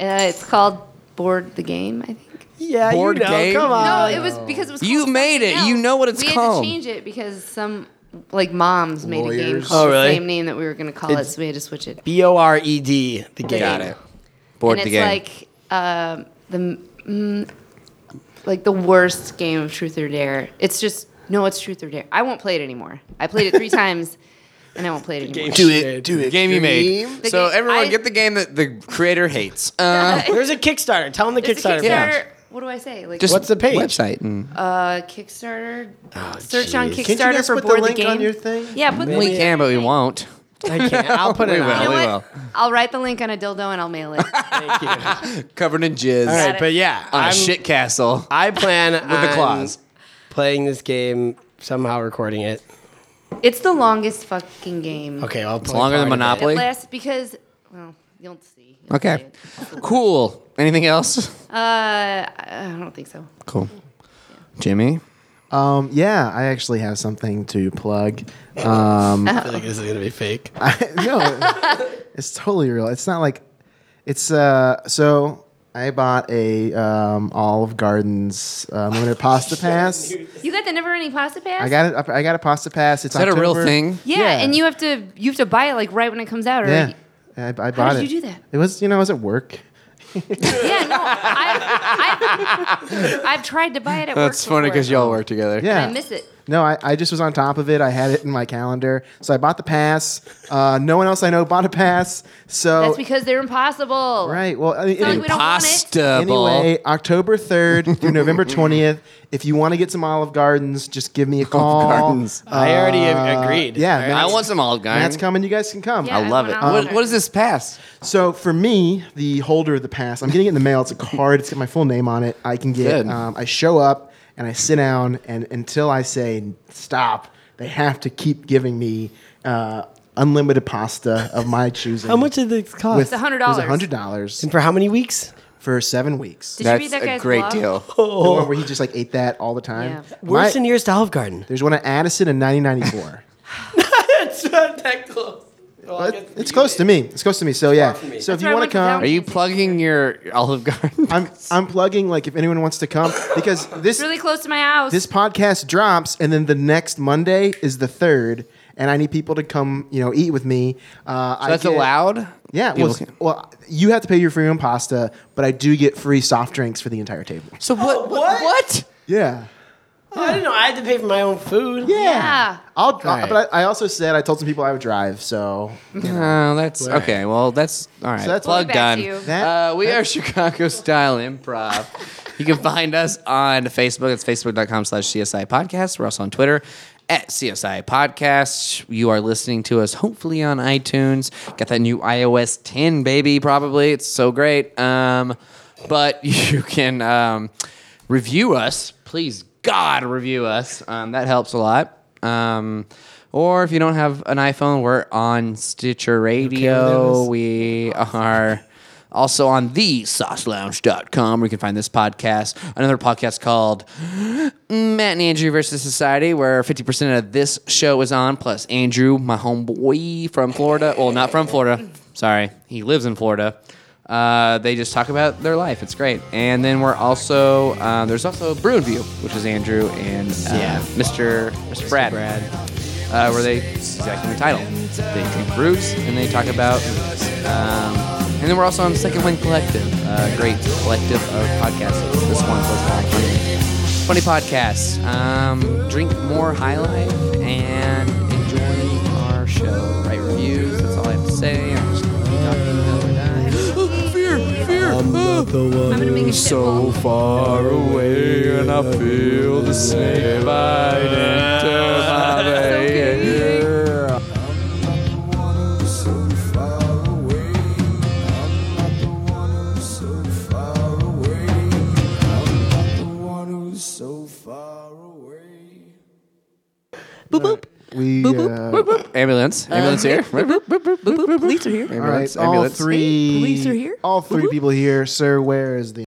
Speaker 2: Uh, it's called Board the Game. I think.
Speaker 3: Yeah,
Speaker 1: Board
Speaker 3: you know,
Speaker 1: game?
Speaker 3: Come on.
Speaker 2: No, it was because it was.
Speaker 1: You
Speaker 2: called
Speaker 1: made it.
Speaker 2: something
Speaker 1: You
Speaker 2: else.
Speaker 1: know what it's
Speaker 2: we
Speaker 1: called.
Speaker 2: had to change it because some like moms made a game
Speaker 4: Lawyers.
Speaker 2: called
Speaker 3: Oh,
Speaker 2: the
Speaker 3: really?
Speaker 2: same name that we were going to call it, so we had to switch it.
Speaker 3: B O R E D. The game.
Speaker 1: Got it. Board
Speaker 2: and
Speaker 1: the
Speaker 2: it's
Speaker 1: game.
Speaker 2: like um the mm, like the worst game of truth or dare. It's just no, it's truth or dare. I won't play it anymore. I played
Speaker 1: (laughs)
Speaker 2: it three times, and I won't play it anymore.
Speaker 3: Do
Speaker 4: Do it.
Speaker 1: game you made.
Speaker 2: The
Speaker 1: so
Speaker 2: game-
Speaker 1: everyone
Speaker 2: I-
Speaker 1: get the game that the creator hates. (laughs) Uh,
Speaker 3: There's a Kickstarter. Tell them the
Speaker 2: It's a
Speaker 3: Kickstarter.
Speaker 1: Yeah.
Speaker 2: Kickstarter. What do I say? Like
Speaker 1: just Ah,
Speaker 3: What's the page?
Speaker 1: Website and
Speaker 2: uh, Kickstarter. search on Kickstarter
Speaker 3: jeez.
Speaker 4: Can't you guys
Speaker 2: for
Speaker 4: put the
Speaker 2: board
Speaker 4: link
Speaker 2: game.
Speaker 4: on your thing?
Speaker 2: Yeah, put
Speaker 1: we
Speaker 2: the link
Speaker 1: can,
Speaker 2: on
Speaker 1: but we
Speaker 2: your thing.
Speaker 1: won't.
Speaker 3: I can't. I'll (laughs) put it
Speaker 1: We
Speaker 3: on.
Speaker 1: will.
Speaker 2: You know
Speaker 1: we
Speaker 2: what? I'll write the link on a dildo and I'll
Speaker 1: (laughs)
Speaker 2: mail it.
Speaker 3: Thank you. All
Speaker 1: Covered in jizz
Speaker 2: it.
Speaker 3: right, but yeah,
Speaker 1: on
Speaker 3: I'm,
Speaker 1: a shit castle
Speaker 3: I plan (laughs) with
Speaker 1: with a claws.
Speaker 3: playing this game. Somehow recording it.
Speaker 2: it's the longest fucking game.
Speaker 3: Okay, I'll play
Speaker 1: longer than
Speaker 3: part of it.
Speaker 1: Monopoly.
Speaker 2: It lasts because well, you'll see. You'll see
Speaker 1: Okay.
Speaker 2: it.
Speaker 1: Cool. Anything else?
Speaker 2: Uh, I don't think so.
Speaker 1: Cool. Jimmy?
Speaker 4: Um, yeah, I actually have something to plug. Um,
Speaker 3: I feel like this is gonna be fake.
Speaker 4: (laughs) no, it's totally real. It's not like it's uh. So I bought a um, Olive Garden's um,
Speaker 2: (laughs)
Speaker 4: limited pasta pass.
Speaker 2: You got the never ending pasta pass?
Speaker 4: I got it. I got a pasta pass. It's
Speaker 1: Is that a real
Speaker 4: October.
Speaker 1: thing?
Speaker 2: Yeah,
Speaker 4: Yeah.
Speaker 2: and you have to you have to buy it like right when it comes out. Or
Speaker 4: Yeah,
Speaker 2: yeah.
Speaker 4: I, I bought
Speaker 2: How
Speaker 4: it.
Speaker 2: did you do that?
Speaker 4: It was you know I was at work.
Speaker 2: no, I, I,
Speaker 4: (laughs)
Speaker 2: I've tried to buy it at work.
Speaker 1: That's funny
Speaker 2: before,
Speaker 1: because y'all work together.
Speaker 2: and
Speaker 4: Yeah,
Speaker 2: I miss it.
Speaker 4: No, I, I just was on top of it. I had it in my calendar. So I bought the pass. Uh, no one else I know bought a pass. So
Speaker 2: That's because they're impossible.
Speaker 4: Oh. right. Well, I mean,
Speaker 2: Not
Speaker 4: any-
Speaker 2: like we don't want it.
Speaker 1: Impossible.
Speaker 4: anyway, October third
Speaker 1: (laughs)
Speaker 4: through November twentieth. If you want to get some Olive Gardens, just give me a call. Uh,
Speaker 1: Gardens.
Speaker 3: I already agreed.
Speaker 4: yeah,
Speaker 3: All right.
Speaker 4: man.
Speaker 1: I want some Olive Garden.
Speaker 4: That's coming. You guys can come.
Speaker 2: Yeah,
Speaker 1: I love it.
Speaker 2: want all of
Speaker 1: What, what is this pass?
Speaker 4: So for me, the holder of the pass, I'm getting it in the mail. It's a card. It's got my full name on it. I can get.
Speaker 1: Good.
Speaker 4: Um, I show up and I sit down, and until I say stop, they have to keep giving me uh, unlimited pasta of my choosing.
Speaker 3: How much did this cost?
Speaker 4: With
Speaker 2: It's $100.
Speaker 4: It was hundred dollars
Speaker 3: and for how many weeks?
Speaker 4: for seven weeks.
Speaker 2: Did you
Speaker 1: That's
Speaker 2: read that
Speaker 1: a
Speaker 2: guy's
Speaker 1: great
Speaker 2: blog?
Speaker 1: deal.
Speaker 4: The one where he just like ate that all the time.
Speaker 2: Yeah.
Speaker 4: My-
Speaker 3: Worst and nearest Olive Garden.
Speaker 1: (laughs)
Speaker 4: there's one at Addison in 1994.
Speaker 3: It's not that close. I
Speaker 4: It-
Speaker 3: get E to
Speaker 4: it's
Speaker 3: be
Speaker 4: close
Speaker 3: it.
Speaker 4: to me. It's close to me. So yeah.
Speaker 3: from me.
Speaker 4: So if
Speaker 2: That's
Speaker 4: you
Speaker 2: why I
Speaker 4: want
Speaker 2: went
Speaker 4: to
Speaker 2: to that
Speaker 4: come,
Speaker 1: Are you plugging your Olive Garden?
Speaker 4: I'm I'm plugging like if anyone wants to come because this
Speaker 2: It's really close to my house.
Speaker 4: this podcast drops and then the next Monday is the third and I need people to come you know eat with me. Uh,
Speaker 1: (laughs)
Speaker 4: I
Speaker 1: That's
Speaker 4: get-
Speaker 1: allowed.
Speaker 4: Yeah.
Speaker 1: People
Speaker 4: Well,
Speaker 1: can-
Speaker 4: well, you have to pay your free own pasta, but I do get free soft drinks for the entire table.
Speaker 1: So what?
Speaker 3: what?
Speaker 1: What?
Speaker 4: Yeah.
Speaker 3: I didn't know. I had to pay for my own food.
Speaker 4: Yeah.
Speaker 2: Yeah.
Speaker 4: I'll. I,
Speaker 1: Alright.
Speaker 4: but I, I also said I told some people I would drive. So
Speaker 1: Oh, that's okay. Well, that's all right.
Speaker 4: that's-
Speaker 1: Plug
Speaker 2: Back to
Speaker 1: done.
Speaker 2: you.
Speaker 4: That-
Speaker 1: uh, we are Chicago Style Improv. you can find us on Facebook. It's facebook.com slash CSI Podcast. We're also on Twitter at CSI Podcast. You are listening to us hopefully on iTunes. Got that new iOS 10, baby, probably. It's so great. Um, but (laughs) you can um, review us. Please, God, review us. Um, that helps a lot. Um, or if you don't have an iPhone, we're on Stitcher Radio. We are also on thesaucelounge.com where you can find this podcast. Another podcast called Matt and Andrew versus Society, where 50% of this show is on, plus Andrew, my homeboy from Florida. Well, not from Florida. Sorry. He lives in Florida. Uh, they just talk about their life. It's great. And then we're also, uh, there's also Brew and View, which is Andrew and uh, Mr. Mr. Brad. Uh, where they, exactly the title, they drink brews and they talk about um, and then we're also on Second Wind Collective, a great collective of podcasts. This one was all funny, funny podcasts. Um, drink more High Life and enjoy our show. Write reviews. That's all I have to say. I'm just gonna keep talking until we're done.
Speaker 5: I'm not the one
Speaker 2: gonna make a
Speaker 5: who's so
Speaker 2: shitball.
Speaker 5: far away, and I feel the snake bite into my vein. So far away.
Speaker 6: Boop boop.
Speaker 4: we. uh,
Speaker 1: Ambulance, ambulance here.
Speaker 6: Uh-huh. Boop boop. Police are here.
Speaker 4: All right,
Speaker 1: Ambulance,
Speaker 4: all
Speaker 1: ambulance.
Speaker 4: three
Speaker 6: police are here.
Speaker 4: All three people here, sir. Where is the